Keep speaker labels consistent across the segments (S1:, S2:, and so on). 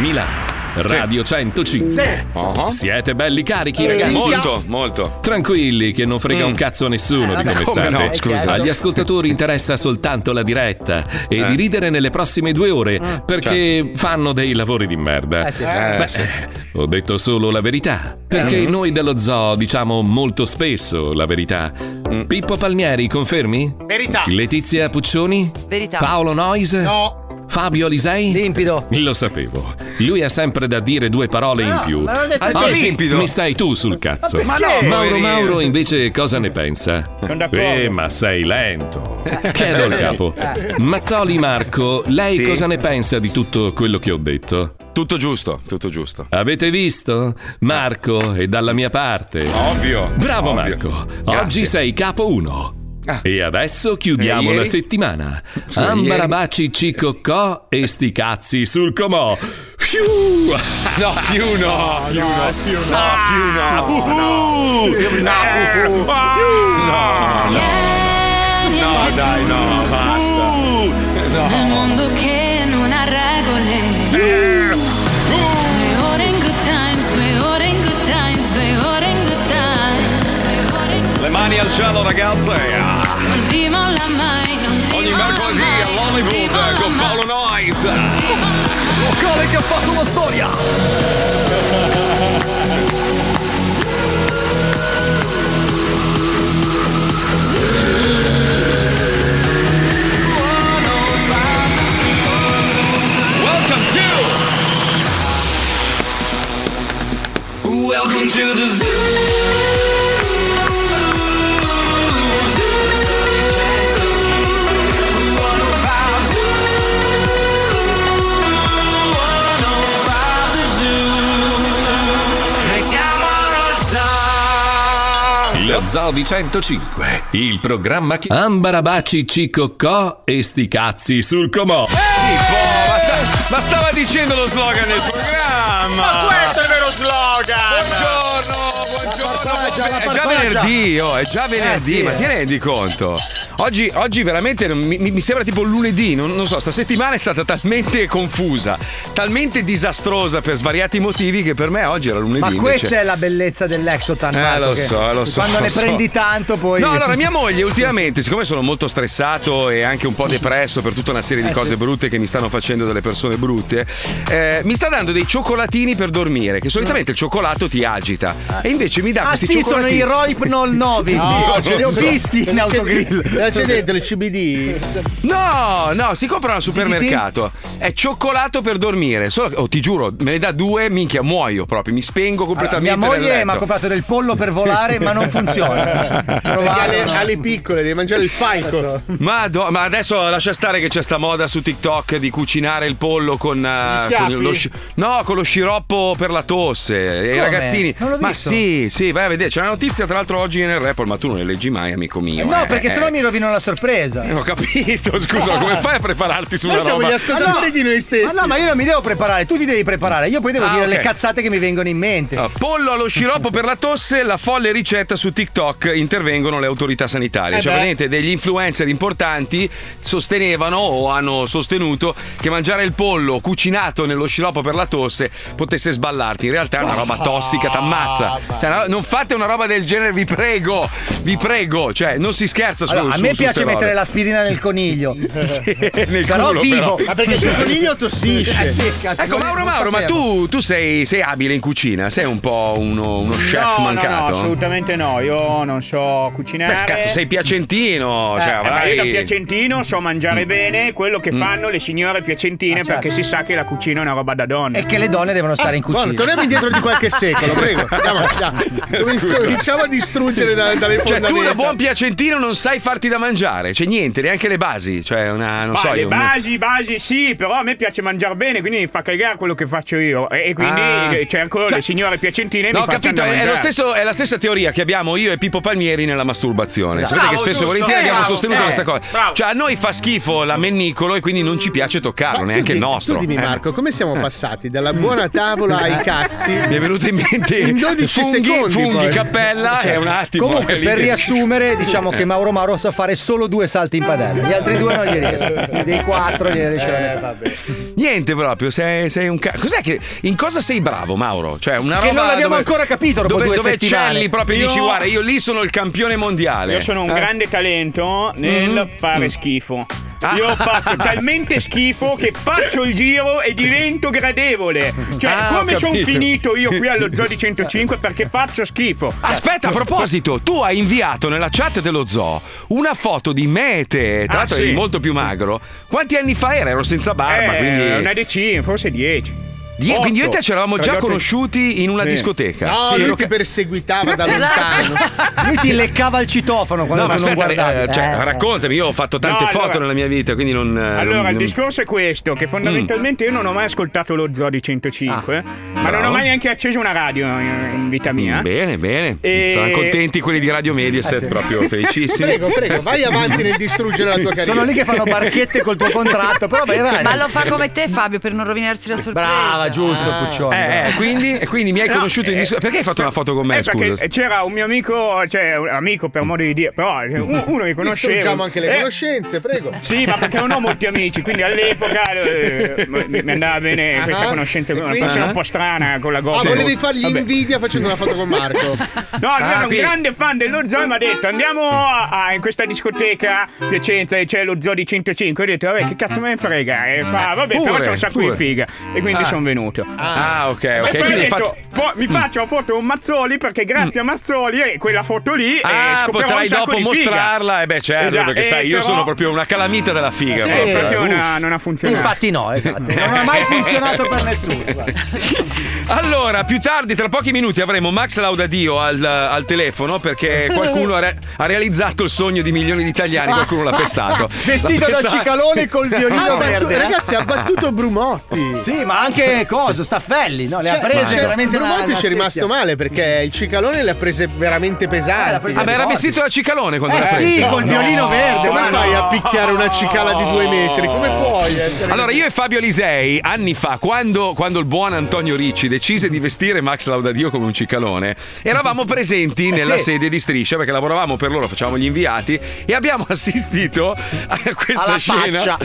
S1: Milano. Radio 105.
S2: Uh-huh.
S1: Siete belli carichi,
S2: Eh,
S1: ragazzi?
S2: Molto, molto.
S1: Tranquilli, che non frega un cazzo a nessuno di
S2: Eh,
S1: come,
S2: come
S1: state.
S2: no, Eh, scusa. certo.
S1: Agli ascoltatori interessa soltanto la diretta e
S2: Eh.
S1: di ridere nelle prossime due ore perché
S2: Certo.
S1: fanno dei lavori di merda.
S3: Eh, sì.
S1: Beh,
S3: Eh, sì.
S1: ho detto solo la verità. Perché
S2: Mm.
S3: Mhm.
S1: noi dello zoo diciamo molto spesso la verità.
S2: Mm.
S1: Pippo Palmieri, confermi?
S4: Verità.
S1: Letizia Puccioni?
S4: Verità.
S1: Paolo Noise? No. Fabio Alisei? Limpido. Lo sapevo. Lui ha sempre da dire due parole in più.
S5: Ah, ma non è detto
S1: Oggi
S5: così. Limpido.
S1: Mi stai tu sul cazzo.
S5: Ma perché? Ma no,
S1: Mauro
S5: poverino.
S1: Mauro invece cosa ne pensa?
S5: Sono d'accordo.
S1: eh, ma sei lento. Chiedo al capo.
S5: Eh.
S1: Mazzoli Marco, lei
S2: Sì.
S1: cosa ne pensa di tutto quello che ho detto?
S2: Tutto giusto, tutto giusto.
S1: Avete visto? Marco è dalla mia parte.
S2: Ovvio.
S1: Bravo
S2: ovvio.
S1: Marco.
S2: Grazie. Ah.
S1: Oggi sei capo 1. E adesso
S2: E
S1: chiudiamo
S2: ieri?
S1: la settimana.
S2: Sì,
S1: Ambarabaci cicoccò e sti cazzi sul comò. Fiu!
S2: No, fiu no, fiu no, fiu no, fiu no.
S1: no.
S2: Fiu no.
S1: Eh,
S2: No, no. No, dai, no, basta.
S6: Nel
S2: No.
S6: mondo che non ha regole. Due ore in good times, due ore in good times, due ore in good times.
S2: Le mani al cielo, ragazze. ah,
S6: Non ti molla mai, non ti
S2: Ogni mercoledì all'Hollywood con Paolo Noyes.
S7: Locale che ha fatto la storia.
S2: Welcome to
S5: Welcome to the zoo.
S1: Lo Zoo di 105, il programma che... Ambarabaci cicoccò e sti cazzi sul comò.
S2: boh, Ma, sta- ma stava dicendo lo slogan del programma.
S4: Ma questo è il vero slogan!
S2: Buongiorno, buongiorno! È già
S4: Parpagia.
S2: venerdì, oh, è già venerdì,
S4: Eh, sì.
S2: ma ti rendi conto? Oggi, oggi veramente non- mi, mi sembra tipo lunedì, non, non so, sta settimana è stata talmente confusa, talmente disastrosa per svariati motivi che per me oggi era lunedì.
S3: Ma
S2: invece-
S3: questa è la bellezza dell'exotan.
S2: cioè Eh,
S3: Marco,
S2: lo
S3: che
S2: so, lo so,
S3: Quando
S2: lo
S3: ne
S2: so.
S3: prendi tanto, poi.
S2: No, allora mia moglie ultimamente, siccome sono molto stressato e anche un po' depresso per tutta una serie di
S3: Eh,
S2: cose
S3: sì.
S2: brutte che mi stanno facendo delle persone brutte, eh, mi sta dando dei cioccolatini per dormire, che solitamente il cioccolato ti agita. E invece mi dà
S3: Ah
S2: questi
S3: sì, sono
S2: cioccolatini.
S3: i Roipnol 9.
S2: No,
S3: sì, li ho
S2: non so.
S3: visti in autogrill.
S8: Eh, C'è dentro il CBD?
S2: No, no, si compra al supermercato. È cioccolato per dormire. Solo, oh, ti giuro, me ne dà due, minchia, muoio proprio. Mi spengo
S3: Allora,
S2: completamente.
S3: mia moglie
S2: nel
S3: mi ha
S2: letto.
S3: comprato del pollo per volare, ma non funziona.
S8: Perché alle, alle piccole devi mangiare il falco.
S2: Madò- ma adesso lascia stare che c'è sta moda su TikTok di cucinare il pollo con, eh,
S8: Gli schiaffi?
S2: con lo sci- no, con lo sciroppo per la tosse. E I
S3: Come?
S2: ragazzi,
S3: Non l'ho
S2: ma
S3: visto.
S2: sì, sì, vai a vedere. C'è una notizia tra l'altro oggi nel report, ma tu non le leggi mai, amico mio.
S3: No,
S2: eh.
S3: perché sennò mi rovinano la sorpresa.
S2: Ho capito, scusa, come fai a prepararti su
S3: Noi
S2: una
S3: siamo
S2: roba?
S3: gli ascoltatori
S2: Ah, no.
S3: di noi stessi. Ma no, ma io non mi devo preparare, tu ti devi preparare. Io poi devo
S2: Ah,
S3: dire le
S2: ok.
S3: cazzate che mi vengono in mente.
S2: Ah, Pollo allo sciroppo per la tosse, la folle ricetta su TikTok, intervengono le autorità sanitarie.
S3: Eh
S2: cioè,
S3: beh.
S2: veramente degli influencer importanti sostenevano o hanno sostenuto che mangiare il pollo cucinato nello sciroppo per la tosse potesse sballarti. In realtà è una roba tossica, t'ammazza. Cioè, no- non fate una roba del genere, vi prego, vi prego. Cioè, non si scherza su
S3: Allora, a
S2: su-
S3: me
S2: su ste
S3: piace
S2: robe.
S3: mettere l'aspirina nel coniglio.
S2: nel
S3: però
S2: culo,
S3: vivo.
S2: però.
S8: Ma perché il coniglio tossisce?
S3: Eh sì, cazzo,
S2: Ecco,
S3: volevo-
S2: Mauro
S3: non
S2: Mauro, ma
S3: sapevo.
S2: tu, tu sei, sei abile in cucina? Sei un po' uno, uno chef
S4: no,
S2: mancato?
S4: No, no, assolutamente no. Io non so cucinare.
S2: Beh, cazzo, sei piacentino.
S4: Eh,
S2: cioè, Mm.
S4: eh, ma
S2: avrai-
S4: io da piacentino so mangiare bene quello che fanno le signore piacentine
S2: Ah, certo.
S4: perché si sa che la cucina è una roba da donna.
S3: E che le donne devono stare in
S8: Guarda,
S3: cucina.
S8: torniamo indietro di qualche secolo, prego. Andiamo, andiamo.
S2: Scusa.
S8: Cominciamo a distruggere da- dalle
S2: Cioè,
S8: fondamenta.
S2: tu da buon piacentino non sai farti da mangiare, cioè niente, neanche le basi. Cioè, una. Non
S4: Ma
S2: so,
S4: le
S2: io, un-
S4: basi, basi, sì, però a me piace mangiare bene, quindi mi fa cagare quello che faccio io. E, e quindi
S2: Ah.
S4: eh, cerco
S2: Cioè-
S4: le signore piacentine e
S2: No,
S4: mi
S2: ho
S4: faccio
S2: capito,
S4: andare a
S2: è, lo
S4: mangiare.
S2: stesso- è la stessa teoria che abbiamo io e Pippo Palmieri nella masturbazione.
S4: Bravo,
S2: Sapete che spesso e
S4: giusto,
S2: volentieri
S4: eh,
S2: abbiamo
S4: bravo,
S2: sostenuto
S4: eh,
S2: questa cosa.
S4: bravo.
S2: Cioè, a noi fa schifo l'amennicolo e quindi non ci piace
S8: Ma
S2: toccarlo,
S8: tu
S2: neanche il
S8: dimmi-
S2: nostro.
S8: Tu dimmi,
S2: Eh.
S8: Marco, come siamo passati dalla buona tavola ai cazzi?
S2: Mi è venuto in mente
S8: In 12
S2: funghi,
S8: secondi,
S2: funghi
S8: poi.
S2: cappella e un attimo.
S3: Comunque,
S2: è lì
S3: per
S2: che-
S3: riassumere, diciamo che Mauro Mauro sa fare solo due salti in padella. Gli altri due non gli riescono. Dei quattro gliene riesce la
S4: Eh,
S3: metà.
S2: Niente proprio, sei, sei un cazzo. Cos'è che. In cosa sei bravo, Mauro? Cioè, una
S3: Che
S2: roba.
S3: non l'abbiamo
S2: dove-
S3: ancora capito dopo
S2: Dove,
S3: due
S2: dove
S3: settimane.
S2: celli proprio
S4: Io-
S2: dici, guarda, io lì sono il campione mondiale.
S4: Io sono un
S2: Eh? Mm-hmm.
S4: grande talento nel fare schifo.
S2: Ah.
S4: Io faccio talmente schifo che faccio il giro e divento gradevole. Cioè,
S2: Ah, ho
S4: come sono
S2: capito.
S4: finito io qui allo Zoo di 105 perché faccio schifo.
S2: Aspetta, a
S4: Certo.
S2: proposito, tu hai inviato nella chat dello zoo una foto di me e te. Tra
S4: Ah,
S2: l'altro
S4: sì.
S2: eri molto più magro. Quanti anni fa era? Ero senza barba,
S4: Eh,
S2: quindi.
S4: una decina, forse dieci.
S2: Die- quindi io e te ci eravamo
S4: Otto.
S2: già conosciuti in una
S4: Sì.
S2: discoteca.
S8: No,
S4: Sì,
S8: lui
S4: ero
S8: ti
S4: ca-
S8: perseguitava da lontano.
S3: Lui ti leccava il citofono quando
S2: No, ma
S3: tu non
S2: aspetta,
S3: guardavi.
S2: eh, cioè,
S3: Eh.
S2: raccontami, io ho fatto tante
S4: No,
S2: foto
S4: allora-
S2: nella mia vita, quindi non. eh,
S4: Allora,
S2: non-
S4: il
S2: non- Mm.
S4: discorso è questo: che fondamentalmente io non ho mai ascoltato lo Zoo di
S2: Ah.
S4: 105, ma non
S2: bravo.
S4: ho mai neanche acceso una radio in in vita mia.
S2: Mm, Bene, bene.
S4: E-
S2: Saranno contenti quelli di Radio Mediaset, proprio felicissimi.
S8: Prego, prego, vai avanti nel distruggere la tua carriera.
S3: Sono lì che fanno barchette col tuo contratto, però vai avanti.
S9: Ma lo fa come te, Fabio, per non rovinarsi la sorpresa.
S2: Ah,
S3: Brava, giusto,
S9: Ah.
S3: Puccioni. brava.
S2: Eh, eh, quindi, e quindi mi hai
S4: No,
S2: conosciuto in
S4: eh,
S2: discoteca. Perché hai fatto una foto con me?
S4: Eh,
S2: scusa.
S4: perché c'era un mio amico, cioè un amico per modo di dire, però eh,
S2: Mm.
S4: uno uno che conoscevo.
S8: Distruggiamo anche le
S4: Eh,
S8: conoscenze, prego.
S4: Sì, ma perché non ho molti amici, quindi all'epoca eh, mi mi andava bene questa
S8: Ah,
S4: conoscenza,
S8: e
S4: una
S8: quindi-
S4: persona un po' strana con la
S8: Ah,
S4: gobba.
S8: volevi fargli invidia facendo una foto con Marco.
S4: No, lui
S2: Ah,
S4: era un
S2: quindi-
S4: grande fan dello zoo e mi ha detto andiamo a, a- in questa discoteca a Piacenza e c'è lo zoo di 105. Ho detto vabbè che cazzo me ne frega. E fa vabbè però
S2: Eh, Pure,
S4: c'è un sacco
S2: pure.
S4: di figa. E quindi sono venuto.
S2: Ah, ok,
S4: e poi
S2: ok.
S4: ho
S2: quindi Mm. hai
S4: detto eh,
S2: fatto-
S4: "Po- mi faccio la foto con Mazzoli perché grazie a Mazzoli eh, quella foto lì eh,
S2: Ah,
S4: scoprirò un
S2: potrai
S4: sacco
S2: dopo
S4: di figa.
S2: mostrarla. E beh, certo,
S4: Esatto,
S2: perché
S4: eh,
S2: sai, io
S4: però-
S2: sono proprio una calamita della figa.
S4: Sì,
S2: proprio.
S4: infatti non ha,
S2: Uff.
S4: non ha funzionato.
S3: Infatti no, esatto. Non ha mai funzionato per nessuno. guarda.
S2: Allora, più tardi, tra pochi minuti, avremo Max Laudadio al, al telefono perché qualcuno ha, re- ha realizzato il sogno di milioni di italiani. Qualcuno l'ha pestato.
S3: Vestito
S2: L'ha
S3: da
S2: pesta-
S3: cicalone col violino
S8: Ah, battu-
S3: verde. eh?
S8: ragazzi, ha battuto Brumotti.
S3: Sì, ma anche coso, Staffelli, no? Le ha prese
S8: Cioè,
S3: veramente una-
S8: Brumotti
S3: una
S8: ci è rimasto
S3: secchia.
S8: male perché il cicalone le ha prese veramente pesanti.
S3: Eh, l'ha presa-
S2: Ah, ma era vestito da cicalone quando
S3: Eh
S2: l'ha
S3: sì,
S2: preso.
S3: col violino verde,
S8: Come
S3: ma
S8: fai
S3: no.
S8: a picchiare una cicala di due metri? Come puoi? eh? essere-
S2: Allora, io e Fabio Lisei, anni fa, quando, quando il buon Antonio Ricci decise di vestire Max Laudadio come un cicalone, eravamo presenti nella
S3: sì.
S2: sede di Striscia perché lavoravamo per loro, facevamo gli inviati e abbiamo assistito a questa
S3: Alla
S2: scena.
S3: faccia.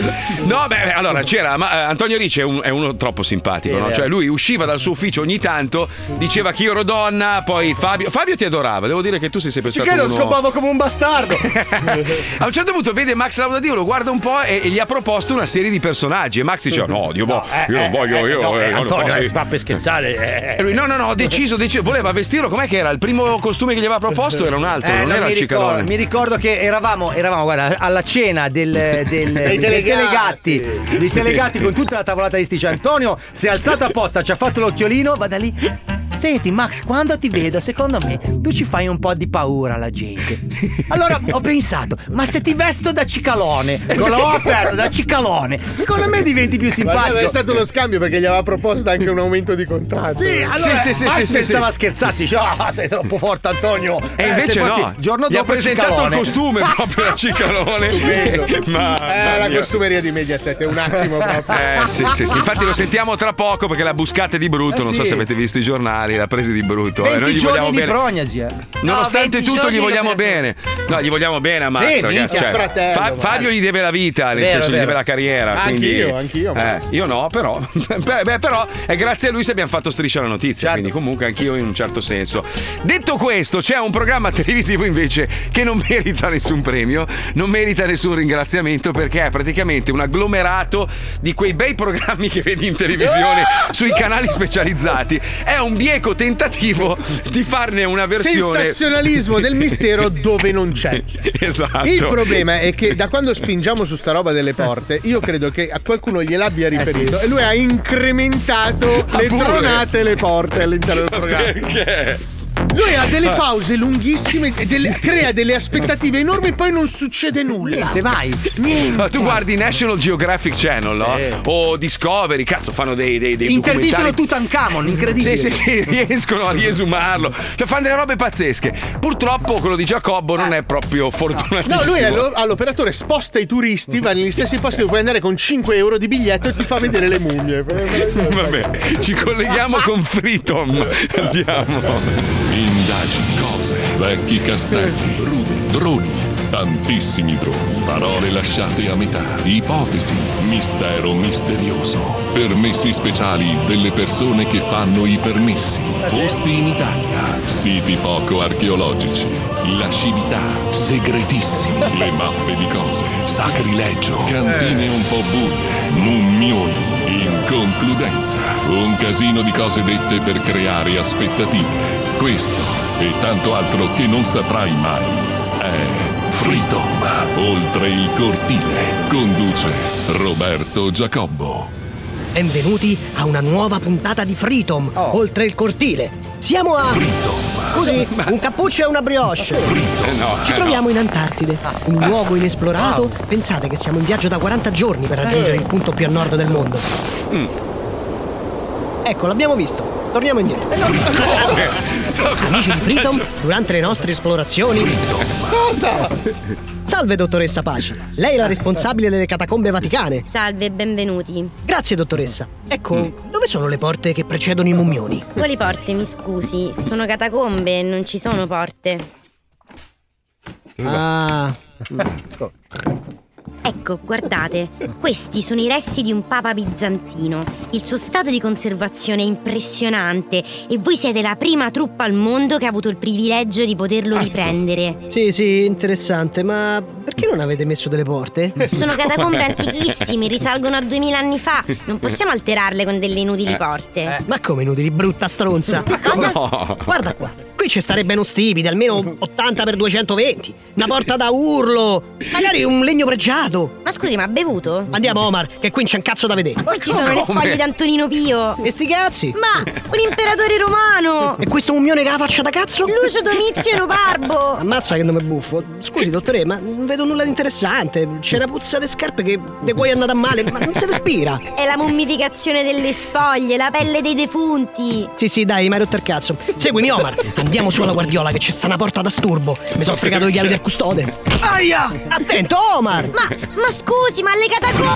S2: No, beh, beh, allora c'era, ma eh, Antonio Ricci è, un- è uno troppo simpatico,
S3: Sì, è
S2: no?
S3: vero.
S2: Cioè, lui usciva dal suo ufficio ogni tanto, diceva che io ero donna, poi Fabio. Fabio ti adorava, devo dire che tu sei sempre
S3: Ci
S2: stato.
S3: credo,
S2: uno-
S3: scopavo come un bastardo.
S2: a un certo punto vede Max Laudadio, lo guarda un po' e, e gli ha proposto una serie di personaggi. E Max dice: No, Dio, boh, io non voglio, io, eh, io non posso".
S3: per scherzare. eh,
S2: E Eh, lui, no, no, no, ho deciso, ho deciso, voleva vestirlo. Com'è che era? Il primo costume che gli aveva proposto era un altro, non, era
S3: Eh, mi,
S2: il cicalone.
S3: ricordo, mi ricordo che eravamo, eravamo, guarda, alla cena del, del- dei
S8: delegati.
S3: delegati, dei delegati con tutta la tavolata di sticcia. Antonio si è alzato apposta, ci ha fatto l'occhiolino, va da lì. Senti Max, quando ti vedo, secondo me tu ci fai un po' di paura alla gente. Allora ho pensato, ma se ti vesto da cicalone, con la O aperta da cicalone, secondo me diventi più
S8: Guarda, è
S3: simpatico.
S8: stato uno scambio perché gli aveva proposto anche un aumento di contratto.
S3: Sì, allora
S2: Sì, sì, sì,
S3: Max
S2: sì, sì,
S3: pensava a scherzarsi, dice, "Ah, sei troppo forte Antonio. Eh,
S2: E invece no,
S3: giorno
S2: gli ha
S3: dopo
S2: presentato
S3: cicalone.
S2: il costume proprio da cicalone. Ma
S8: Eh, la costumeria di Mediaset è un attimo proprio.
S2: Eh sì, sì, sì, infatti lo sentiamo tra poco perché la buscate di brutto,
S3: Eh,
S2: non so
S3: sì.
S2: se avete visto i giornali, l'ha presa di brutto. eh,
S3: 20
S2: noi gli vogliamo
S3: giorni di
S2: bene.
S3: prognasi, eh.
S2: Nonostante
S9: 20
S2: tutto,
S9: giorni
S2: gli
S9: lo
S2: vogliamo bene. No, gli vogliamo bene a Max,
S3: Sì,
S2: ragazzi. cioè,
S8: minchia, fratello, guarda.
S2: Fabio gli deve la vita, nel
S3: Vero,
S2: senso, gli
S3: vero.
S2: deve la carriera.
S8: Anch'io,
S2: quindi-
S8: anch'io,
S2: Eh, io no, però. beh, beh, però è grazie a lui se abbiamo fatto striscia la
S8: Certo.
S2: notizia. Quindi, comunque, anch'io in un certo senso. Detto questo, c'è un programma televisivo invece che non merita nessun premio, non merita nessun ringraziamento perché è praticamente un agglomerato di quei bei programmi che vedi in televisione sui canali specializzati. È un bieco tentativo di farne una versione.
S8: Sensazionalismo del mistero dove non c'è.
S2: Esatto.
S8: Il problema è che da quando spingiamo su sta roba delle porte, io credo che a qualcuno gliel'abbia riferito e lui ha incrementato le
S2: Ah, pure?
S8: tronate e le porte all'interno del programma.
S2: Perché? Ah.
S8: Lui ha delle pause lunghissime, e delle- crea delle aspettative enormi e poi non succede nulla.
S3: Te vai.
S2: Ma tu guardi National Geographic Channel, no? O Discovery, cazzo, fanno dei, dei, dei
S3: Intervistano
S2: documentari.
S3: Tutankhamon, incredibile.
S2: Sì, sì, sì, riescono a riesumarlo. Cioè, fanno delle robe pazzesche. Purtroppo quello di Giacobbo non è proprio fortunatissimo.
S8: No, lui allo- all'operatore sposta i turisti, va negli stessi posti dove puoi andare con 5 euro di biglietto e ti fa vedere le mummie.
S2: Vabbè, ci colleghiamo con Freedom. Andiamo.
S5: Indagini
S10: Vecchi castelli, rune, droni, tantissimi droni, parole lasciate a metà, ipotesi, mistero misterioso, permessi speciali delle persone che fanno i permessi, posti in Italia, siti poco archeologici, lascività, segretissimi, le mappe di cose, Eh. sacrilegio, cantine un po' buie, mummioni. In concludenza, un casino di cose dette per creare aspettative. Questo e tanto altro che non saprai mai è Freedom. Oltre il cortile conduce Roberto Giacobbo.
S11: Benvenuti a una nuova puntata di Freedom, oltre il cortile. Siamo a.
S10: Freedom.
S11: Così, un cappuccio e una brioche.
S10: Freedom.
S11: Ci troviamo in Antartide, un luogo inesplorato. Pensate che siamo in viaggio da 40 giorni per raggiungere il punto più a nord del mondo. Ecco, l'abbiamo visto. Torniamo indietro. Amici di
S12: Cioè,
S11: Freedom, durante le nostre esplorazioni. Cosa? Salve dottoressa Paci, lei è la responsabile delle catacombe vaticane.
S13: Salve, benvenuti.
S11: Grazie dottoressa. Ecco, dove sono le porte che precedono i mummioni?
S13: Quali Ecco porte, mi scusi? Sono catacombe, non ci sono porte.
S11: Ah.
S13: Ecco, guardate, questi sono i resti di un papa bizantino. Il suo stato di conservazione è impressionante e voi siete la prima truppa al mondo che ha avuto il privilegio di poterlo riprendere.
S11: Sì, sì, interessante, ma perché non avete messo delle porte?
S13: Sono catacombe antichissime, risalgono a 2000 anni fa. Non possiamo alterarle con delle inutili porte.
S11: Eh. Ma come inutili, brutta stronza?
S13: Cosa?
S11: No. Guarda qua, qui ci starebbero stipiti, almeno 80 x 220, una porta da urlo, magari un legno pregiato.
S13: Ma scusi, ma ha bevuto?
S11: Andiamo Omar, che qui c'è un cazzo da vedere.
S13: Poi ci sono le spoglie di Antonino Pio.
S11: E sti cazzi?
S13: Ma un imperatore romano!
S11: E questo mummione che ha la faccia da cazzo?
S13: Lucio Domizio Barbo!
S11: Ammazza che nome buffo. Scusi, dottore, ma non vedo nulla di interessante. C'è una puzza di scarpe che de guai è andata male, ma non se ne spira.
S13: È la mummificazione delle spoglie, la pelle dei defunti.
S11: Sì, sì, dai, mi hai rotto il cazzo. Seguimi, Omar. Andiamo sulla guardiola che c'è sta una porta da sturbo. Mi sono fregato le chiavi del custode. Aia! Attento, Omar!
S13: Ma, ma scusi, ma le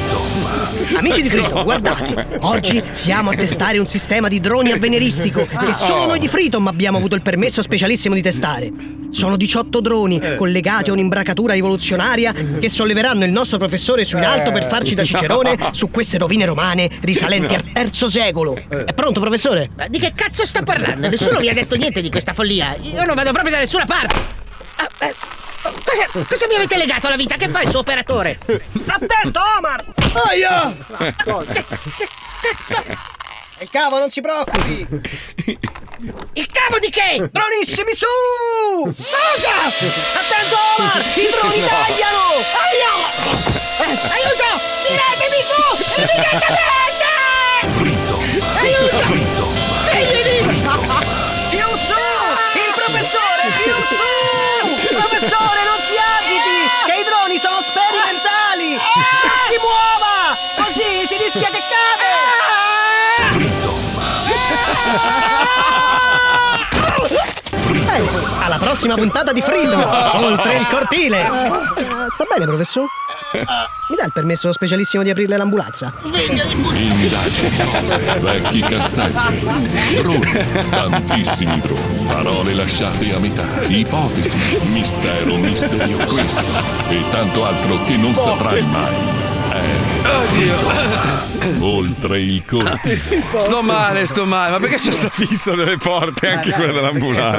S13: catacombe!
S11: Amici di Freedom, guardate, oggi siamo a testare un sistema di droni avveniristico che solo noi di Freedom abbiamo avuto il permesso specialissimo di testare. Sono 18 droni collegati a un'imbracatura rivoluzionaria che solleveranno il nostro professore su in alto per farci da cicerone su queste rovine romane risalenti al terzo secolo. È pronto, professore?
S12: Ma di che cazzo sta parlando? Nessuno mi ha detto niente di questa follia. Io non vado proprio da nessuna parte. Ah, eh, Cosa, cosa mi avete legato alla vita? Che fa il suo operatore?
S11: Attento, Omar!
S12: Aia!
S11: Il cavo, non si preoccupi!
S12: Il cavo di che?
S11: Dronissimi su! Cosa? Attento, Omar! I droni
S12: No.
S11: tagliano!
S12: Aia! Eh, Aiuto! Tiratemi su! Immediatamente! Aiuto! Figli di...
S11: Iuzzu! Il professore! Iuzzu! Professore, non si agiti! Che i droni sono sperimentali! Non si muova! Così si rischia che cade! Ecco, alla prossima puntata di Frido! Oltre il cortile! sta bene, professore? Mi dà il permesso specialissimo di aprirle l'ambulanza?
S10: Indagini, cose, vecchi castelli, droni, tantissimi droni, parole lasciate a metà, ipotesi, mistero misterioso, questo e tanto altro che non saprai mai è Freedom. Oltre il cortile.
S2: Sto male, sto male, ma perché c'è sta fissa delle porte, anche quella dell'ambulanza?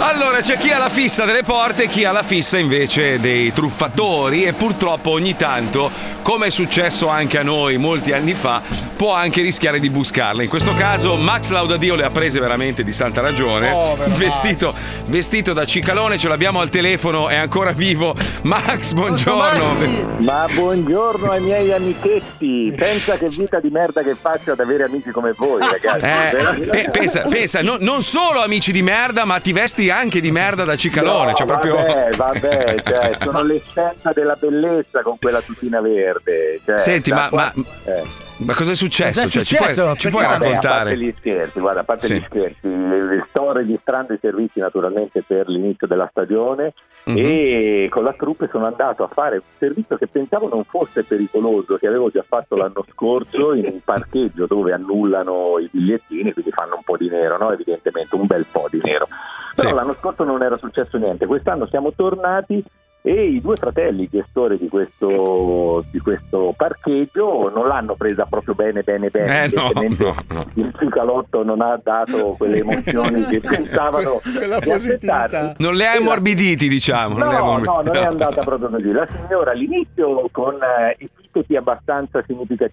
S2: Allora c'è chi ha la fissa delle porte e chi ha la fissa invece dei truffatori e purtroppo ogni tanto, come è successo anche a noi molti anni fa, può anche rischiare di buscarle. In questo caso Max Laudadio le ha prese veramente di santa ragione,
S14: Povero
S2: vestito, vestito da cicalone, ce l'abbiamo al telefono, è ancora vivo. Max, buongiorno.
S15: Ma buongiorno ai miei amichetti. Pensa che vita di merda che faccio ad avere amici come voi, ragazzi. Cioè,
S2: Eh, pe- pensa, pensa, no- non solo amici di merda, ma ti vesti anche di merda da cicalone.
S15: No,
S2: cioè proprio...
S15: Vabbè, vabbè, cioè, sono l'essenza della bellezza con quella tutina verde. cioè,
S2: Senti,
S15: da
S2: ma-
S15: qua-
S2: ma-
S15: eh.
S2: Ma cosa è successo?
S15: Cosa è
S2: Cioè, ci
S15: successo?
S2: puoi, ci
S15: Perché
S2: puoi
S15: non- Vabbè, A parte
S2: raccontare?
S15: gli scherzi, guarda, a parte
S2: Sì.
S15: gli scherzi, eh, sto registrando i servizi naturalmente per l'inizio della stagione
S2: Mhm.
S15: e con la troupe sono andato a fare un servizio che pensavo non fosse pericoloso, che avevo già fatto l'anno scorso in un parcheggio dove annullano i bigliettini, quindi fanno un po' di nero, no? evidentemente un bel po' di nero. Però l'anno scorso non era successo niente, quest'anno siamo tornati e i due fratelli gestori di questo, di questo parcheggio non l'hanno presa proprio bene bene bene
S2: Eh, no,
S15: Evidentemente
S2: no, no.
S15: il cicalotto non ha dato quelle emozioni che pensavano
S2: Quella
S15: di aspettarsi
S2: Non le ha ammorbiditi, diciamo. non le ha
S15: Esatto. No,
S2: ammorbiditi.
S15: no, non è andata proprio così. La signora all'inizio con eh, epiteti abbastanza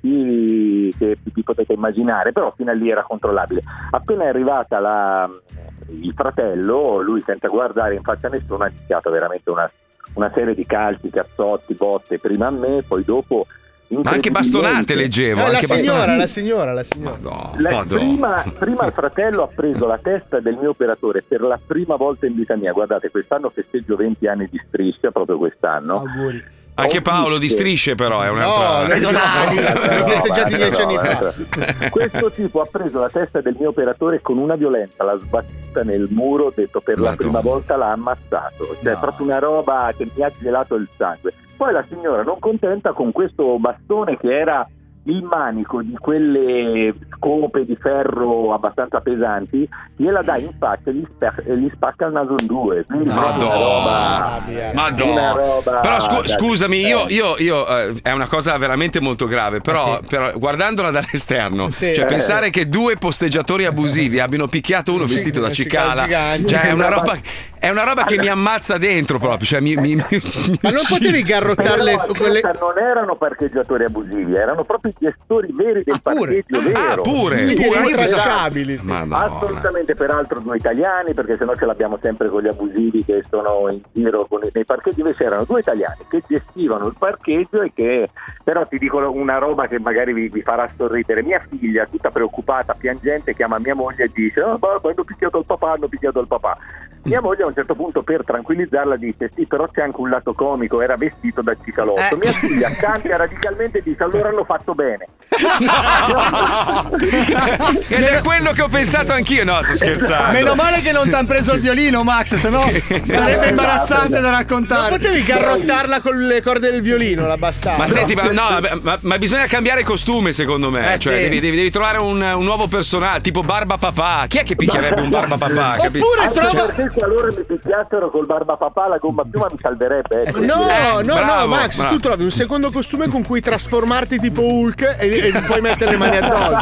S15: significativi che vi potete immaginare, però fino a lì era controllabile. Appena è arrivata la- mm, il fratello, lui senza guardare in faccia a nessuno ha iniziato veramente una, una serie di calci, cazzotti, botte, prima a me, poi dopo...
S2: Ma anche bastonate leggevo.
S8: Eh, la,
S2: anche
S8: signora,
S2: bastonate.
S8: la signora, la signora,
S15: La-
S2: Madò.
S15: prima, prima il fratello ha preso la testa del mio operatore per la prima volta in vita mia. Guardate, quest'anno festeggio 20 anni di striscia, proprio quest'anno.
S2: Anche Paolo di strisce, però, è un'altra.
S15: No, no, no, no, no,
S8: festeggiati
S15: no,
S8: dieci
S15: no,
S8: anni
S15: no,
S8: fa.
S2: eh.
S15: no. Questo tipo ha preso la testa del mio operatore con una violenza, l'ha sbattuta nel muro, ho detto per la prima volta l'ha ammazzato. Cioè,
S14: No.
S15: proprio una roba che mi ha gelato il sangue. Poi la signora, non contenta, con questo bastone che era il manico di quelle scope di ferro abbastanza pesanti, gliela dà in faccia e gli, spa- e gli spacca il naso in due. Quindi
S2: Madò.
S15: una roba-
S2: Madò.
S15: una roba-
S2: Però scu-
S15: dai.
S2: scusami, io, io- io, eh, è una cosa veramente molto grave.
S3: Ah,
S2: Però, però guardandola dall'esterno,
S8: Sì.
S2: cioè
S8: Eh.
S2: pensare che due posteggiatori abusivi abbiano picchiato uno
S8: Sì,
S2: vestito da
S8: una cicala
S2: cicala,
S8: gigante.
S2: cioè, è una roba, è una roba che mi ammazza dentro proprio. Cioè, mi, mi- mi-
S8: Ma non potevi garrottarle
S15: Però,
S8: quelle-
S15: aspetta, non erano parcheggiatori abusivi, erano proprio i gestori veri del parcheggio vero.
S2: Ah, pure.
S15: Quindi
S2: Pure,
S15: erano
S2: io pensavo- Madonna.
S15: Assolutamente, peraltro due italiani, perché sennò ce l'abbiamo sempre con gli abusivi che sono in giro con i- nei parcheggi, invece erano due italiani che gestivano il parcheggio e che però ti dicono una roba che magari vi, vi farà sorridere. Mia figlia, tutta preoccupata, piangente, chiama mia moglie e dice: "Oh, babbo, hanno picchiato il papà, hanno picchiato il papà. Mia moglie a un certo punto per tranquillizzarla dice sì però c'è anche un lato comico, era vestito da cicalotto. Mia figlia cambia radicalmente e dice allora hanno fatto bene.
S2: Ed è quello che ho pensato anch'io. No, sto scherzando.
S7: Meno male che non ti hanno preso il violino, Max, sennò sarebbe imbarazzante da raccontare.
S8: Non potevi garrottarla con le corde del violino, la bastava.
S2: Ma senti, ma, no, vabbè, ma- ma bisogna cambiare costume, secondo me.
S8: Eh,
S2: cioè,
S8: sì.
S2: devi, devi- devi trovare un, un nuovo personaggio, tipo Barba Papà. Chi è che picchierebbe un Barba Papà? capi-
S15: Anche perché se allora mi picchiassero col barbapapà la gomma piuma mi salverebbe. eh.
S8: No, no, no,
S2: bravo,
S8: Max,
S2: bravo.
S8: tu trovi un secondo costume con cui trasformarti tipo Hulk e, e puoi mettere le mani addosso.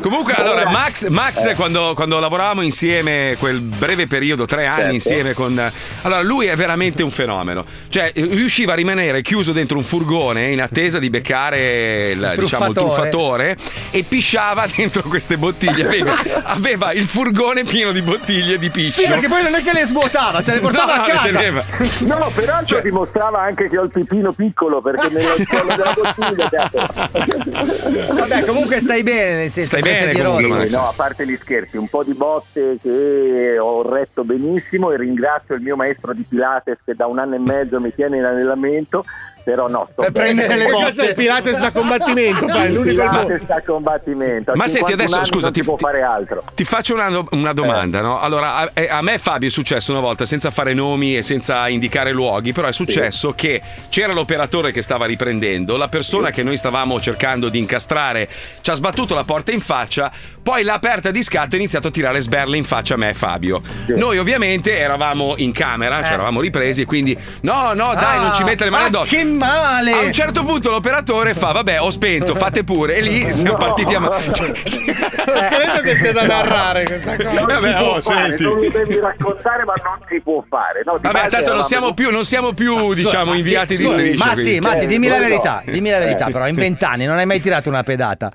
S2: Comunque, allora, Max, Max, quando, quando lavoravamo insieme, quel breve periodo, tre anni
S15: Certo.
S2: insieme con. Allora, lui è veramente un fenomeno. Cioè, riusciva a rimanere chiuso dentro un furgone in attesa di beccare il, diciamo, il
S7: truffatore.
S2: truffatore e pisciava dentro queste bottiglie. Aveva, aveva il furgone pieno di bottiglie di piscio.
S7: Sì, perché poi non è che le svuotava, se le portava
S2: No,
S7: a
S2: le
S7: casa.
S2: teneva.
S15: No,
S2: Cioè-
S15: peraltro dimostrava anche che ho il pipino piccolo perché nella scuola della bottiglia.
S3: Vabbè, comunque stai bene, nel senso,
S2: Stai bene
S3: di
S2: comunque,
S3: roba.
S2: Max.
S15: No, a parte gli scherzi, un po' di botte che ho retto benissimo e ringrazio il mio maestro di Pilates che da un anno e mezzo mi tiene in allenamento, però no, sto per
S8: Perché cazzo, Il Pilates da combattimento, fai l'unico al mondo.
S15: Pilates sta a combattimento. a
S2: Ma senti,
S15: 51
S2: adesso,
S15: anni
S2: scusa,
S15: non
S2: ti-
S15: si può fare altro.
S2: Ti faccio una, do- una domanda, no? Allora, a, eh, a me Fabio è successo una volta, senza fare nomi e senza indicare luoghi, però è successo che c'era l'operatore che stava riprendendo, la persona che noi stavamo cercando di incastrare ci ha sbattuto la porta in faccia, poi l'ha aperta di scatto e ha iniziato a tirare sberle in faccia a me e Fabio. Noi ovviamente eravamo in camera, ci eravamo ripresi e quindi no, no, dai, non ci mettere le mani
S7: Eh. Ah,
S2: addosso.
S7: che male!
S2: A un certo punto l'operatore fa, vabbè, ho spento, fate pure. E lì siamo
S7: No.
S2: partiti a... ma- cioè,
S8: Credo che sia da narrare questa cosa.
S15: Non
S2: Vabbè,
S15: si può
S2: oh,
S15: fare,
S2: senti.
S15: non lo devi raccontare, ma non si può fare. No, di
S2: Vabbè,
S15: base
S2: tanto non
S15: eravamo
S2: siamo più, non siamo più diciamo, inviati di
S3: Scusa,
S2: striscia. Certo.
S3: Ma
S2: quindi.
S3: sì, ma sì, dimmi la
S15: Eh,
S3: verità,
S15: no.
S3: dimmi la verità,
S15: Eh.
S3: però in vent'anni non hai mai tirato una pedata.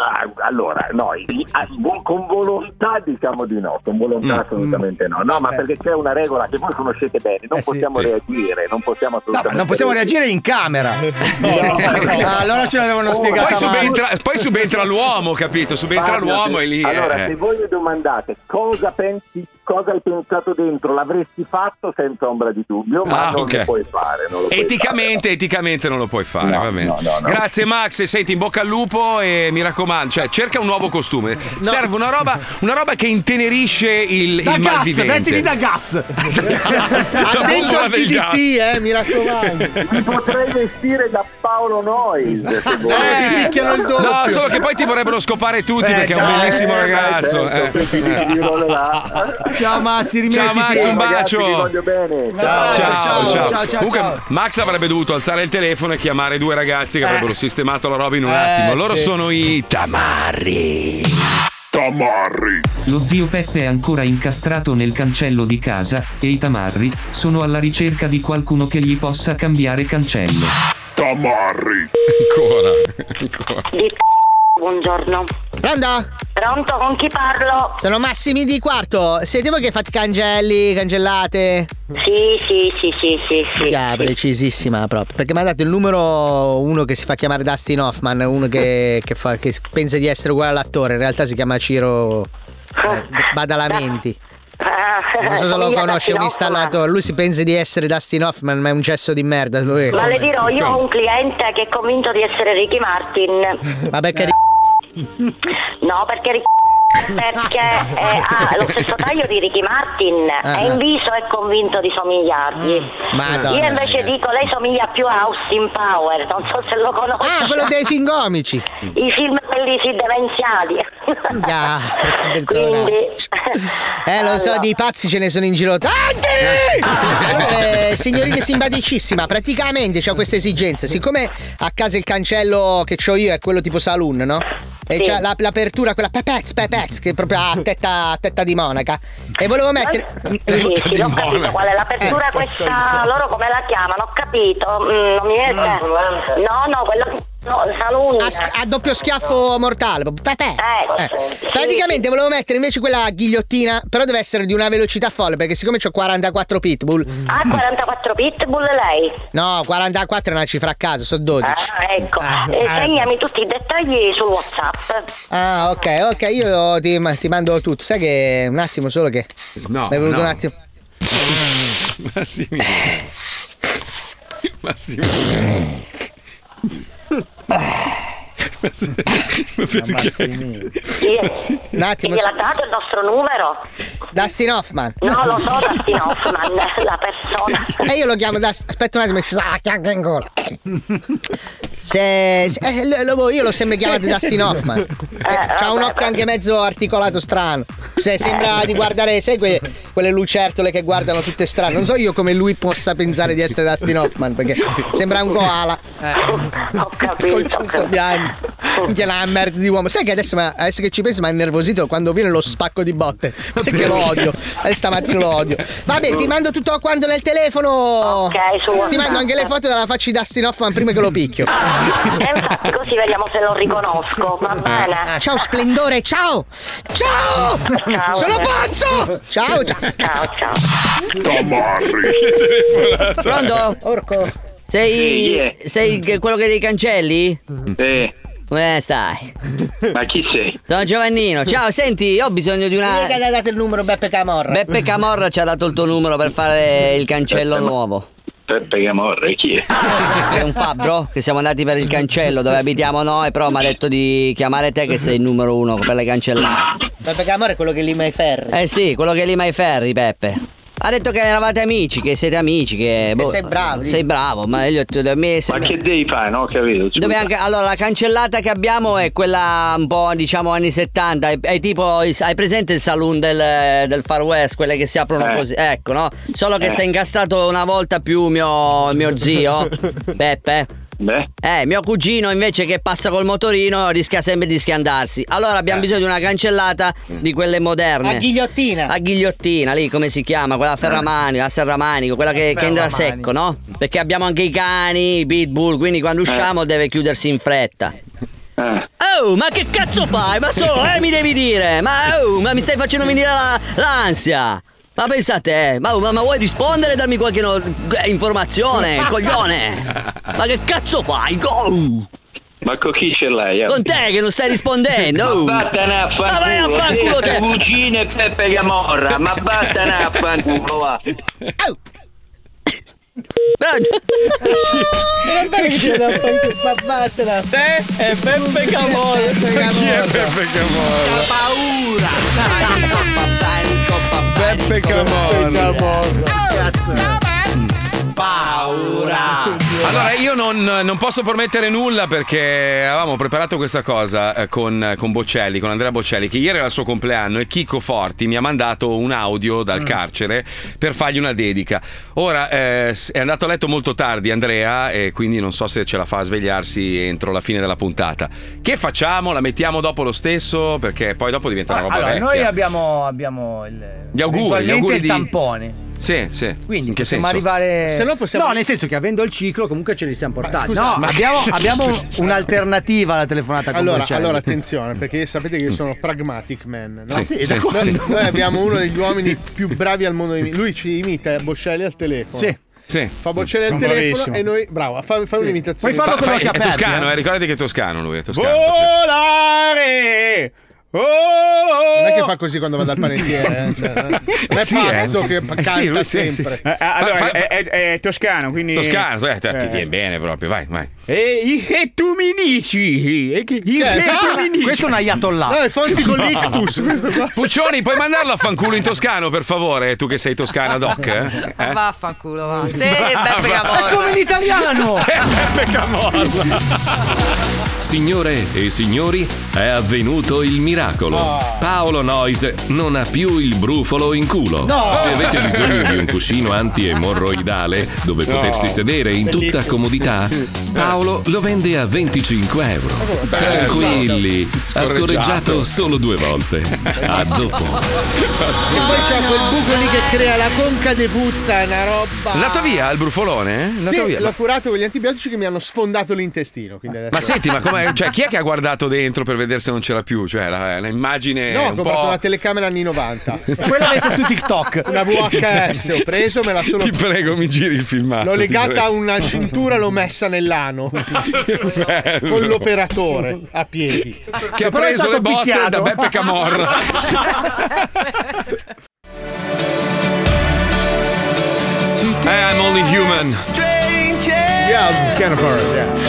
S15: Ah, Allora, no, i- a- vo- con volontà diciamo di no, con volontà
S2: Mm,
S15: assolutamente no, no, ma
S3: Vabbè.
S15: perché c'è una regola che voi conoscete bene, non
S3: Eh sì.
S15: possiamo
S3: Sì.
S15: reagire, non possiamo
S3: No, ma
S15: assolutamente
S3: non
S2: Eh.
S3: possiamo reagire in camera. Ah, allora ce l'avevano spiegata
S2: Poi
S3: male.
S2: subentra, poi subentra l'uomo, capito? Subentra
S15: Fabio,
S2: l'uomo
S15: se-
S2: e lì.
S15: Allora,
S2: eh.
S15: se voi mi domandate cosa pensi cosa hai pensato dentro l'avresti fatto senza ombra di dubbio, ma
S2: Ah,
S15: non
S2: ok.
S15: lo puoi fare. non lo puoi
S2: Eticamente, eticamente non lo puoi fare, va bene. Grazie Max, senti in bocca al lupo e mi raccomando, cioè, cerca un nuovo costume. Serve una roba, una roba che intenerisce il,
S7: Da
S2: il
S7: gas,
S2: malvivente.
S7: vestiti da gas.
S8: Attento
S2: bombola
S8: al
S2: del
S8: DDT,
S2: gas.
S8: eh, mi raccomando.
S15: Mi potrei vestire da Paolo Noyes. se vuoi.
S8: Eh, ti picchiano il doppio.
S2: No, solo che poi ti vorrebbero scopare tutti
S15: Eh,
S2: perché è
S15: dai,
S2: un bellissimo
S15: eh,
S2: ragazzo.
S15: dai,
S2: eh.
S7: Ciao Massi, rimettiti.
S2: Ciao Max, un bacio.
S7: Ciao, ciao, ciao, ciao,
S2: Comunque,
S7: ciao.
S2: Max avrebbe dovuto alzare il telefono e chiamare due ragazzi che avrebbero sistemato la roba in un
S7: Eh,
S2: attimo. Loro
S7: sì.
S2: sono i Tamarri. Tamarri.
S14: Lo zio Peppe è ancora incastrato nel cancello di casa, e i tamarri sono alla ricerca di qualcuno che gli possa cambiare cancello.
S10: Tamarri.
S2: Ancora. Ancora.
S16: Di buongiorno.
S12: Pronto?
S16: Pronto, con chi parlo?
S12: Sono Massimi di quarto. Siete voi che fate cangelli, cangellate?
S16: Sì, sì, sì, sì, sì, sì.
S12: Ah, precisissima proprio. Perché mi ha dato il numero uno che si fa chiamare Dustin Hoffman, uno che, che fa- che pensa di essere uguale all'attore, in realtà si chiama Ciro eh, Badalamenti. Non so se lo
S16: Somiglia a
S12: conosce,
S16: Eh, Dustin
S12: un installatore. Lui si pensa di essere Dustin Hoffman, ma è un cesso di merda. Lui.
S16: Ma le dirò, io
S12: Ecco.
S16: ho un cliente che è convinto di essere Ricky Martin.
S12: Ma perché ri-
S16: No, perché Ricky perché eh, ha lo stesso taglio di Ricky Martin
S12: Ah. Mm.
S16: e in viso è convinto di somigliargli.
S12: Madonna.
S16: Io invece dico lei somiglia più a Austin Power, non so se lo conosci.
S12: Ah, quello dei fingomici.
S16: I film belli sì demenziali.
S12: Ah, persona.
S16: Quindi
S12: Eh, lo so, di pazzi ce ne sono in giro tanti! Eh, signorina simpaticissima, praticamente ho questa esigenza. Siccome a casa il cancello che ho io è quello tipo saloon, no? E
S16: Sì.
S12: c'è la- l'apertura, quella pepex, pepex, che è proprio a testa, a testa di monaca. E volevo mettere.
S16: sì, sì, non ho capito qual è l'apertura
S12: Eh.
S16: questa, loro come la chiamano, ho capito, Mm, non mi è No, no, quello no, salone.
S12: A, schi- a doppio schiaffo mortale. proprio pepex. Eh. Praticamente volevo mettere invece quella ghigliottina, però deve essere di una velocità folle, perché siccome ho 44 pitbull.
S16: Ah, 44 pitbull lei.
S12: No, 44 è una cifra a caso, sono 12.
S16: Ah, ecco.
S12: eh.
S16: E segnami tutti i dettagli sul WhatsApp.
S12: Ah, ok, ok, io ti, ma- ti mando tutto. Sai che un attimo solo che.
S2: No,
S12: Mi è venuto
S2: no.
S12: un attimo.
S2: Massimiliano. Massimiliano. Ma perché?
S12: Un attimo.
S16: Gliel'ha dato il nostro numero?
S12: Dustin Hoffman.
S16: No, lo so, Dustin Hoffman, la persona.
S12: E io lo chiamo Dustin. Aspetta un attimo, ci sono. Ah, chiacca in gola. Se, se- eh, lo- lo- io l'ho sempre chiamato Dustin Hoffman. Eh, c'ha un occhio anche mezzo articolato strano. Se sembra di guardare, sai que- quelle lucertole che guardano tutte strane. Non so io come lui possa pensare di essere Dustin Hoffman, perché sembra un koala.
S16: Ho capito.
S12: Col ciuffo bianco. Minchia la merda di uomo. Sai che adesso, ma- adesso che ci penso, mi ha innervosito quando viene lo spacco di botte. Perché lo odio. Eh, stamattina lo odio. Vabbè, ti mando tutto quanto nel telefono.
S16: su
S12: ti mando anche le foto della faccia di Dustin Hoffman prima che lo picchio.
S16: E infatti così vediamo se lo riconosco, Ah, va bene?
S12: Ciao splendore, ciao! Ciao!
S16: Ciao.
S12: Sono pazzo! Ciao, ciao!
S16: Ciao, ciao.
S5: Tamarri.
S17: Pronto? Orco.
S18: Sì,
S17: Sei,
S18: yeah.
S17: sei che- quello che dei cancelli?
S18: Sì,
S17: Come stai?
S18: ma chi sei?
S17: Sono Giovannino. Ciao, senti, ho bisogno di una.
S12: Mica gli hai dato il numero Beppe Camorra.
S17: Beppe Camorra ci ha dato il tuo numero per fare il cancello nuovo.
S18: Peppe Camorra, chi è?
S17: È un fabbro che siamo andati per il cancello dove abitiamo noi, però mi ha detto di chiamare te che sei il numero uno per le cancellate.
S12: Beppe Camorra è quello che lima i ferri.
S17: Eh sì, quello che lima i ferri, Peppe. Ha detto che eravate amici, che siete amici, che. boh,
S12: sei bravo.
S17: Sei bravo, ma io ti ho detto. mi-
S18: Ma che devi fare, no? Ho capito. scusa.
S17: Dove anche- allora, la cancellata che abbiamo è quella un po', diciamo, anni 70. È, è tipo, hai presente il saloon del, del Far West, quelle che si aprono
S18: Eh.
S17: così? Ecco, no? Solo che
S18: Eh.
S17: si è incastrato una volta più mio, mio zio, Beppe.
S18: Beh.
S17: Eh, mio cugino invece che passa col motorino rischia sempre di schiandarsi. Allora
S18: Eh.
S17: abbiamo bisogno di una cancellata
S18: Mm.
S17: di quelle moderne.
S12: A ghigliottina.
S17: A ghigliottina, lì come si chiama? Quella a
S18: Eh.
S17: ferramani, a serramanico, quella
S12: Eh,
S17: che, che entra a secco, Ecco, no? Perché abbiamo anche i cani, i pitbull, quindi
S18: Eh.
S17: quando usciamo deve chiudersi in fretta. Oh, ma che cazzo fai? Ma so, eh, mi devi dire! Ma oh, ma mi stai facendo venire la- l'ansia! Ma pensa a te, ma, ma- ma vuoi rispondere e darmi qualche no- eh, informazione, coglione? Ma che cazzo fai? Go!
S18: Ma con chi ce l'hai? eh?
S17: Con te che non stai rispondendo. uh.
S18: Ma vattene a
S17: Ma vai a fanculo
S18: fanculo
S17: te.
S18: te! Cugine Peppe Camorra, ma vattene a fanculo va!
S12: Non è che ce la fai tu, ma vattela.
S17: Te e Peppe
S12: Camorra.
S2: Chi è Peppe Camorra?
S12: paura.
S2: Peppe Camorra.
S12: Cazzo. Paura.
S2: Esatto. Allora, io non, non posso promettere nulla perché avevamo preparato questa cosa eh, con, con Bocelli, con Andrea Bocelli, che ieri era il suo compleanno e Chico Forti mi ha mandato un audio
S3: Mm.
S2: dal carcere per fargli una dedica. Ora, eh, s- è andato a letto molto tardi Andrea e quindi non so se ce la fa a svegliarsi entro la fine della puntata. Che facciamo? La mettiamo dopo lo stesso? Perché poi dopo diventa una roba
S3: Ah, Allora,
S2: vecchia.
S3: noi abbiamo, abbiamo il,
S2: Gli auguri, gli
S3: eventualmente
S2: auguri
S3: il
S2: di-
S3: tampone.
S2: Sì, sì.
S3: Quindi
S2: In che
S3: possiamo
S2: senso?
S3: arrivare.
S2: Se no possiamo-
S3: No, nel senso che avendo il ciclo, comunque ce li siamo portati.
S8: scusa,
S3: no,
S8: ma-
S3: abbiamo, abbiamo un'alternativa alla telefonata con
S8: Allora,
S3: Bocelli.
S8: allora, attenzione, perché sapete che io sono pragmatic man. No?
S3: Sì, Ah, sì, da sì, quando?
S8: Noi-
S3: sì.
S8: Noi abbiamo uno degli uomini più bravi al mondo. di- Lui ci imita Bocelli al telefono.
S2: Sì. Sì.
S8: Fa Bocelli al
S2: Sono
S8: telefono
S2: bravissimo.
S8: e noi. Bravo, fa, fa un'imitazione.
S2: Fa- fa- È toscano, eh, ricordati che è toscano lui, è
S8: Boh,
S2: toscano.
S8: Volare! Non è che fa così quando va dal panettiere. eh, cioè, non è
S2: Sì,
S8: pazzo
S2: eh.
S8: che
S2: Eh,
S8: canta
S2: sì, lui sì,
S8: sempre.
S2: sì, sì.
S4: Eh, allora,
S2: Fa- fa-
S4: è, è- è toscano, quindi.
S2: Toscano, eh, ti- ti
S4: Eh.
S2: viene bene proprio, vai, vai.
S4: E, e tu mi dici? E che, e
S2: Che-
S4: tu mi dici?
S2: Questo è un ayatollah.
S8: No, è Fonzi Ah, Eh, con l'ictus. Questo qua.
S2: Puccioni, puoi mandarlo a fanculo in toscano, per favore, tu che sei toscana, Doc? eh? Eh?
S9: Vaffanculo, va. Te e Beppe
S3: È come l'italiano!
S2: Peppe
S1: Signore e signori, è avvenuto il miracolo.
S2: Ah.
S1: Paolo Noise non ha più il brufolo in culo.
S10: No!
S1: Se avete bisogno di un cuscino antiemorroidale dove
S10: No.
S1: potersi sedere in tutta
S10: Bellissimo.
S1: comodità, Paolo lo vende a 25 euro.
S2: Oh,
S10: Bello.
S1: Tranquilli, ha
S10: Scorreggiato.
S1: scorreggiato solo due volte. A dopo.
S8: E poi c'è quel buco lì che crea la conca de puzza, è una roba.
S2: È Andato via il brufolone? eh? È Andato
S8: Sì,
S2: via.
S8: l'ho curato con gli antibiotici che mi hanno sfondato l'intestino. quindi adesso-
S2: Ma senti, ma com'è? Cioè, chi è che ha guardato dentro per vedere se non c'era più? Cioè, la, l'immagine
S8: No, ho
S2: un
S8: comprato
S2: po'...
S8: una telecamera anni 90.
S2: Quella messa su TikTok.
S8: Una VHS, ho preso, me la sono.
S2: Ti prego, mi giri il filmato.
S8: L'ho
S2: ti
S8: legata a
S2: prego.
S8: una cintura e l'ho messa nell'ano.
S2: Bello.
S8: Con l'operatore a piedi.
S2: Che ha preso le botte da Beppe Camorra. Eh, I'm only human.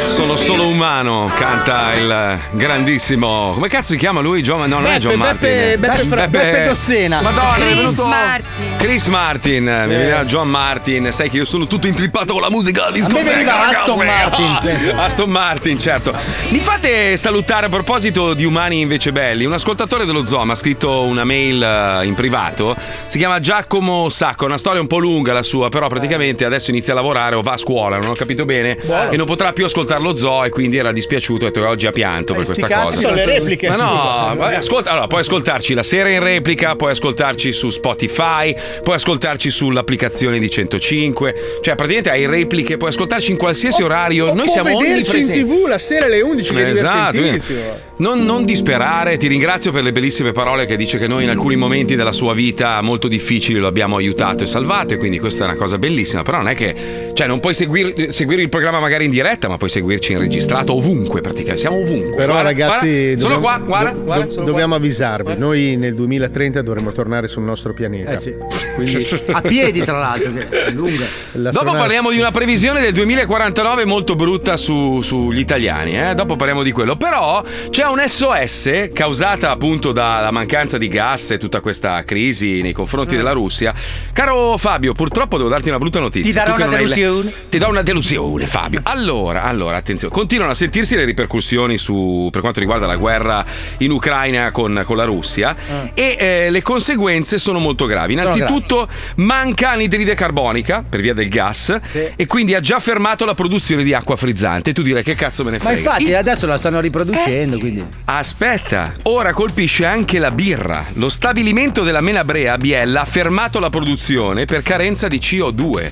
S2: Sono solo umano, canta il grandissimo. Come cazzo si chiama lui? John, no, non è
S3: Beppe,
S2: John Martin. eh.
S3: Beppe, Beppe Fra- Beppe Dossena.
S2: Madonna, è
S3: Chris
S2: venuto-
S3: Martin.
S2: Chris Martin. Mi veniva John Martin. Sai che io sono tutto intrippato con la musica a discoteca.
S3: veniva
S2: ragazzi.
S3: Aston Martin,
S2: Ah,
S3: penso.
S2: Aston Martin, certo. Mi fate salutare a proposito di umani invece belli. Un ascoltatore dello Zoom ha scritto una mail eh, in privato. Si chiama Giacomo Sacco. Una storia un po' lunga la sua, però praticamente adesso inizia a lavorare o va a scuola, non ho capito bene. E non potrà più ascoltare lo zoo. E quindi era dispiaciuto. Ha detto che oggi ha pianto per questa
S8: cazzi
S2: cosa.
S8: sono le repliche.
S2: Ma no,
S8: Scusa.
S2: Ah, ma ascolta, allora, puoi ascoltarci la sera in replica, puoi ascoltarci su Spotify, puoi ascoltarci sull'applicazione di 105. Cioè, praticamente hai repliche, puoi ascoltarci in qualsiasi orario.
S8: O
S2: Noi
S8: può
S2: siamo
S8: vederci in
S2: onnipresenti.
S8: tv la sera alle 11 che è
S2: Esatto,
S8: divertentissimo.
S2: Non, non disperare, ti ringrazio per le bellissime parole che dice che noi in alcuni momenti della sua vita molto difficili lo abbiamo aiutato e salvato e quindi questa è una cosa bellissima, però non è che cioè non puoi seguir- seguire il programma magari in diretta, ma puoi seguirci in registrato ovunque praticamente, siamo ovunque.
S8: Però
S2: Guarda,
S8: ragazzi,
S2: guarda, sono
S8: dobbiamo-
S2: qua, guarda,
S8: do-
S2: guarda,
S8: do-
S2: sono
S8: dobbiamo avvisarvi, noi nel 2030 dovremo tornare sul nostro pianeta.
S3: Eh sì.
S8: Quindi-
S3: A piedi, tra l'altro, che è lunga.
S2: Dopo parliamo di una previsione del 2049 molto brutta su- sugli italiani, eh? dopo parliamo di quello, però c'è un SOS causata appunto dalla mancanza di gas e tutta questa crisi nei confronti della Russia. Caro Fabio, purtroppo devo darti una brutta notizia.
S3: Eh. Ti darò
S2: Tu che
S3: una
S2: non hai le-
S3: delusione.
S2: Ti do una delusione Fabio. Allora, allora, attenzione, continuano a sentirsi le ripercussioni su, per quanto riguarda la guerra in Ucraina con, con la Russia e eh, le conseguenze sono molto gravi. Innanzitutto manca anidride carbonica per via del gas e quindi ha già fermato la produzione di acqua frizzante. Tu direi che cazzo me ne
S3: Ma
S2: frega.
S3: infatti adesso la stanno riproducendo, quindi.
S2: Aspetta, ora colpisce anche la birra. Lo stabilimento della Menabrea a Biella ha fermato la produzione per carenza di CO2.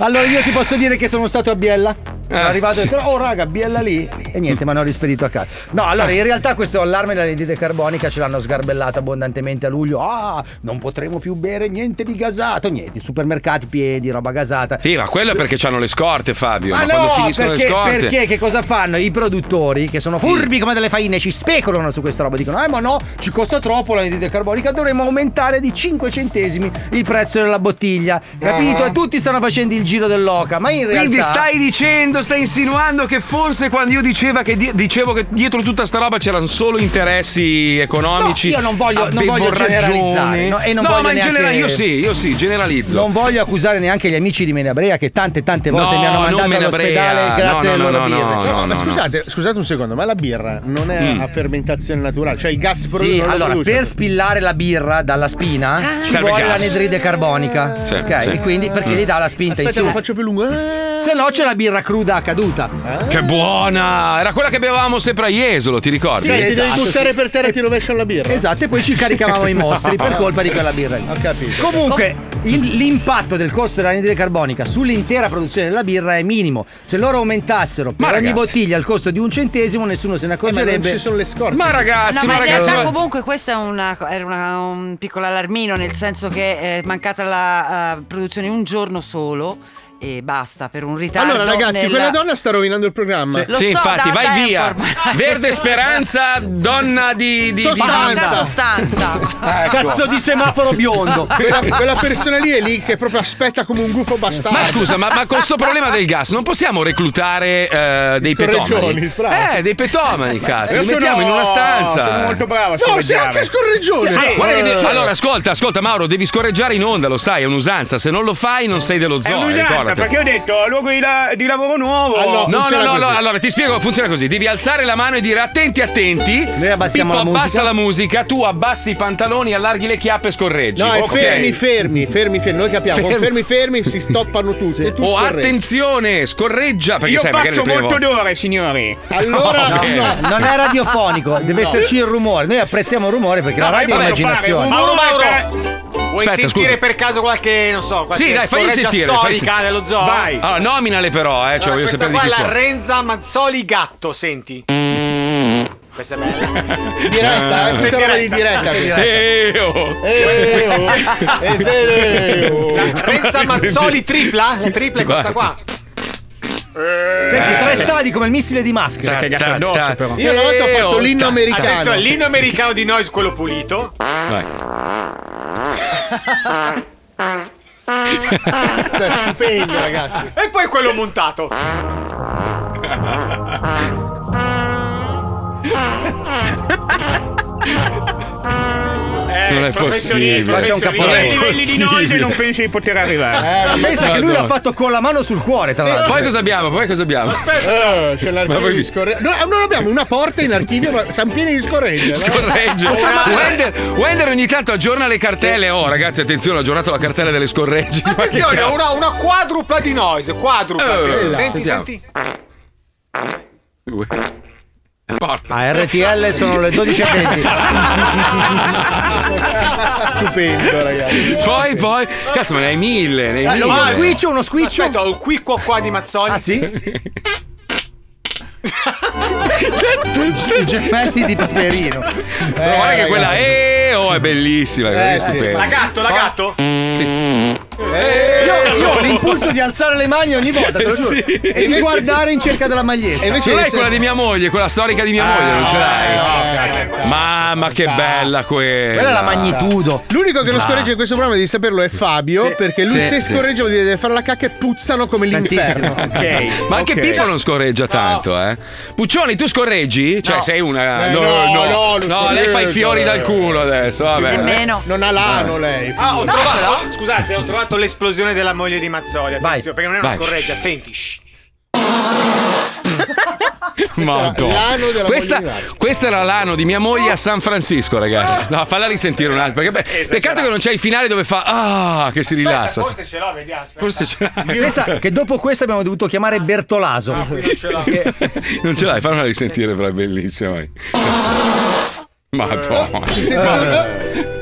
S3: Allora io ti posso dire che sono stato a Biella.
S2: Eh,
S3: Sono arrivato e ho detto, oh raga, biella lì. E niente, mi hanno rispedito a casa. No, allora, in realtà questo allarme dell'anidride carbonica ce l'hanno sgarbellata abbondantemente a luglio. Ah, non potremo più bere niente di gasato. Niente, supermercati pieni, roba gasata.
S2: Sì, ma quello è perché hanno le scorte, Fabio.
S3: Ma
S2: Ma,
S3: no,
S2: quando finiscono
S3: perché,
S2: le scorte.
S3: perché che cosa fanno? I produttori che sono furbi come delle faine ci speculano su questa roba, dicono "Eh ma no, ci costa troppo l'anidride carbonica, dovremmo aumentare di 5 centesimi il prezzo della bottiglia". Capito? E tutti stanno facendo il giro dell'oca, ma in realtà
S2: Quindi stai dicendo, stai insinuando che forse quando io diceva che di- dicevo che dietro tutta sta roba c'erano solo interessi economici.
S3: No, io non voglio- non
S2: avevo
S3: voglio
S2: ragione.
S3: generalizzare, no, e non voglio
S2: ma in
S3: neanche-
S2: generale io sì, io sì, generalizzo.
S3: non voglio accusare neanche gli amici di Menabrea che tante tante volte
S2: No,
S3: mi hanno
S2: non
S3: mandato
S2: Menabrea.
S3: all'ospedale grazie
S2: No, no,
S3: alle loro
S2: no, no,
S3: birre.
S2: no, no,
S8: ma
S2: no.
S8: scusate, scusate un secondo, ma la birra non è
S3: Mm.
S8: a fermentazione naturale, cioè il gas pro-
S3: Sì,
S8: non lo
S3: allora
S8: produce. Ah.
S3: per spillare la birra dalla spina ci
S8: Serve
S3: vuole
S8: gas.
S3: l'anidride carbonica.
S8: Sì,
S3: ok,
S8: sì.
S3: E quindi perché gli dà la spinta
S8: Aspetta,
S3: in
S8: lo
S3: su.
S8: faccio più lungo. Eh?
S3: Se no c'è la birra cruda caduta.
S2: Che buona! Era quella che bevavamo sempre a Jesolo, ti ricordi? Esatto,
S8: Sì, ti devi buttare per terra e ti rovesciano la birra.
S3: Esatto, e poi ci caricavamo i mostri per colpa di quella birra lì.
S8: Ho capito.
S3: Comunque, il- l'impatto del costo dell'anidride carbonica sull'intera produzione della birra è minimo. Se loro aumentassero per
S8: Ma
S3: ogni
S8: ragazzi. Eh,
S3: bottiglia il costo di un centesimo, nessuno se ne accorgerebbe.
S8: non ci sono le scorte.
S2: Ma ragazzi,
S9: no,
S3: ma
S9: ma, in realtà
S3: ragazzi-
S9: comunque questo è una, era una- un piccolo allarmino, nel senso che eh, è mancata la eh, produzione un giorno solo e basta per un ritardo.
S8: Allora, ragazzi,
S9: nella-
S8: quella donna sta rovinando il programma.
S9: Lo so,
S2: infatti,
S9: da
S2: vai
S9: tempo
S2: via. Verde speranza, donna di, di
S8: Sostanza.
S2: di
S8: Manca
S9: sostanza.
S3: Ah, ecco.
S8: Cazzo di
S3: semaforo biondo.
S8: quella, quella persona lì è lì che proprio aspetta come un gufo bastardo.
S2: Ma scusa, ma, ma con sto problema del gas non possiamo reclutare eh, dei
S8: Scorreggioni,
S2: petomani?
S8: bravo.
S2: Eh, dei petomani, cazzo.
S4: Io
S2: Li
S4: sono-
S2: mettiamo in una stanza.
S4: sono molto bravo a
S8: No, sei
S4: scorreggiare.
S8: anche scorreggione.
S2: Ah, guarda che de-
S4: eh.
S2: allora, ascolta, ascolta, Mauro, devi scorreggiare in onda, lo sai, è un'usanza. Se non lo fai, non sei dello
S4: È
S2: zoo.
S4: un'usanza,
S2: ricordati.
S4: perché ho detto luogo di, la- di lavoro nuovo.
S2: no, no, no, no, allora ti spiego, funziona così. Devi alzare la mano e dire attenti, attenti. Noi
S3: abbassiamo
S2: Pippo
S3: la musica.
S2: abbassa la musica, tu abbassi i pantaloni, allarghi le chiappe e scorreggi.
S8: No, è
S2: Ok?
S8: fermi, fermi, fermi, fermi. Noi capiamo.
S2: Fermi.
S8: Fermi, fermi, si stoppano tutti. E tu
S2: Oh,
S8: scorreggi.
S2: attenzione, scorreggia. Perché
S4: Io
S2: sai, magari
S4: faccio
S2: le prime
S4: molto
S2: volte- Oh,
S4: d'ore, signori.
S8: Allora,
S19: eh.
S2: No, no,
S3: No, non è radiofonico, deve esserci il rumore. Noi apprezziamo il rumore perché la
S4: No,
S3: radio è
S4: vabbè,
S3: immaginazione.
S4: fare un rumore
S19: Vuoi
S2: Aspetta,
S19: sentire
S2: scusa.
S19: per caso qualche, non so, qualche
S2: Sì, dai, fagli
S19: scorreggia
S2: sentire. fagli
S19: storica
S2: sentire.
S19: dello zoo?
S2: Allora, nominale però, eh, cioè, voglio
S19: Allora, questa
S2: sapere di
S19: qua
S2: chi
S19: è la
S2: sono.
S19: Renza Mazzoli Gatto, senti. Questa è bella.
S8: Diretta, è tutta roba di diretta.
S2: Eh, oh.
S8: E se-
S19: La Renza Mazzoli tripla? La tripla è questa qua.
S3: Senti,
S19: Eh.
S3: tre stadi come il missile di Musk.
S2: Che cagato addosso, però.
S8: Io una volta ho
S19: Eh, oh,
S8: fatto l'inno
S19: Attenzione,
S8: americano.
S19: l'inno americano di Noise, quello pulito.
S8: Beh, stupendo, ragazzi.
S19: E poi quello montato.
S2: non è
S4: professionisti,
S2: possibile.
S4: Ma c'è un capolavoro. A livelli di noise non pensi di poter arrivare.
S3: Eh, ma pensa che lui l'ha
S2: Madonna.
S3: fatto con la mano sul cuore, tra l'altro.
S2: Poi cosa abbiamo? Poi cosa abbiamo?
S19: cioè,
S8: Aspetta, Eh, c'è
S2: Ma
S8: l'archivio
S2: poi-
S8: di scorreggia. No, non abbiamo una porta in archivio, ma siamo pieni di scorreggia. eh. no?
S2: Scorreggia. Wender, Wender ogni tanto aggiorna le cartelle. Oh, ragazzi, attenzione, ho aggiornato la cartella delle scorreggi. Ma che
S19: Attenzione,
S2: cazzo?
S19: una, una quadrupla di noise. Quadrupla.
S2: Eh,
S19: attenzione.
S2: là,
S19: senti,
S2: sentiamo.
S19: senti.
S2: Porta.
S3: A RTL sono le 12.20.
S8: Stupendo, ragazzi.
S2: Poi, poi, cazzo, ma ne hai mille. Ne hai
S3: Allora, Eh, uno
S2: mille.
S3: squiccio, uno squiccio.
S19: Aspetta, ho il qui qua qua di Mazzoli. Ah,
S3: sì? I gemelli di Paperino.
S2: Ma guarda che quella eh, oh, è bellissima. quella è Cioè,
S3: sì.
S2: stupenda.
S19: Eh, La gatto, la
S2: Poi-
S19: gatto.
S2: Sì.
S3: Eh, Io, io ho l'impulso di alzare le mani ogni volta, te lo giuro.
S2: Sì.
S3: E di guardare in cerca della maglietta.
S2: E invece è quella di mia moglie, quella storica di mia moglie, non ce l'hai? Mamma che bella quella!
S3: Quella è la magnitudo.
S8: L'unico che non
S2: Ma-
S8: scorreggia in questo programma, devi saperlo, è Fabio. Perché lui,
S2: Sì,
S8: se
S2: sì.
S8: scorreggia, vuol dire deve fare la cacca e puzzano come l'inferno.
S2: Ma anche Pippo non scorreggia tanto, eh. Puccioni, tu scorreggi? Cioè, sei una.
S8: Eh,
S2: no,
S8: no, no,
S2: no,
S8: non
S2: no, lei
S8: scorreggia,
S2: fa i fiori dal culo adesso. Vabbè.
S9: Nemmeno.
S8: Non ha l'ano
S2: Eh.
S8: lei.
S19: Ah, ho
S8: No,
S19: trovato. Scusate, ho trovato l'esplosione della moglie di Mazzoli. Attenzione, perché non è una
S2: vai.
S19: scorreggia. Senti. shh.
S2: Madonna.
S8: era l'ano della
S2: Questa,
S8: moglie di Mario.
S2: questa era l'ano di mia moglie a San Francisco, ragazzi. No, falla risentire un altro. Perché, beh, peccato che non c'è il finale dove fa. Ah, che si rilassa.
S19: Forse ce l'ho, vediamo. aspetta.
S2: Forse ce l'ha.
S3: Pensa che dopo questo abbiamo dovuto chiamare Bertolaso.
S19: Ah,
S2: Non ce l'hai,
S8: Eh.
S2: fammela risentire, fra è bellissima. vai. Madonna.
S8: Si sente-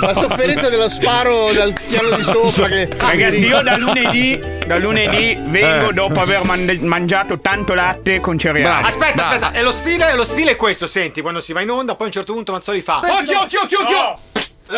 S8: La sofferenza dello sparo dal piano di sopra che.
S4: Ragazzi, io da lunedì, da lunedì vengo
S8: Eh.
S4: dopo aver man- mangiato tanto latte con cereali.
S19: aspetta,
S4: Bravo.
S19: aspetta, e lo stile, e lo stile è questo, senti, quando si va in onda, poi a un certo punto Mazzoli fa.
S5: Occhio, occhio, occhio, occhio!
S2: Eh,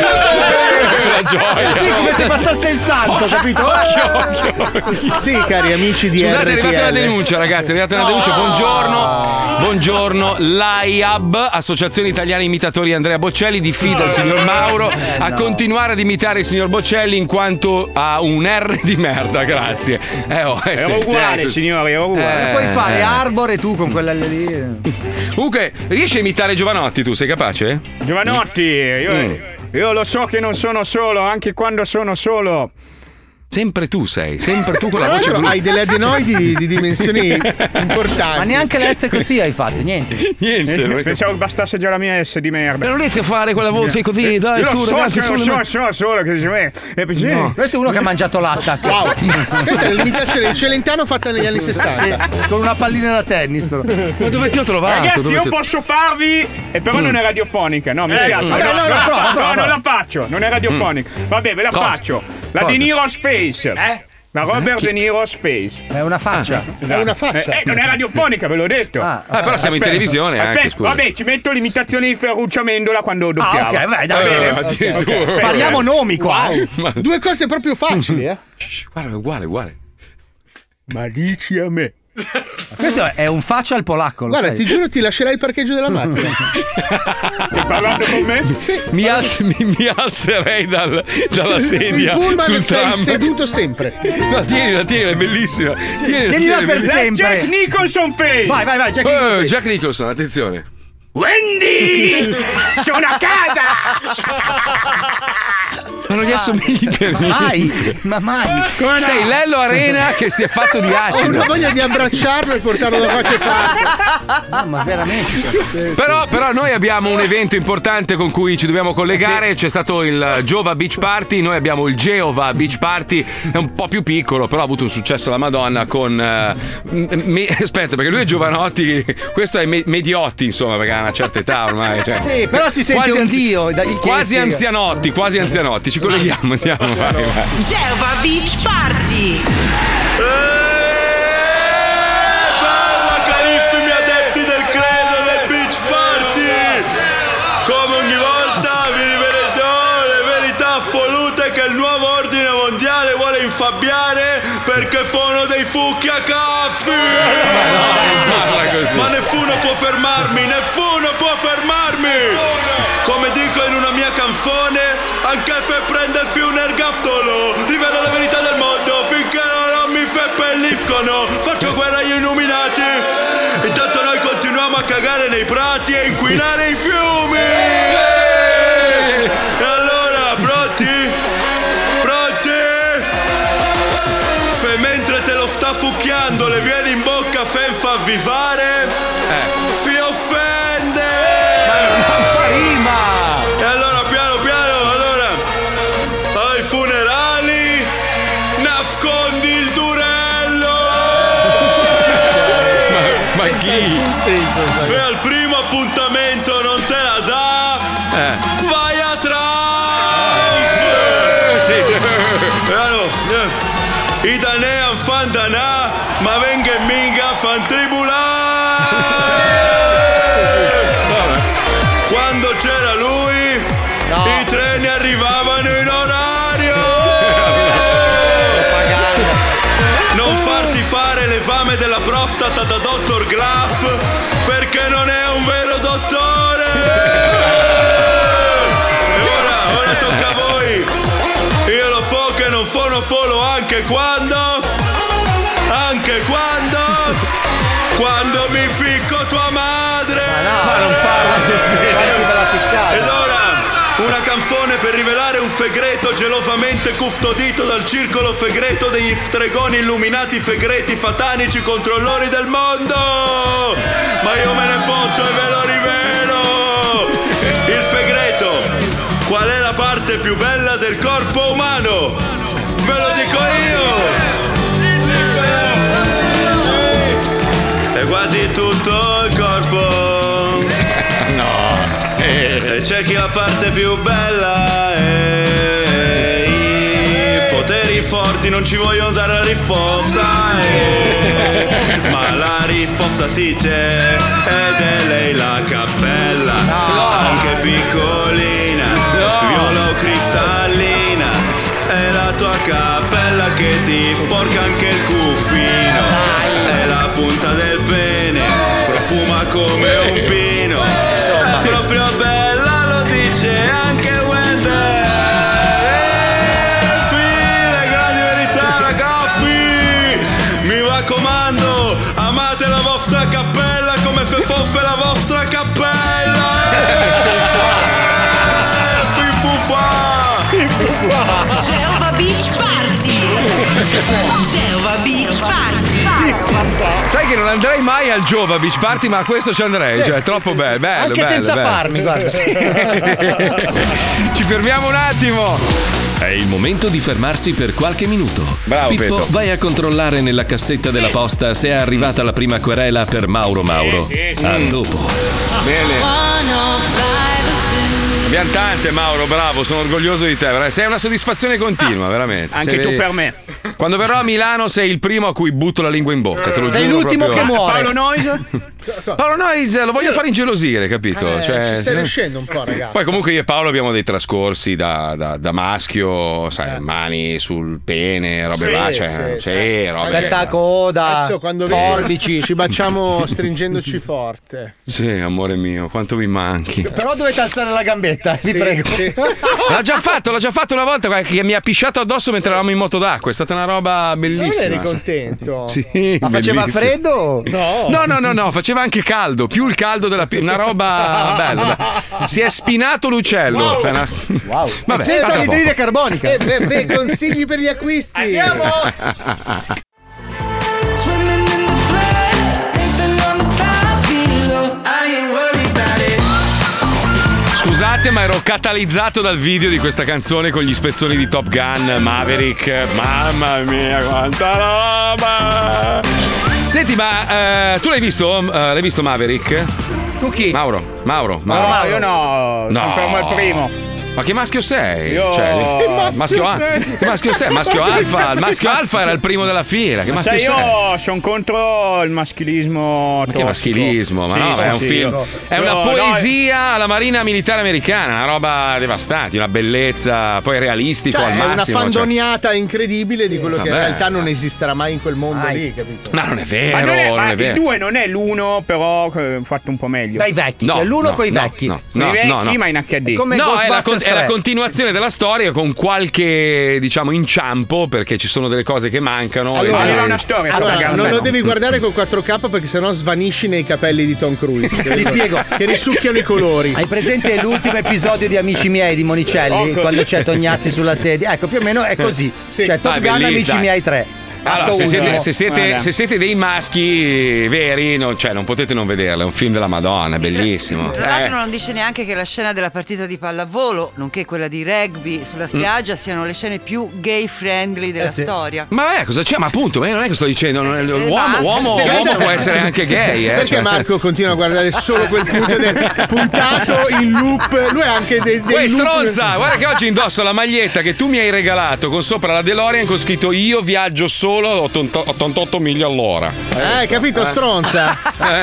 S3: Eh,
S19: La
S5: gioia.
S7: Sì, come se passasse il santo, capito?
S8: Eh. Sì, cari amici di
S2: Scusate, è arrivata una
S8: RTL.
S2: denuncia, ragazzi. È arrivata una denuncia. Buongiorno, buongiorno. L'AIAB, Associazione Italiana Imitatori Andrea Bocelli, diffida il signor Mauro a continuare ad imitare il signor Bocelli in quanto ha un R di merda. Grazie. Eh, oh, eh,
S4: Era
S2: senti,
S4: uguale,
S2: eh,
S4: signori, era uguale.
S3: Puoi fare
S2: eh.
S3: Arbor e tu con quella lì.
S2: Comunque, riesci a imitare Giovanotti tu? Sei capace?
S4: Giovanotti, io,
S2: Mm.
S4: io lo so che non sono solo, anche quando sono solo.
S2: Sempre tu sei, sempre tu con la
S8: Tra
S2: voce
S8: l'altro
S2: brutta.
S8: hai delle adenoidi di, di dimensioni importanti.
S3: Ma neanche la S così hai fatto, niente.
S2: Niente.
S4: Eh, Pensavo che bastasse già la mia S di merda. Eh.
S2: Non riesci a fare quella voce così, dai,
S4: Io lo
S2: tu,
S4: so,
S2: ragazzi,
S4: che lo
S2: solo
S4: so,
S2: me-
S4: so, solo che dice, eh, è perché-
S3: No, questo è uno che ha mangiato l'atta.
S8: Wow. Questa è l'imitazione di Celentano fatta negli anni 60.
S3: Sì, con una pallina da tennis, però.
S2: Ma dove ti ho trovato?
S4: Ragazzi,
S2: Dove
S4: io
S2: ti-
S4: posso farvi, eh, però
S2: Mm.
S4: non è radiofonica. No, mi
S2: Eh,
S4: spiace.
S2: vabbè, allora
S4: non la
S2: prova,
S4: fa-
S2: prova.
S4: no, non la faccio, non è radiofonica. Vabbè, ve la
S2: Cosa?
S4: faccio. La
S2: Cosa?
S4: De Niro Space. Eh? La Robert De Niro Space.
S3: È una faccia.
S4: Esatto. Eh, eh, non è radiofonica, ve l'ho detto. Ah,
S2: però siamo in televisione anche, scusa.
S4: Vabbè, ci metto l'imitazione di Ferruccio Amendola quando doppiamo.
S3: ok, vai,
S2: dai, eh, addirittura. Spariamo
S8: nomi qua.
S2: Ma-
S8: Due cose proprio facili, eh.
S2: Guarda, è uguale, uguale.
S4: Ma dici a me.
S3: Questo è un faccia al polacco. lo
S8: Guarda,
S3: sai.
S8: ti giuro, ti lascerai il parcheggio della macchina.
S4: Stai parlando con me?
S8: Sì.
S2: Mi, alz- mi- mi alzerei dal- dalla
S8: Il
S2: sedia
S8: pullman
S2: sul
S8: sei
S2: tram.
S8: seduto sempre.
S2: No, tienila, tienila, è bellissima. Tienila,
S8: tienila per
S2: è bellissima.
S8: sempre. Jack
S4: Nicholson face.
S8: Vai, vai, vai, Jack
S2: Eh,
S8: Nicholson face.
S2: Jack Nicholson, attenzione.
S4: Wendy! Sono a casa!
S2: Ma non gli assomigli per
S3: Mai, ma mai.
S4: Come
S2: Sei
S3: no?
S2: Lello Arena che si è fatto di
S8: Ho
S2: acido.
S8: una voglia di abbracciarlo e portarlo da qualche parte.
S3: No, ma veramente.
S2: Però, però noi abbiamo un evento importante con cui ci dobbiamo collegare. C'è stato il Giova Beach Party, noi abbiamo il Geova Beach Party, è un po' più piccolo, però ha avuto un successo la Madonna con. eh, m- me- aspetta, perché lui è Giovanotti, questo è me- Mediotti, insomma, perché ha una certa età ormai. cioè.
S3: Sì, però si sente
S2: Quasi
S3: un
S2: anzi-
S3: dio, dai, che
S2: Quasi
S3: spiega.
S2: anzianotti, quasi anzianotti. Ci colleghiamo, andiamo. vai, vai.
S20: Geova Beach Party.
S5: Eh, Bella carissimi adepti del credo del Beach Party! Come ogni volta vi rivelerò le verità assolute che il nuovo ordine mondiale vuole infabbiare perché sono dei fucchi a caffi! Ma nessuno può fermarmi, nessuno può fermarmi! Come dico in una mia canzone, anche se prendersi un ergaftolo, rivelo la verità del mondo finché non mi seppelliscono. Faccio guerra agli illuminati. Intanto noi continuiamo a cagare nei prati e inquinare i fiumi. E allora, pronti? Pronti? Se mentre te lo sta fucchiando le viene in bocca senza avvisare, si offende! E allora piano piano, allora, ai funerali, nascondi il durello!
S2: Ma chi?
S5: Se al primo appuntamento non te la dà, vai a Triumph! E allora, eh, I Danean fan danà, ma venga e minga fan tribulare! Quando c'era lui, i treni arrivavano in orario! Non farti fare l'esame della prostata da dottor Glass perché non è un vero dottore! E ora, ora tocca a voi! Io lo so che non sono solo anche quando, anche quando, quando mi ficco tua madre! Ma non parla così! Ed ora... Una canzone per rivelare un segreto gelosamente custodito dal circolo segreto degli stregoni illuminati segreti fatanici controllori del mondo! Ma io me ne fotto e ve lo rivelo! Il segreto! Qual è la parte più bella del corpo umano? Ve lo dico io! E guardi tutto il corpo!
S2: No.
S5: E e Eh, c'è chi la parte più bella e i poteri forti non ci vogliono dare la risposta e- ma la risposta sì c'è ed è lei la cappella anche piccolina viola o cristallina è la tua cappella che ti sporca anche il cuffino è la punta del pene profuma come un pino è proprio bella lo dice anche Wendell Eh, fine, grandi verità ragazzi! Mi raccomando, amate la vostra cappella come se fosse la vostra cappella! Eh, Fifufa!
S20: Geova Beach Party. Geova Beach Party.
S2: Sai che non andrei mai al Giova Beach Party, ma a questo ci andrei. Cioè, è troppo bello, bello.
S7: Anche
S2: bello,
S7: senza
S2: bello.
S7: farmi, guarda.
S2: Sì. ci fermiamo un attimo.
S1: È il momento di fermarsi per qualche minuto.
S2: Bravo,
S1: Pippo,
S2: Pietro.
S1: vai a controllare nella cassetta della posta se è arrivata la prima querela per Mauro Mauro.
S2: sì, sì.
S1: A
S2: Mm.
S1: dopo.
S2: Bene. Abbiamo tante, Mauro, bravo, sono orgoglioso di te. veramente. Sei una soddisfazione continua, veramente.
S4: Ah, anche
S2: Sei-
S4: tu per me.
S2: Quando verrò a Milano sei il primo a cui butto la lingua in bocca. Te lo
S4: Sei
S2: giuro
S4: l'ultimo
S2: proprio.
S4: che muore. Paolo Noise?
S2: Paolo Noise, lo voglio fare ingelosire, capito?
S8: Eh,
S2: Cioè,
S8: ci
S2: se
S8: stai
S2: no-
S8: riuscendo un po', ragazzi.
S2: Poi comunque io e Paolo abbiamo dei trascorsi da, da- da maschio, sai, mani sul pene, robe
S8: Eh. Sì,
S2: là, cioè,
S8: sì,
S2: sì,
S8: sì.
S2: robe
S8: Testa a
S3: coda,
S8: Adesso quando vedi,
S3: forbici.
S8: ci baciamo stringendoci forte.
S2: Sì, amore mio, quanto mi manchi.
S3: Però dovete alzare la gambetta, vi prego.
S2: L'ha già fatto, l'ha già fatto una volta guarda, che mi ha pisciato addosso mentre eravamo in moto d'acqua, è stata una roba bellissima.
S8: eri contento.
S2: Sì,
S8: Ma faceva
S2: bellissimo.
S8: freddo? No.
S2: No, no, no, no, faceva anche caldo, più il caldo della pi- una roba bella. bella. Si è spinato l'ucello.
S8: Wow.
S2: È una- Vabbè,
S7: senza
S2: tanta
S7: l'idride
S2: poco.
S7: carbonica.
S8: Eh, beh, beh, consigli per gli acquisti. Andiamo!
S2: Scusate, ma ero catalizzato dal video di questa canzone con gli spezzoni di Top Gun, Maverick. Mamma mia, quanta roba! Senti, ma eh, tu l'hai visto? Eh, l'hai visto Maverick?
S4: Tu chi?
S2: Mauro, Mauro,
S4: No,
S2: Mauro.
S4: io no, sono fermo al primo.
S2: Ma che maschio sei?
S4: Io- Che maschio
S2: al-
S4: sei?
S2: Che maschio sei? Maschio alfa. Il maschio alfa era il primo della fiera. Eh, Che
S4: Ma
S2: maschio
S4: sai,
S2: sei?
S4: io sono contro il maschilismo.
S2: Ma Che maschilismo, ma no, è un film. È una poesia alla marina militare americana, una roba devastante, una bellezza, poi realistico al
S8: è una
S2: massimo. cioè.
S8: fandoniata incredibile di quello che in
S2: Vabbè.
S8: realtà non esisterà mai in quel mondo lì, capito?
S2: Ma non è vero,
S4: Ma non è,
S2: non
S4: ma
S2: è
S4: il
S2: vero.
S4: 2 non è l'1, però eh, ho fatto un po' meglio.
S2: Dai vecchi, No, cioè l'uno no, coi no, vecchi. no, no,
S4: Coi vecchi,
S2: no, no.
S4: ma in HD.
S2: no, è la, con- è la continuazione della storia con qualche, diciamo, inciampo, perché ci sono delle cose che mancano.
S8: Allora,
S2: e-
S8: era
S4: una storia,
S8: Allora, non lo
S2: aspetta.
S8: devi guardare con 4K perché sennò svanisci nei capelli di Tom Cruise.
S3: Ti spiego.
S8: Che risucchiano i colori.
S3: Hai presente l'ultimo episodio di Amici miei di Monicelli?
S8: Ecco.
S3: Quando c'è Tognazzi sulla sedia? Ecco, più o meno è così.
S8: Sì.
S3: Cioè, Top
S2: Ah, è
S3: Gun,
S2: bellissimo,
S3: Amici
S2: dai.
S3: miei 3.
S2: Allora,
S3: Atto
S2: se siete,
S3: uno.
S2: se siete-
S3: Guarda.
S2: se siete dei maschi veri, non, cioè, non potete non vederlo. È un film della Madonna, è bellissimo.
S9: Tra l'altro
S2: Eh.
S9: non dice neanche che la scena della partita di pallavolo, nonché quella di rugby sulla spiaggia, siano le scene più gay friendly della
S2: Eh sì.
S9: storia. Eh,
S2: Ma eh, cosa c'è? Ma appunto, ma io non è che sto dicendo. non è- uomo,
S9: basta.
S2: uomo-
S9: Se
S2: uomo
S8: guarda-
S2: può essere anche gay. Eh,
S8: Perché
S2: cioè.
S8: Marco continua a guardare solo quel punto del puntato in loop? Lui ha anche dei, dei
S2: Uè,
S8: loop.
S2: stronza, guarda che oggi indosso la maglietta che tu mi hai regalato con sopra la DeLorean con scritto io viaggio solo a 80 88 miglia all'ora.
S8: Eh, hai capito, stronza?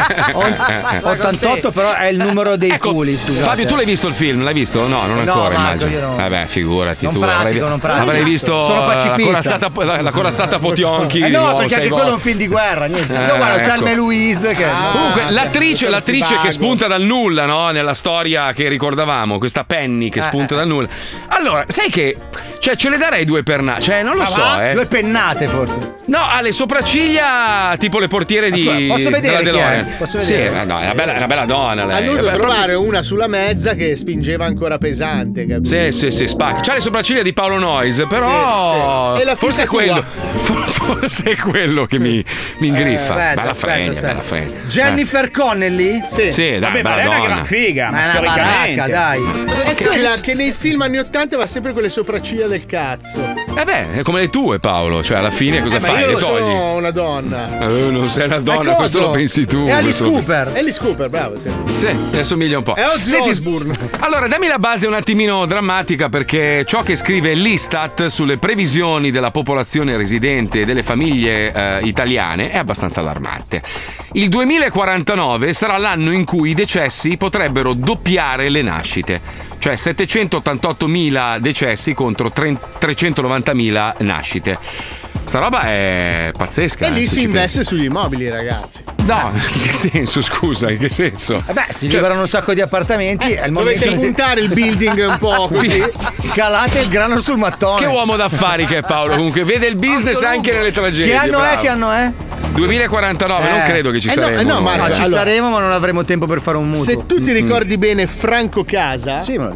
S3: Eh, 88 però è il numero dei
S8: Ecco,
S3: culi, scusa.
S2: Fabio, tu l'hai visto il film? L'hai visto? No, non
S3: No,
S2: ancora,
S3: Marco,
S2: immagino.
S3: io no.
S2: Vabbè, figurati,
S3: Non
S2: tu
S3: pratico,
S2: avrai,
S3: non pratico.
S2: avrai visto
S3: Sono
S2: eh, la
S3: pacifista.
S2: corazzata, la, la corazzata Potionchi.
S3: Eh
S2: di
S3: no,
S2: nuovo,
S3: perché
S2: sei
S3: anche
S2: go-
S3: quello è un film di guerra, niente.
S2: Eh,
S3: Io guardo
S2: ecco.
S3: Thelma e Louise che
S8: Ah,
S3: Ah,
S2: Comunque,
S3: eh,
S2: l'attrice, l'attrice che
S3: spunta
S2: spunta dal nulla, no? Nella storia che ricordavamo, questa Penny che
S3: Eh,
S2: spunta dal nulla. Allora, sai che. Cioè, ce le darei due pernate. Cioè, non lo
S3: Ah,
S2: so,
S3: va?
S2: eh.
S3: Due pennate forse.
S2: No, ha le sopracciglia Ah, tipo le portiere di.
S3: Ascolta, posso vedere
S2: della
S3: chi è?
S2: DeLorean.
S3: Posso
S2: Sì,
S3: vedere? Ah,
S2: eh, no, è una bella, è una bella donna
S8: Ha
S2: lei. eh,
S8: dovuto
S2: Vabbè,
S8: trovare una sulla mezza che spingeva ancora pesante, capito?
S2: Sì, sì, sì, spacca. C'ha le sopracciglia di Paolo Noyes, però.
S8: Sì, sì. E la
S2: forse è
S8: fissa
S2: quello. Forse è quello che mi, mi ingriffa.
S3: Eh, aspetta,
S2: bella
S3: aspetta,
S2: fregna,
S3: aspetta.
S2: bella fregna.
S3: Jennifer Connelly?
S8: Sì.
S2: Sì, dai, Vabbè, ma bella è una donna. gran figa,
S3: ma è una
S2: storicamente.
S3: baracca, dai.
S8: È quella che nei film anni 80 va sempre con le sopracciglia del cazzo.
S2: Eh beh, è come le tue, Paolo. Cioè, alla fine cosa
S8: Eh, ma
S2: fai?
S8: io
S2: le
S8: non
S2: togli.
S8: sono una donna.
S2: Eh, non sei una donna,
S8: È
S2: questo
S8: coso.
S2: lo pensi tu.
S8: È Alice
S2: questo lo pensi-
S8: Cooper. È Alice Cooper, bravo. Sì.
S2: Sì, ne assomiglia un po'.
S8: È Ozzy
S2: Senti,
S8: Osbourne.
S2: Allora, dammi la base un attimino drammatica perché ciò che scrive l'Istat sulle previsioni della popolazione residente e delle famiglie eh, italiane è abbastanza allarmante. Il 2049 sarà l'anno in cui i decessi potrebbero doppiare le nascite, cioè 788.000 decessi contro 30 390.000 nascite. Sta roba è pazzesca.
S8: E lì
S2: eh, se
S8: si
S2: ci
S8: investe sugli immobili, ragazzi.
S2: pensi. No, in che senso, scusa, in che senso?
S3: Beh, si liberano un sacco di appartamenti. è
S8: Eh,
S3: il
S8: dovete
S3: momento di-
S8: puntare il building un po' così.
S3: Calate il grano sul mattone.
S2: Che uomo d'affari che è Paolo, comunque vede il business anche nelle tragedie.
S3: Che anno è?
S2: bravo.
S3: Che anno è?
S2: 2049, non
S3: Eh.
S2: credo che Ah, ci
S3: Eh no,
S2: saremo.
S3: eh no, Marco, ci
S8: allora-
S3: saremo, ma non avremo tempo per fare un mutuo.
S8: Se tu ti ricordi bene Franco Casa,
S2: Sì?
S8: Allora,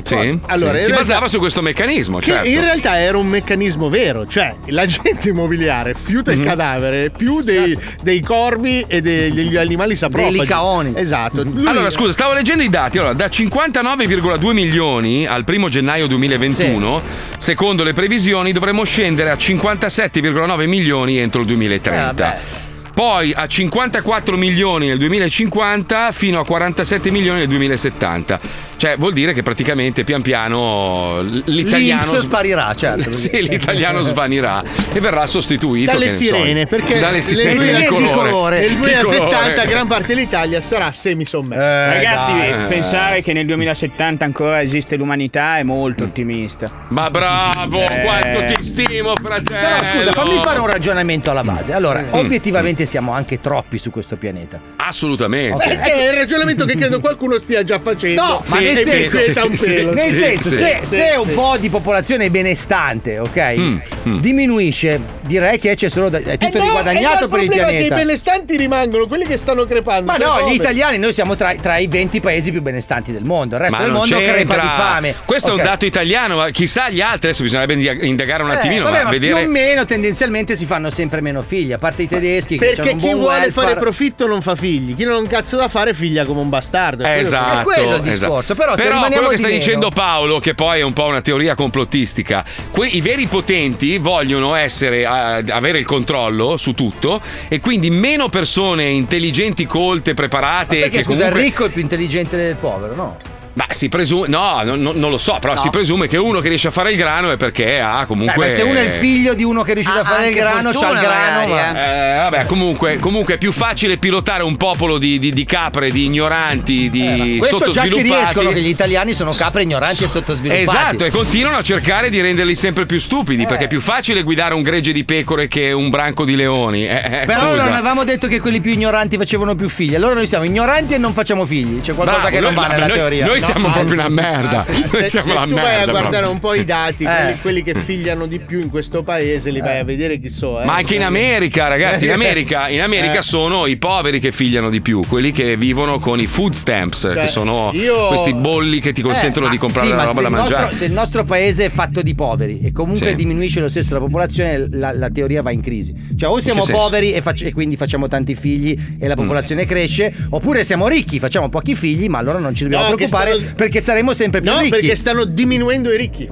S8: in
S2: Sì. si
S8: realtà-
S2: basava su questo meccanismo,
S8: che
S2: certo.
S8: in realtà era un meccanismo vero, cioè l'agente immobiliare fiuta
S2: Mhm.
S8: il cadavere più dei,
S2: Certo.
S8: dei corvi e dei- degli animali saprofagi.
S3: licaoni.
S8: Esatto. Lui-
S2: Allora, scusa, stavo leggendo i dati. Allora, da 59,2 milioni al 1 gennaio 2021, secondo le previsioni, dovremmo scendere a 57,9 milioni entro il 2030. Poi a 54 milioni nel 2050 fino a 47 milioni nel 2070. Cioè, vuol dire che praticamente pian piano l- l'italiano.
S3: L'Inps sparirà, certo.
S2: Sì, l'italiano svanirà e verrà sostituito
S8: Dalle
S2: che ne so io.
S8: sirene, perché
S2: dalle
S8: le
S2: sirene
S8: due-
S2: di
S8: di
S2: colore.
S8: Nel
S2: Di
S8: 2070
S2: colore.
S8: gran parte dell'Italia sarà semisommersa.
S4: Ragazzi,
S2: Eh, dai.
S4: pensare che nel 2070 ancora esiste l'umanità è molto ottimista.
S2: Mm. Ma Ah, bravo,
S4: Eh.
S2: quanto ti stimo, fratello.
S3: Però scusa,
S8: Eh,
S3: fammi fare un ragionamento alla base. Allora,
S8: Mm.
S3: obiettivamente siamo anche troppi su questo pianeta.
S2: Assolutamente.
S3: Ok.
S8: Eh, È il ragionamento che credo qualcuno stia già facendo.
S3: No, ma
S8: E
S3: nel
S8: mi
S3: senso,
S8: inquieta un pelo.
S3: nel senso, se,
S8: Sì,
S3: se
S8: sì.
S3: un po' di popolazione benestante, ok,
S2: Mm,
S3: diminuisce, direi che c'è solo da, è tutto
S8: Eh no,
S3: riguadagnato
S8: eh no,
S3: per il
S8: problema è che
S3: pianeta.
S8: i benestanti rimangono, quelli che stanno crepando.
S3: Ma
S8: cioè,
S3: no,
S8: come?
S3: gli italiani, noi siamo tra, tra i 20 paesi più benestanti del mondo, il resto
S2: Ma
S3: del
S2: non
S3: mondo crepa
S2: c'entra.
S3: di fame.
S2: Questo è
S3: Ok.
S2: un dato italiano, ma chissà gli altri. Adesso bisognerebbe india- indagare un
S3: Eh,
S2: attimino.
S3: vabbè,
S2: ma
S3: ma
S2: vedere.
S3: più o meno tendenzialmente si fanno sempre meno figli, a parte i tedeschi che
S8: Perché
S3: hanno un
S8: chi
S3: buon
S8: vuole
S3: welfare.
S8: fare profitto non fa figli, chi non ha un cazzo da fare figlia come un bastardo. È quello-
S2: Esatto,
S8: È quello
S2: esatto.
S8: il discorso. Però, se rimaniamo
S2: quello che
S8: di
S2: sta
S8: meno-
S2: dicendo Paolo, che poi è un po' una teoria complottistica, que- i veri potenti vogliono essere, a- avere il controllo su tutto e quindi meno persone intelligenti, colte, preparate.
S3: Perché
S2: che
S3: scusa,
S2: comunque...
S3: il ricco è più intelligente del povero, no?
S2: Ma si presume, no, no, no, non lo so, però si presume che uno che riesce a fare il grano è perché ha
S3: Dai,
S2: comunque.
S3: ma se uno è il figlio di uno che è riuscito
S8: Ah,
S3: a fare il
S9: anche
S3: grano, c'ha il
S9: fortuna,
S3: grano,
S9: magari,
S3: ma...
S2: Eh, vabbè, comunque, comunque è più facile pilotare un popolo di, di- di capre, di ignoranti, di
S3: Eh, Questo già ci
S2: sottosviluppati.
S3: riescono che gli italiani sono capre ignoranti e sottosviluppati.
S2: Esatto, e continuano a cercare di renderli sempre più stupidi, perché è
S3: Eh.
S2: più facile guidare un gregge di pecore che un branco di leoni. Eh, eh,
S3: Però
S2: scusa.
S3: allora non avevamo detto che quelli più ignoranti facevano più figli. Allora noi siamo ignoranti e non facciamo figli. C'è qualcosa
S2: Bravo,
S3: che non
S2: noi-
S3: va
S2: ma
S3: nella
S2: noi-
S3: teoria.
S2: Noi
S3: No,
S2: siamo
S3: ma- eh,
S2: proprio una merda. Noi
S8: Eh, Se,
S2: siamo
S8: se
S2: la
S8: tu
S2: merda.
S8: vai a guardare
S2: proprio.
S8: un po' i dati, quelli,
S2: Eh.
S8: quelli che figliano di più in questo paese, li vai a vedere chi so. eh.
S2: Ma anche in America, ragazzi,
S3: Eh.
S2: in America, in America
S8: Eh.
S2: sono i poveri che figliano di più, quelli che vivono con i food stamps,
S3: Cioè,
S2: che sono
S3: io-
S2: questi bolli che ti consentono
S3: Eh,
S2: di
S3: ma
S2: comprare
S3: sì,
S2: la
S3: ma
S2: roba
S3: se
S2: da
S3: il nostro-
S2: mangiare.
S3: se il nostro paese è fatto di poveri e comunque
S2: Sì.
S3: diminuisce lo stesso la popolazione, la, la teoria va in crisi. Cioè, o
S2: In
S3: siamo
S2: che senso? Mm.
S3: poveri e, fac- e quindi facciamo tanti figli e la popolazione cresce, oppure siamo ricchi, facciamo pochi figli, ma allora non ci dobbiamo
S8: No, che
S3: preoccupare
S8: stanno-
S3: perché saremo sempre più
S8: No,
S3: ricchi.
S8: perché stanno diminuendo i ricchi.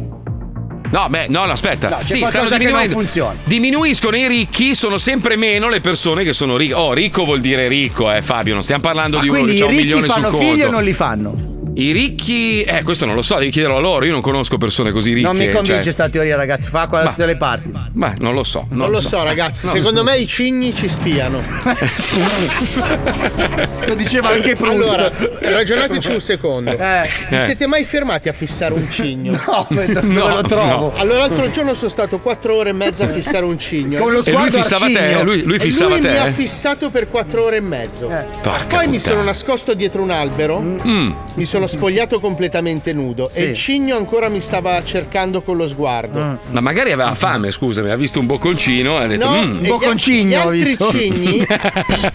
S2: No, beh, no, no, aspetta.
S3: No, c'è
S2: sì,
S3: qualcosa
S2: stanno
S3: che non
S2: diminuendo.
S3: funziona.
S2: Diminuiscono i ricchi, sono sempre meno le persone che sono ricche. Oh, ricco vuol dire ricco, eh, Fabio. Non stiamo parlando
S3: Ma
S2: di uno che
S3: quindi
S2: ha
S3: i
S2: un
S3: ricchi
S2: milione
S3: fanno
S2: sul
S3: figli o
S2: conto.
S3: non li fanno?
S2: I ricchi, eh, questo non lo so, devi chiederlo a loro. Io non conosco persone così ricche.
S3: non mi convince
S2: cioè-
S3: sta teoria, ragazzi. Fa qua da tutte le parti.
S2: Beh, non lo so.
S8: Non, lo so, ragazzi.
S2: No,
S8: secondo
S2: no.
S8: me i cigni ci spiano.
S3: Lo diceva anche Proust.
S8: Allora, ragionateci un secondo. Vi
S2: Eh.
S8: siete mai fermati a fissare un cigno? No,
S2: dove No, lo trovo? no.
S8: Allora, l'altro giorno sono stato quattro ore e mezza a fissare un cigno.
S2: Con lo E lui sguardo al fissava te, cigno. lui- lui
S8: E
S2: fissava
S8: lui
S2: te,
S8: mi ha
S2: eh?
S8: fissato per quattro ore e mezzo.
S2: Porca
S8: Poi
S2: puttana.
S8: mi sono nascosto dietro un albero.
S2: Mm.
S8: Mi sono spogliato completamente nudo
S2: Sì.
S8: e il cigno ancora mi stava cercando con lo sguardo.
S3: Ah.
S2: Ma magari aveva fame, scusami, ha visto un bocconcino e ha detto.
S8: No,
S2: "Mm".
S8: e gli altri- gli altri cigni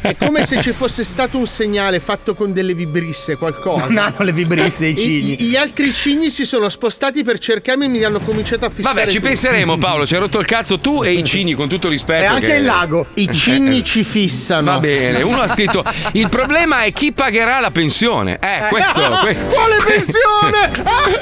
S8: è come se ci fosse stato un segnale fatto con delle vibrisse, qualcosa.
S3: Non hanno le vibrisse i
S8: I-
S3: cigni.
S8: Gli altri cigni si sono spostati per cercarmi e mi hanno cominciato a fissare.
S2: Vabbè, ci
S8: tutti.
S2: penseremo, Paolo. Ci hai rotto il cazzo tu e i cigni, con tutto rispetto.
S8: E anche
S2: che- Eh,
S8: il lago. I cigni ci fissano.
S2: Va bene, uno ha scritto: Il problema è chi pagherà la pensione. Eh, questo, questo
S3: Quale pensione?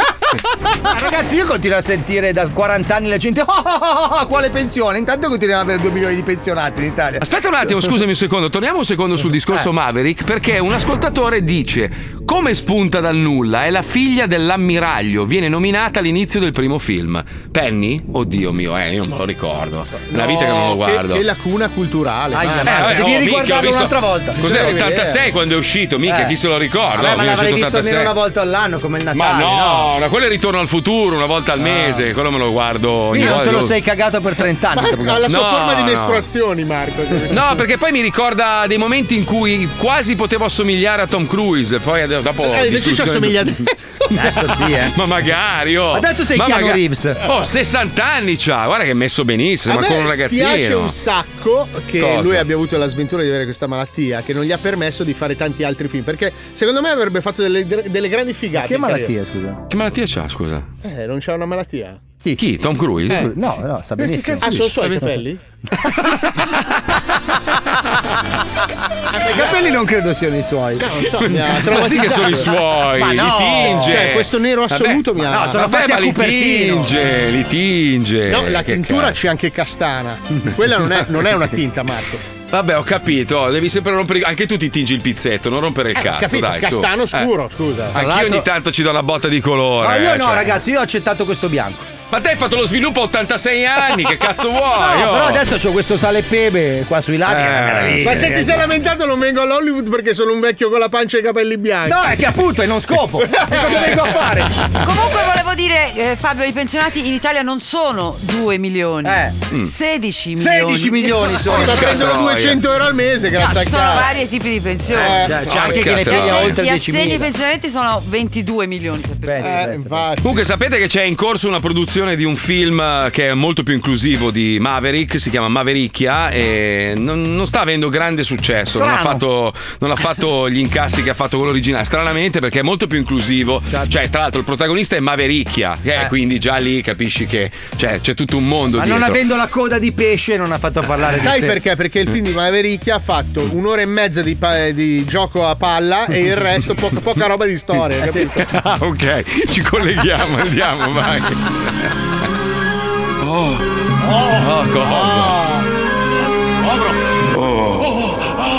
S3: Ah, Ragazzi, io continuo a sentire da 40 anni la gente. "Oh, oh, oh, oh, quale pensione? Intanto continuiamo ad avere 2 milioni di pensionati in Italia.
S2: Aspetta un attimo, scusami un secondo, torniamo un secondo sul
S8: Eh.
S2: discorso Maverick, perché un ascoltatore dice: Come spunta dal nulla è la figlia dell'ammiraglio, viene nominata all'inizio del primo film. Penny? Oddio mio, eh, io non me lo ricordo. È una vita che non lo guardo.
S8: Che, che lacuna culturale. Ah.
S2: Eh,
S8: mamma mia.
S2: vabbè, oh, minchia, l'ho visto- Cos'era?
S8: Bisogna
S2: 86
S8: rivedere.
S2: quando è uscito, mica
S8: Eh.
S2: chi se lo ricorda?
S3: Vabbè, ma
S2: 1986.
S3: l'avrei visto almeno una volta all'anno come il
S2: Ma
S3: Natale.
S2: no, no, quello è ritorno al futuro, una volta al mese, quello me lo guardo ogni
S3: Io non
S2: volta.
S3: te lo sei cagato per 30 anni. te lo
S8: Marco, ha la sua
S2: No,
S8: forma di
S2: no.
S8: mestruazioni, Marco. cioè.
S2: No, perché poi mi ricorda dei momenti in cui quasi potevo assomigliare a Tom Cruise. Poi ad- dopo.
S8: Eh, invece ci
S2: distruzione-
S8: assomiglia adesso.
S2: Adesso sì, eh. Ma magari, oh.
S8: Adesso sei
S2: Ma
S8: Keanu Reeves.
S2: Oh, 60 anni c'ha. Guarda che è messo benissimo,
S8: A
S2: ma
S8: me
S2: con un
S8: spiace
S2: ragazzino.
S8: un sacco che
S2: Cosa?
S8: lui abbia avuto la sventura di avere questa malattia che non gli ha permesso di fare tanti altri film perché secondo me avrebbe fatto delle, delle grandi figate.
S3: Che
S8: in
S3: malattia, scusa?
S2: Che malattia c'ha, scusa?
S8: carriera. Eh, non c'è una malattia.
S2: Chi? Tom Cruise?
S8: Eh,
S3: no, no, sta benissimo.
S8: Ah, sono suoi i capelli?
S3: I capelli non credo siano i suoi.
S8: No, non so, mi ha
S2: Ma sì che sono i suoi,
S3: Ma no.
S2: li tinge.
S8: Cioè, questo nero assoluto mi ha-
S3: No, sono
S2: Vabbè,
S3: fatti
S2: ma
S3: a
S2: li
S3: Cupertino.
S2: tinge, li tinge.
S8: No, la
S2: Eh, Che
S8: tintura c'è anche castana. Quella non è, non è una tinta, Marco.
S2: Vabbè, ho capito. Devi sempre rompere. Anche tu ti tingi il pizzetto, non rompere il cazzo.
S8: Capito?
S2: dai, su.
S8: Castano
S2: Eh.
S8: scuro, scusa.
S2: Anch'io ogni tanto ci do una botta di colore.
S3: No, io
S2: eh,
S3: no,
S2: cioè.
S3: ragazzi, io ho accettato questo bianco.
S2: Ma te hai fatto lo sviluppo a 86 anni, che cazzo vuoi?
S3: No,
S2: oh?
S3: però adesso ho questo sale e pepe qua sui lati.
S2: Eh.
S3: che è una meraviglia.
S8: Ma se ti sei lamentato non vengo all'Hollywood perché sono un vecchio con la pancia e i capelli bianchi.
S3: No, è che appunto è non scopo. E cosa vengo a fare?
S9: Comunque volevo dire, eh, Fabio, i pensionati in Italia non sono 2 milioni,
S8: Mm.
S9: 16 milioni.
S3: 16 milioni sono.
S8: Sì, ma prendono
S3: Troia.
S8: 200 euro al mese,
S9: No,
S8: grazie
S9: ci
S8: a
S9: sono vari tipi di pensioni.
S8: Eh, Cioè, c'è anche chi ne
S9: Gli
S2: porca
S9: assegni-
S2: troia. oltre
S9: Gli
S2: 10.000.
S9: assegni ai pensionati sono 22 milioni. se per-
S8: Eh,
S2: Comunque sapete che c'è in corso una produzione di un film eh, che è molto più inclusivo di Maverick, si chiama Mavericchia e non, non sta avendo grande successo, non ha,
S5: Strano.
S2: fatto, non ha fatto gli incassi che ha fatto quello originale, stranamente perché è molto più inclusivo, cioè tra l'altro il protagonista è Mavericchia,
S21: Eh.
S2: che è quindi già lì capisci che cioè, c'è tutto un mondo
S3: Ma
S2: dietro.
S3: non avendo la coda di pesce non ha fatto parlare di
S8: Sai
S3: sé.
S8: perché? Perché il film di Mavericchia ha fatto un'ora e mezza di, pa- di gioco a palla e il resto po- poca roba di storia. capito?
S2: Ah, ok, ci colleghiamo, andiamo, vai. Oh, oh, cosa?
S5: Oh, ah,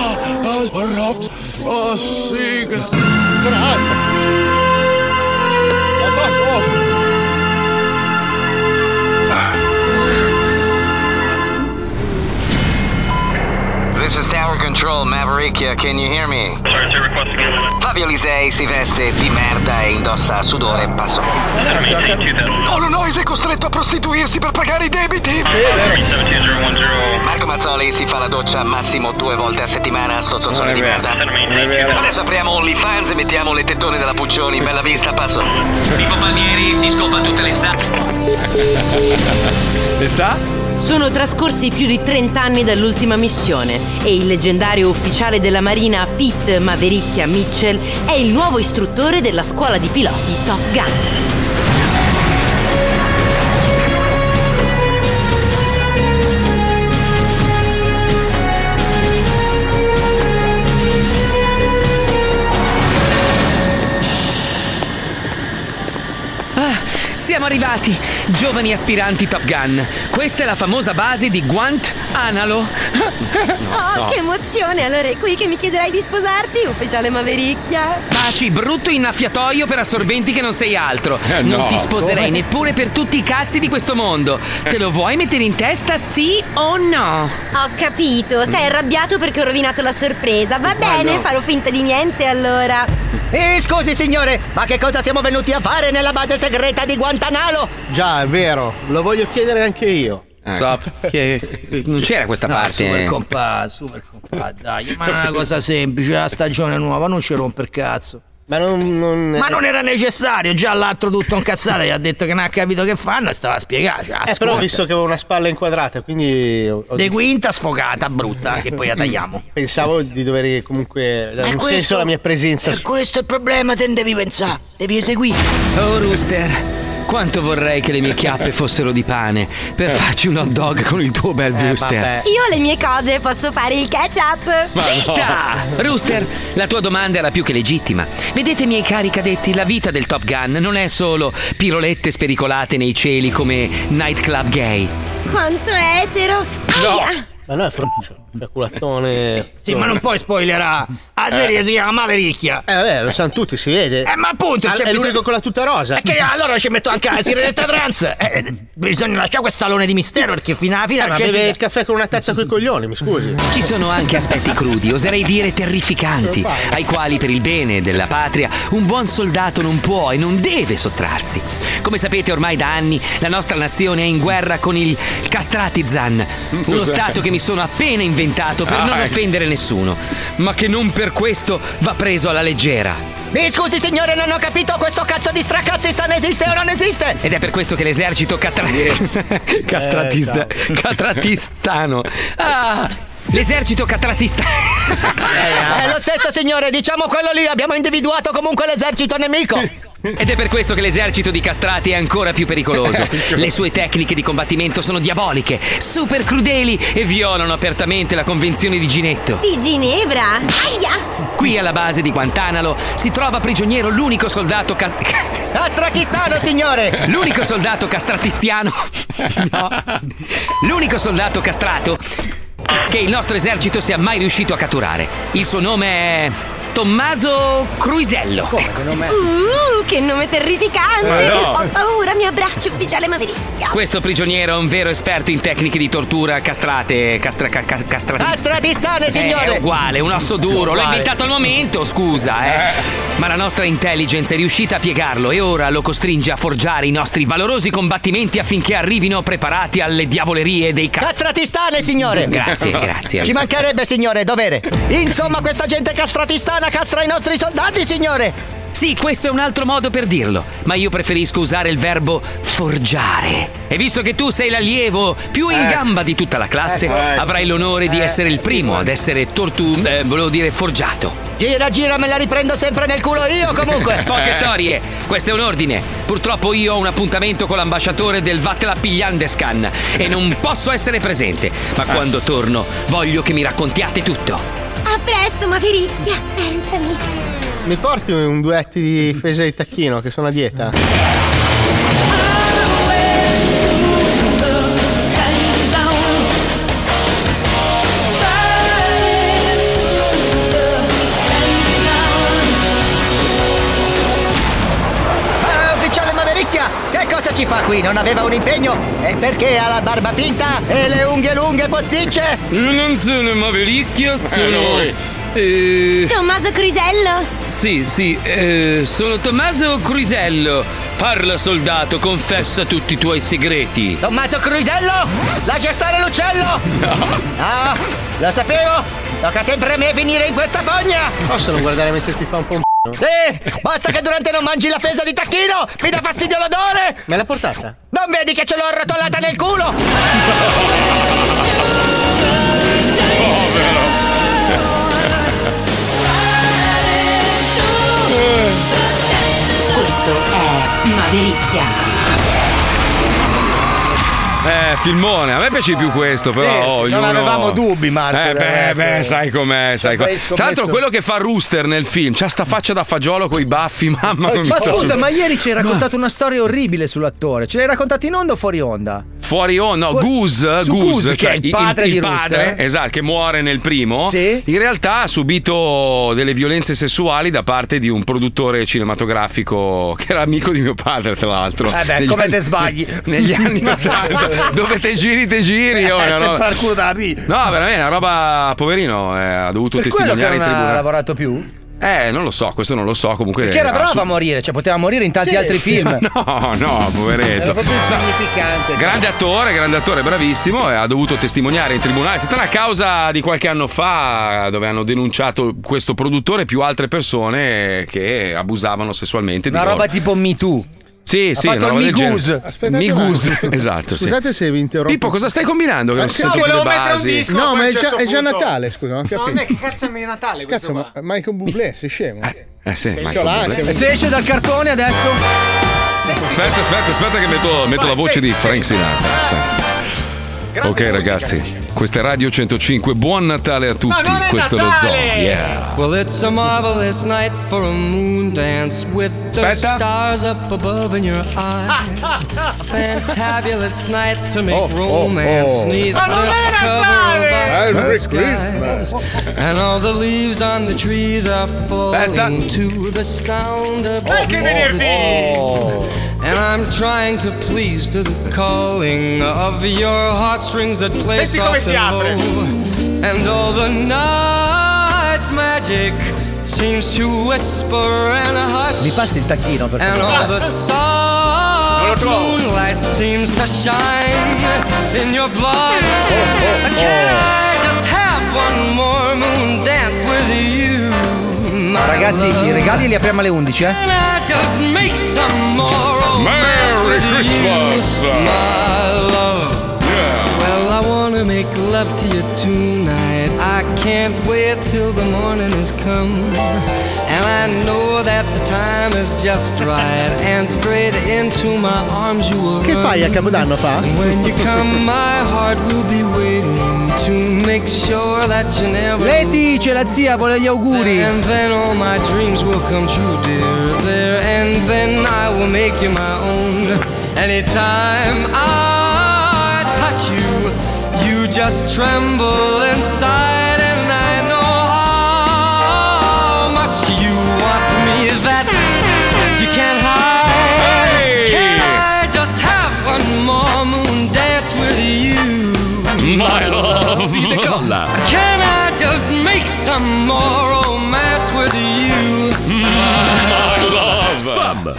S5: ah, oh, Rob. Oh, sì. che-
S22: This is Tower Control, Mavericchia, can you hear me? Fabio Lisei si veste di merda e indossa sudore e passo.
S23: All Noise è costretto a prostituirsi per pagare i debiti.
S22: Marco Mazzoli si fa la doccia massimo due volte a settimana, sto zozzone di merda. Adesso apriamo OnlyFans e mettiamo le tettone della Puccioni, bella vista, passo. Tipo Palmieri si scopa tutte le sa.
S2: Le sa?
S24: Sono trascorsi più di 30 anni dall'ultima missione e il leggendario ufficiale della Marina Pete Mavericchia Mitchell è il nuovo istruttore della scuola di piloti Top Gun.
S21: Ah, siamo arrivati, giovani aspiranti Top Gun. Questa è la famosa base di Guant Analo.
S13: Oh,
S21: no.
S13: che emozione! Allora è qui che mi chiederai di sposarti, ufficiale Mavericchia.
S21: Baci, brutto innaffiatoio per assorbenti che non sei altro.
S5: Eh,
S21: non
S5: no,
S21: ti sposerei
S5: come? Eh.
S21: neppure per tutti i cazzi di questo mondo. Te lo vuoi mettere in testa, sì o no?
S13: Ho capito, sei arrabbiato perché ho rovinato la sorpresa. Va bene,
S21: no.
S13: farò finta di niente allora.
S24: Eh, scusi signore, ma che cosa siamo venuti a fare nella base segreta di Guantanamo?
S8: Già, è vero, lo voglio chiedere anche io.
S3: Ecco.
S21: Stop. Che- non c'era questa
S25: No,
S21: parte.
S25: Ah, super compà, super compà, dai, ma è una cosa semplice, la stagione nuova, non ci romper cazzo.
S8: Ma non,
S25: Ma non era necessario, già l'altro tutto un cazzato gli ha detto che non ha capito che fanno e stava a spiegare. Cioè,
S8: Eh, però ho visto che avevo una spalla inquadrata, quindi. ho- ho-
S25: De quinta sfocata, brutta, che poi la tagliamo.
S8: Pensavo di dover comunque dare
S25: Eh,
S8: un
S25: questo-
S8: senso alla mia presenza.
S25: E questo è il problema, te ne devi pensare, devi eseguire.
S21: Oh, Rooster, Quanto vorrei che le mie chiappe fossero di pane
S5: Eh.
S21: per farci un hot dog con il tuo bel Wuster.
S13: Io le mie cose posso fare il ketchup.
S21: Ma Zitta! Rooster, la tua domanda era più che legittima. Vedete, miei cari cadetti, la vita del Top Gun non è solo pirolette spericolate nei cieli come nightclub gay.
S13: Quanto è etero. Aia.
S12: Ma no, è
S8: cioè,
S12: fraccio. Culattone. Sì, ma non puoi spoilerare. La
S8: Eh.
S12: serie si chiama Mavericchia.
S8: Eh vabbè, lo sanno tutti, si vede.
S12: Eh, ma appunto,
S8: Ah,
S12: c'è
S8: è
S12: bisogno-
S8: l'unico con la tuta rosa.
S12: E che allora ci metto anche la sirenetta trans. Eh, eh, bisogna lasciare quest'alone di mistero perché fino alla fine
S8: Eh,
S12: la
S8: ma
S12: gente-
S8: beve il caffè con una tazza coi coglioni, mi scusi.
S21: Ci sono anche aspetti crudi, oserei dire terrificanti, ai quali per il bene della patria un buon soldato non può e non deve sottrarsi. Come sapete ormai da anni la nostra nazione è in guerra con il Castratizan, uno
S26: Mm, Cos'è?
S21: stato che mi sono appena inventato per
S26: Ah,
S21: non
S26: ecco.
S21: offendere nessuno, ma che non per questo va preso alla leggera.
S12: Mi scusi signore, non ho capito questo cazzo di stracazzista ne esiste o non esiste?
S21: Ed è per questo che l'esercito catra- castratista- catratistano. Ah! L'esercito catratista.
S25: Eh,
S12: È lo stesso signore, diciamo quello lì, abbiamo individuato comunque l'esercito nemico.
S21: Ed è per questo che l'esercito di castrati è ancora più pericoloso. Le sue tecniche di combattimento sono diaboliche, super crudeli e violano apertamente la convenzione di Ginetto.
S13: Di Ginevra. Aia.
S21: Qui alla base di Guantanamo si trova prigioniero l'unico soldato ca-
S12: Astrachistano signore!
S21: L'unico soldato castratistiano. No. L'unico soldato castrato che il nostro esercito sia mai riuscito a catturare. Il suo nome è. Tommaso Cruisello. Ecco.
S13: Uh, che nome terrificante.
S21: Eh, no.
S13: Ho paura, mi abbraccio ufficiale Mavericchia.
S21: Questo prigioniero è un vero esperto in tecniche di tortura castrate. Castra, ca- ca- castratiste.
S12: Astratistane
S21: Eh,
S12: Ah, signore!
S21: È uguale, un osso duro. L'ho
S12: Uguale.
S21: inventato al momento, scusa, eh. Ma la nostra intelligence è riuscita a piegarlo e ora lo costringe a forgiare i nostri valorosi combattimenti affinché arrivino preparati alle diavolerie dei cast...
S12: Castratistane, signore!
S21: Grazie, grazie.
S12: Ci mancherebbe, signore, dovere! Insomma, questa gente castratistana castra i nostri soldati, signore!
S21: Sì, questo è un altro modo per dirlo, ma io preferisco usare il verbo forgiare. E visto che tu sei l'allievo più in gamba di tutta la classe,
S12: Eh.
S21: avrai l'onore di essere il primo ad essere tortu... eh, volevo dire forgiato.
S12: Gira, gira, me la riprendo sempre nel culo io, comunque!
S21: Poche storie, questo è un ordine. Purtroppo io ho un appuntamento con l'ambasciatore del Vatlapigliandescan e non posso essere presente,
S12: Eh.
S21: ma quando torno voglio che mi raccontiate tutto.
S13: A presto, Mavericchia. Pensami.
S8: Mi porti un duetti di Fesa e Tacchino che sono a dieta?
S12: Ah, ufficiale Mavericchia! Che cosa ci fa qui? Non aveva un impegno? E perché ha la barba finta e le unghie lunghe posticce?
S6: Io non sono Mavericchia, sono.
S21: noi.
S6: Eh,
S13: Tommaso Cruisello.
S6: sì, sì, eh, sono Tommaso Cruisello. Parla, soldato, confessa tutti i tuoi segreti.
S12: Tommaso Cruisello! Lascia stare l'uccello! Ah, lo sapevo! Tocca sempre a me finire in questa fogna!
S8: Possono guardare mentre ti fa un po' un p***o?
S12: Sì! Basta che durante non mangi la fesa di tacchino! Mi dà fastidio l'odore!
S8: Me l'ha portata?
S12: Non vedi che ce l'ho arrotolata nel culo!
S24: Eh,
S20: Questo è Mavericchia.
S2: Eh, filmone, a me piace di più questo, però.
S8: Sì,
S2: oh,
S8: non
S2: ognuno-
S8: avevamo dubbi, Marco,
S2: Eh, beh,
S8: ragazzi.
S2: beh, sai com'è, sai com'è.
S8: Scommesso.
S2: Tra l'altro, quello che fa Rooster nel film, c'ha sta faccia da fagiolo con i baffi, mamma
S3: Ma
S2: mia.
S3: scusa, ma ieri ci hai raccontato una storia orribile sull'attore. Ce l'hai raccontata in onda o fuori onda?
S2: Fuori o no,
S3: Fu-
S2: Goose,
S3: su
S2: Goose,
S3: Goose, che
S2: cioè
S3: è il padre
S2: il
S3: di
S2: padre,
S3: Rooster.
S2: esatto, che muore nel primo,
S3: Sì.
S2: in realtà ha subito delle violenze sessuali da parte di un produttore cinematografico che era amico di mio padre, tra l'altro.
S3: Eh beh,
S2: Negli
S3: come
S2: anni-
S3: te sbagli?
S2: Negli anni 80, dove te giri, te giri. oh,
S3: Eh,
S2: una roba-
S3: sempre al culo dalla P.
S2: No, veramente, una roba, poverino, eh, ha dovuto
S3: Per quello che
S2: testimoniare
S3: non
S2: in
S3: ha
S2: tribunale.
S3: lavorato più?
S2: Eh, non lo so, questo non lo so. Comunque.
S3: Perché era
S2: ha
S3: brava
S2: su-
S3: a morire, cioè poteva morire in tanti
S2: Sì.
S3: altri film.
S2: Eh,
S3: Eh,
S2: No, no, poveretto.
S3: insignificante.
S2: Grande attore, grande attore, bravissimo, e ha dovuto testimoniare in tribunale. È stata una causa di qualche anno fa dove hanno denunciato questo produttore e più altre persone che abusavano sessualmente
S3: Una
S2: di loro.
S3: roba tipo Me Too.
S2: Sì, sì,
S3: fatto
S2: una
S3: il
S2: roba del
S3: Migus.
S2: genere.
S3: Aspettate un
S2: Migus,
S3: attimo.
S2: esatto. sì.
S8: Scusate se vi interrompo.
S2: Pippo, cosa stai combinando? Che non
S8: Ah,
S2: si sentono le basi.
S8: No, ma è già, è già Natale, scusa. Non ho
S27: certo No, non
S8: capito.
S27: è che cazzo è Natale questo
S8: Cazzo, ma Michael Bublé, sei scemo.
S2: Eh sì,
S8: C'ho
S2: Michael.
S8: l'ansia.
S3: E se esce dal cartone adesso?
S2: Aspetta, aspetta, aspetta che metto, metto la voce di Frank
S19: Eh,
S2: Sinatra. Aspetta. Ok ragazzi, questa è Radio 105, buon Natale a tutti,
S19: non è
S2: questo è lo
S19: Natale!
S2: zoo. Yeah.
S19: Well, it's a marvelous night for a moon dance with the
S2: Aspetta.
S19: stars up above in your eyes. Fantabulous night to make romance neath
S25: Ma non
S19: the
S25: è
S19: cover of
S25: Natale!
S19: our
S25: Merry
S19: sky.
S25: Christmas.
S19: And all the leaves on the trees are falling to the sound of
S25: Dai che venerdì!
S19: Oh. And I'm trying to please to the calling of your heartstrings that play
S20: Senti come
S19: soft
S20: si
S19: and
S20: apre.
S19: low. And all the night's magic seems to whisper and hush.
S3: Mi passi il tacchino per
S19: And all the
S3: favore.
S19: soft moonlight seems to shine in your blush. Can I just have one more moon dance with you? my
S3: Ragazzi,
S19: love?
S3: i regali li apriamo alle 11, eh?
S19: Can I just make some more romance
S3: Merry
S19: with
S3: Christmas.
S19: you, my love? Well, I wanna make love to you tonight. I can't wait till the morning has come, and I know that the time is just right. And straight into my arms you will
S8: Che
S19: run.
S3: eh?
S8: fai a Capodanno fa?
S19: And when you come, my heart will be waiting to make sure that you never.
S3: Leti, c'è la zia, vuole gli auguri.
S19: And then all my dreams will come true, dear. There and then I will make you my own. Anytime I touch you, you just tremble inside, and I know how much you want me that you can't hide. Can I just have one more moon dance with you?
S1: My love. Si decolla.
S19: Can I just make some more romance with you?
S2: Stab.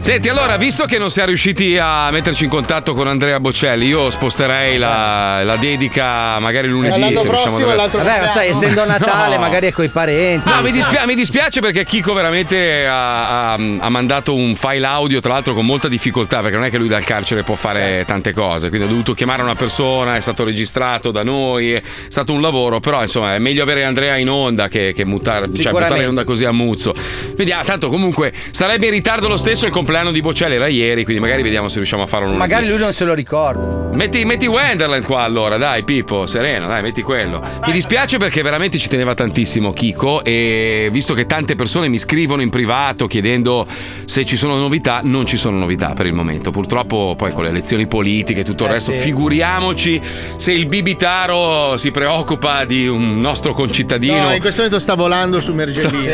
S2: Senti, allora, visto che non si è riusciti a metterci in contatto con Andrea Bocelli, io sposterei la, la dedica magari lunedì.
S3: L'anno
S2: se riusciamo ad avere-
S3: Vabbè, ma sai, essendo Natale,
S2: No.
S3: magari è coi parenti.
S2: No, mi, dispia- mi dispiace perché Chico veramente ha, ha- ha mandato un file audio, tra l'altro con molta difficoltà, perché non è che lui dal carcere può fare tante cose, quindi ha dovuto chiamare una persona, è stato registrato da noi, è stato un lavoro, però insomma è meglio avere Andrea in onda che, che mutare, cioè,
S28: Sicuramente.
S2: buttare in onda così a muzzo. Vediamo, tanto comunque sarebbe in ritardo lo stesso il compleanno di Bocelli, era ieri, quindi magari vediamo se riusciamo a farlo lunedì.
S3: Magari lui non se lo ricorda.
S2: Metti, metti Wonderland qua allora, dai Pippo, sereno, dai, metti quello. Mi dispiace perché veramente ci teneva tantissimo Chico e visto che tante persone mi scrivono in privato chiedendo se ci sono novità, non ci sono novità per il momento. Purtroppo poi con le elezioni politiche e tutto il
S1: Eh,
S2: resto,
S1: sì.
S2: figuriamoci se il Bibitaro si preoccupa di un nostro concittadino.
S8: No, in questo momento sta volando su Mergelli.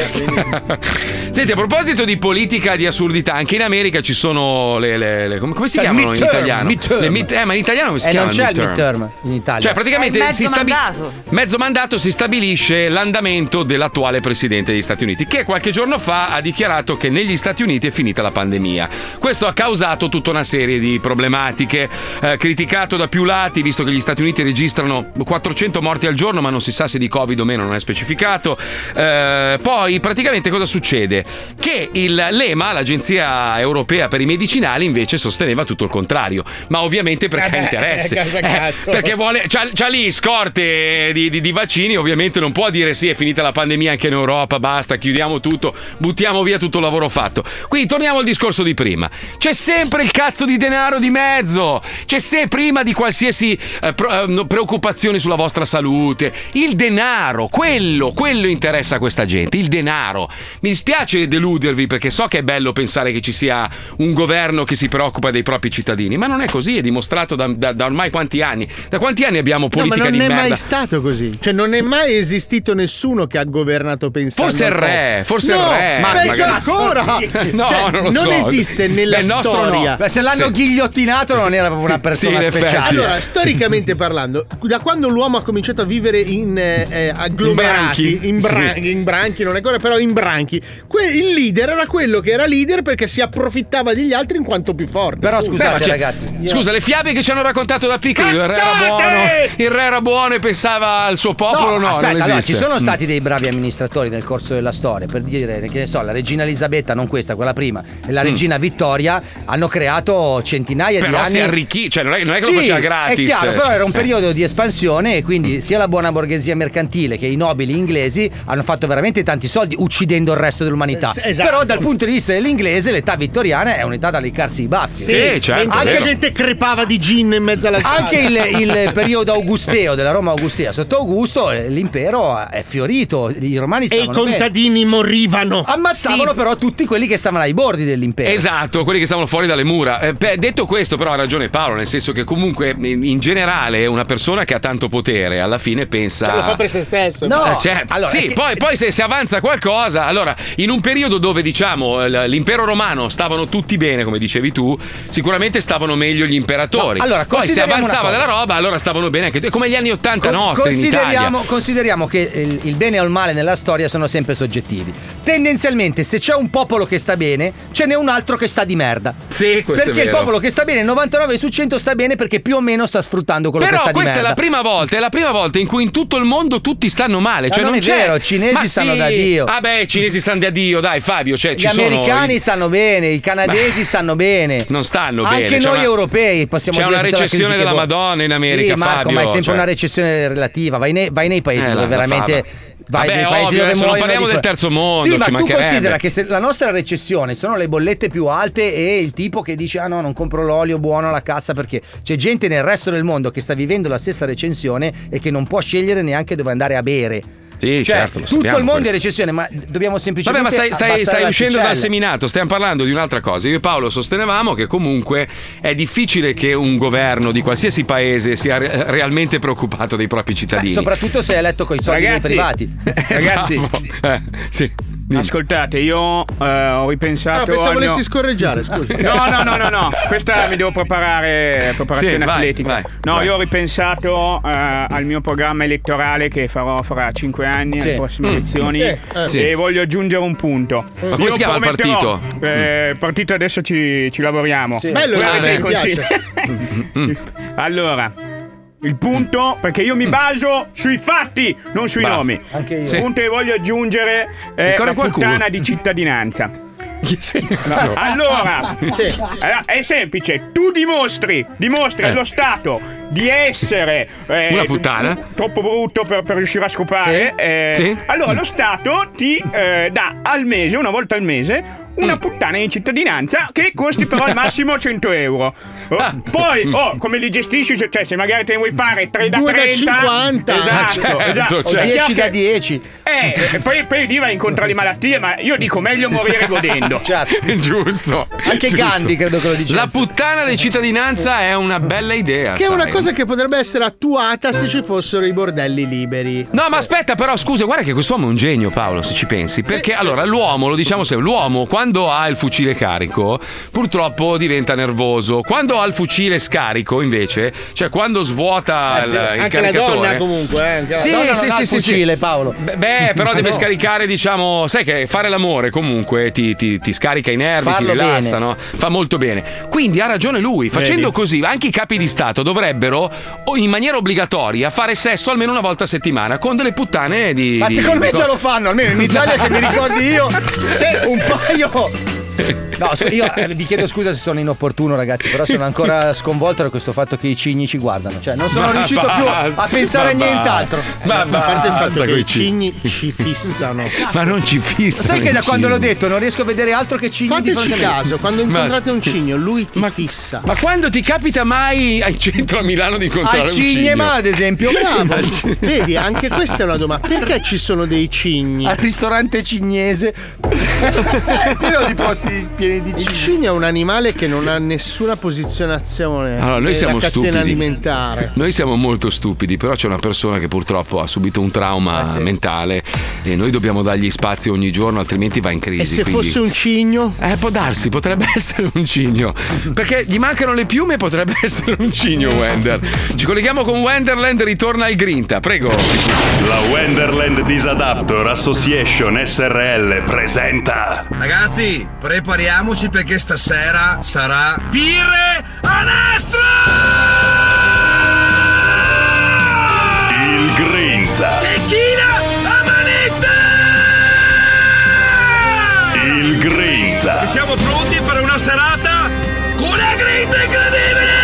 S2: Senti, a proposito di politica di assurdità, anche in America ci sono le. le- le- come, come
S1: Cioè,
S2: si chiamano in italiano? Le mid- eh, ma in italiano come si
S3: Cioè, eh,
S2: chiama?
S3: non c'è il midterm in Italia.
S2: Cioè, praticamente
S29: È mezzo
S2: si stabi-
S29: mandato.
S2: mezzo mandato si stabilisce l'andamento dell'attuale presidente degli Stati Uniti, che qualche giorno fa ha dichiarato che negli Stati Uniti è finita la pandemia. Questo ha causato tutta una serie di problematiche, eh, criticato da più lati, visto che gli Stati Uniti registrano 400 morti al giorno, ma non si sa se di Covid o meno, non è specificato. Eh, poi, praticamente, cosa succede? Che il l'EMA, l'Agenzia Europea per i Medicinali, invece sosteneva tutto il contrario, ma ovviamente perché
S8: Eh
S2: ha
S8: beh,
S2: interesse.
S8: casa cazzo.
S2: perché vuole, c'ha, c'ha lì scorte di, di- di vaccini, ovviamente non può dire sì, è finita la pandemia anche in Europa, basta, chiudiamo tutto, buttiamo via tutto il lavoro fatto. Quindi torniamo al discorso di prima. C'è sempre il cazzo di denaro di mezzo, c'è se prima di qualsiasi eh, pro- eh, no, preoccupazione sulla vostra salute, il denaro, quello, quello interessa a questa gente, il denaro. Mi dispiace deludervi perché so che è bello pensare che ci sia un governo che si preoccupa dei propri cittadini, ma non è così, è dimostrato da, da- da ormai quanti anni. Da quanti anni abbiamo
S8: No, ma
S2: politica
S8: non
S2: di
S8: è
S2: merda?
S8: mai stato così. Cioè, non è mai esistito nessuno che ha governato pensando.
S2: Forse il
S8: al popolo.
S2: re, forse
S8: No,
S2: il re.
S8: Ma
S2: magari.
S8: peggio ancora!
S2: No,
S8: Cioè,
S2: non lo
S8: non
S2: so.
S8: esiste nella
S2: Nel nostro no.
S8: storia.
S2: Beh, se l'hanno Sì.
S3: ghigliottinato non era proprio una persona
S2: in effetti.
S3: speciale.
S8: Allora, storicamente parlando, da quando l'uomo ha cominciato a vivere in eh, eh, agglomerati,
S2: branchi.
S8: in branchi,
S2: Sì.
S8: in branchi, non è ancora, però in branchi, que- il leader era quello che era leader perché si approfittava degli altri in quanto più forte.
S2: Beh, ma c'è- Scusa, le fiabe che ci hanno raccontato da piccoli. Il re, era
S8: Cazzate!
S2: buono, il re era buono e pensava al suo popolo. No, non
S3: aspetta, allora,
S2: esiste.
S3: ci sono
S2: Mm.
S3: stati dei bravi amministratori nel corso della storia, per dire, che ne so, la regina Elisabetta, non questa, quella prima, e la regina Vittoria hanno creato centinaia di
S2: Mm. Però
S3: anni.
S2: si arricchì, cioè non è, non è che
S3: Sì,
S2: lo faceva gratis.
S3: È chiaro, però
S2: Cioè,
S3: era un
S2: eh.
S3: periodo di espansione e quindi sia la buona borghesia mercantile che i nobili inglesi hanno fatto veramente tanti soldi uccidendo il resto dell'umanità.
S8: Eh, sì, esatto.
S3: Però dal punto di vista dell'inglese l'età vittoriana è un'età da leccarsi i baffi.
S2: certo,
S8: Anche
S3: Anche,
S8: gente crepava di gin in mezzo alla strada.
S3: anche il, il periodo augusteo della Roma augustea, sotto Augusto eh, l'impero è fiorito, i romani
S8: E i
S3: stavano bene.
S8: contadini morivano.
S3: Ammazzavano però tutti quelli che stavano ai bordi dell'impero.
S2: Esatto, quelli che stavano fuori dalle mura. Eh, beh, detto questo, però ha ragione Paolo, nel senso che comunque in in generale una persona che ha tanto potere alla fine pensa...
S8: Cioè, Lo fa per se stesso.
S2: Eh, cioè, sì, poi, poi se, se avanza qualcosa, allora in un periodo dove diciamo l- l'impero romano stavano tutti bene, come dicevi tu, sicuramente stavano meglio gli imperatori.
S3: No, allora,
S2: poi se
S3: consideriamo
S2: avanzava
S3: una cosa.
S2: della roba, allora stavano bene anche tu. È come gli anni 80
S3: Con-
S2: nostri in
S3: consideriamo,
S2: Italia.
S3: consideriamo che il, il bene o il male nella storia sono sempre soggettivi. Tendenzialmente, se c'è un popolo che sta bene, ce n'è un altro che sta di merda.
S2: Sì, questo è
S3: Perché il
S2: vero.
S3: popolo che sta bene, 99 su 100 sta bene perché più o meno sta sfruttando quello
S2: Però
S3: che sta di
S2: questa è
S3: merda.
S2: la prima volta, è la prima volta in cui in tutto il mondo tutti stanno male.
S3: Ma
S2: Cioè,
S3: non è
S2: c'è-
S3: vero, i cinesi
S2: Ma
S3: stanno
S2: sì.
S3: da Dio.
S2: Ah, beh, i cinesi stanno da Dio, dai, Fabio. Cioè,
S3: Gli
S2: ci sono
S3: americani
S2: i-
S3: stanno bene, i canadesi
S2: Ma-
S3: stanno bene.
S2: Non stanno
S3: Anche
S2: bene. c'è
S3: noi
S2: una-
S3: europei possiamo
S2: C'è
S3: dire
S2: una
S3: tutta la
S2: recessione
S3: crisi che
S2: della
S3: vuoi.
S2: Madonna in America,
S3: Sì, Marco,
S2: Fabio,
S3: ma è sempre
S2: cioè.
S3: una recessione relativa. Vai nei, vai nei paesi
S2: Eh, la-
S3: dove
S2: la
S3: veramente.
S2: fama.
S3: Vai
S2: Vabbè,
S3: nei paesi
S2: ovvio,
S3: dove
S2: adesso non
S3: muoiono
S2: parliamo
S3: di
S2: del
S3: fame.
S2: terzo mondo,
S3: Sì,
S2: ci
S3: ma tu
S2: mancherebbe.
S3: considera che se la nostra recessione sono le bollette più alte e il tipo che dice ah no, non compro l'olio buono alla cassa perché c'è gente nel resto del mondo che sta vivendo la stessa recensione e che non può scegliere neanche dove andare a bere.
S2: Sì,
S3: Cioè,
S2: certo, lo
S3: tutto
S2: sappiamo
S3: il mondo è
S2: questo.
S3: recessione, ma dobbiamo
S2: Vabbè,
S3: semplicemente.
S2: ma stai, stai-
S3: abbassare
S2: stai
S3: la
S2: uscendo dal
S3: asticella.
S2: seminato, stiamo parlando di un'altra cosa. Io e Paolo sostenevamo che comunque è difficile che un governo di qualsiasi paese sia re- realmente preoccupato dei propri
S3: Beh,
S2: cittadini.
S3: soprattutto se hai letto con i soldi dei
S4: Ragazzi,
S3: privati.
S4: Ragazzi,
S2: Eh, sì.
S4: ascoltate, io eh, ho ripensato.
S8: Ah, pensavo
S4: al mio-
S8: volessi scorreggiare, scusa.
S4: No, no, no, no, no, questa mi devo preparare, eh, preparazione
S8: Sì, vai,
S4: atletica.
S8: vai,
S4: no,
S8: vai.
S4: io ho ripensato eh, al mio programma elettorale che farò fra cinque anni,
S2: Sì.
S4: alle prossime
S2: Mm.
S4: elezioni,
S2: Sì, eh. Sì.
S4: e voglio aggiungere un punto. eh,
S2: Ma come si chiama il partito?
S4: Il partito adesso ci, ci lavoriamo.
S8: Sì. Bello il
S4: Voi
S8: nome,
S4: avete
S8: mi Mm.
S4: i consigli? allora, il punto, perché io mi baso sui fatti, non sui
S2: Bravo.
S4: nomi.
S2: Mm. Anche io.
S4: Il
S2: Sì.
S4: punto che voglio aggiungere è
S2: Ancora
S4: la
S2: qualcuno?
S4: puttana di cittadinanza.
S2: senso?
S4: No, Allora,
S8: Sì.
S4: allora, è semplice, tu dimostri, dimostri
S2: Eh.
S4: allo Stato di essere eh,
S2: Una puttana.
S4: troppo brutto per, per riuscire a scopare. eh,
S2: Sì. Mm.
S4: Allora lo Stato ti eh, dà al mese, una volta al mese,
S2: Mm.
S4: una puttana in cittadinanza che costi però al massimo 100 euro. Oh,
S2: Ah.
S4: poi, oh, come li gestisci? Cioè, se magari te ne vuoi fare 3 da
S8: Due da
S4: 30,
S8: 50.
S4: esatto,
S8: Ah, certo,
S4: esatto.
S8: certo.
S4: È
S3: 10
S4: chiaro
S3: da
S4: che-
S3: 10.
S4: eh, e poi, poi lì va incontro alle malattie, ma io dico meglio morire godendo.
S2: Giusto.
S3: Anche
S2: Giusto.
S3: Gandhi credo che lo dicesse.
S2: La puttana di cittadinanza è una bella idea.
S8: Che è una
S2: sai.
S8: cosa che potrebbe essere attuata se ci fossero i bordelli liberi.
S2: No, ma aspetta, però, scusa, guarda che quest'uomo è un genio, Paolo, se ci pensi. Perché allora l'uomo, lo diciamo sempre, l'uomo quando ha il fucile carico, purtroppo diventa nervoso. Quando ha il fucile scarico, invece, cioè quando svuota Ah, il, il
S8: Eh anche la
S2: caricatore.
S8: donna comunque, eh, anche la
S2: Sì,
S8: donna non
S2: sì,
S8: ha
S2: sì,
S8: il
S2: sì,
S8: fucile,
S2: sì.
S3: Paolo.
S2: Beh, Beh, però
S8: Ah,
S2: deve
S8: no.
S2: scaricare, diciamo, sai che fare l'amore comunque ti, ti- ti scarica i nervi,
S3: Farlo
S2: ti rilassa,
S3: bene.
S2: no? Fa molto bene. Quindi ha ragione lui. Facendo così, anche i capi di Stato dovrebbero, o in maniera obbligatoria, fare sesso almeno una volta a settimana con delle puttane di.
S7: Ma
S2: di-
S7: secondo me
S2: di-
S7: ce lo fanno, almeno in Italia che mi ricordi io. Se un paio.
S3: No, scu- io eh, vi chiedo scusa se sono inopportuno, ragazzi, però sono ancora sconvolto da questo fatto che i cigni ci guardano. Cioè, non sono
S7: Ma
S3: riuscito più
S7: basta,
S3: a pensare a
S7: ma
S3: nient'altro.
S7: basta.
S8: Eh, Ma a parte il fatto che i
S3: cigni.
S8: cigni ci fissano.
S2: Ma non ci fissano.
S3: Sai che
S8: i
S3: da quando
S8: cigni.
S3: l'ho detto non riesco a vedere altro che cigni di
S8: Fateci
S3: fronte a me.
S8: caso, quando incontrate un cigno, lui ti fissa.
S2: Ma quando ti capita mai al centro a Milano di incontrare
S8: Al
S2: un cigno?
S8: cinema, ad esempio, bravo.
S2: Al cin-
S8: Vedi, anche questa è una domanda. Perché ci sono dei cigni? Al
S3: ristorante cignese.
S8: Pieno di posti pieni di cigni. Il cigno è un animale che non ha nessuna posizionazione.
S2: Allora, noi
S8: nella
S2: siamo
S8: Eh, catena
S2: stupidi.
S8: alimentare.
S2: Noi siamo molto stupidi, però c'è una persona che purtroppo ha subito un trauma mentale e noi dobbiamo dargli spazio ogni giorno, altrimenti va in crisi.
S8: E se
S2: quindi-
S8: fosse un cigno?
S2: Eh, può darsi, potrebbe essere un cigno. Perché gli mancano le piume, potrebbe essere un cigno, Wender. Ci colleghiamo con Wenderland, ritorna al Grinta, prego.
S14: La Wenderland Disadaptor Association SRL presenta
S15: Ragazzi, prepariamoci perché stasera sarà birre a nastro!
S14: Il Grinta.
S15: Tequila a manetta!
S14: Il Grinta.
S15: Siamo pronti per una serata con una grinta incredibile!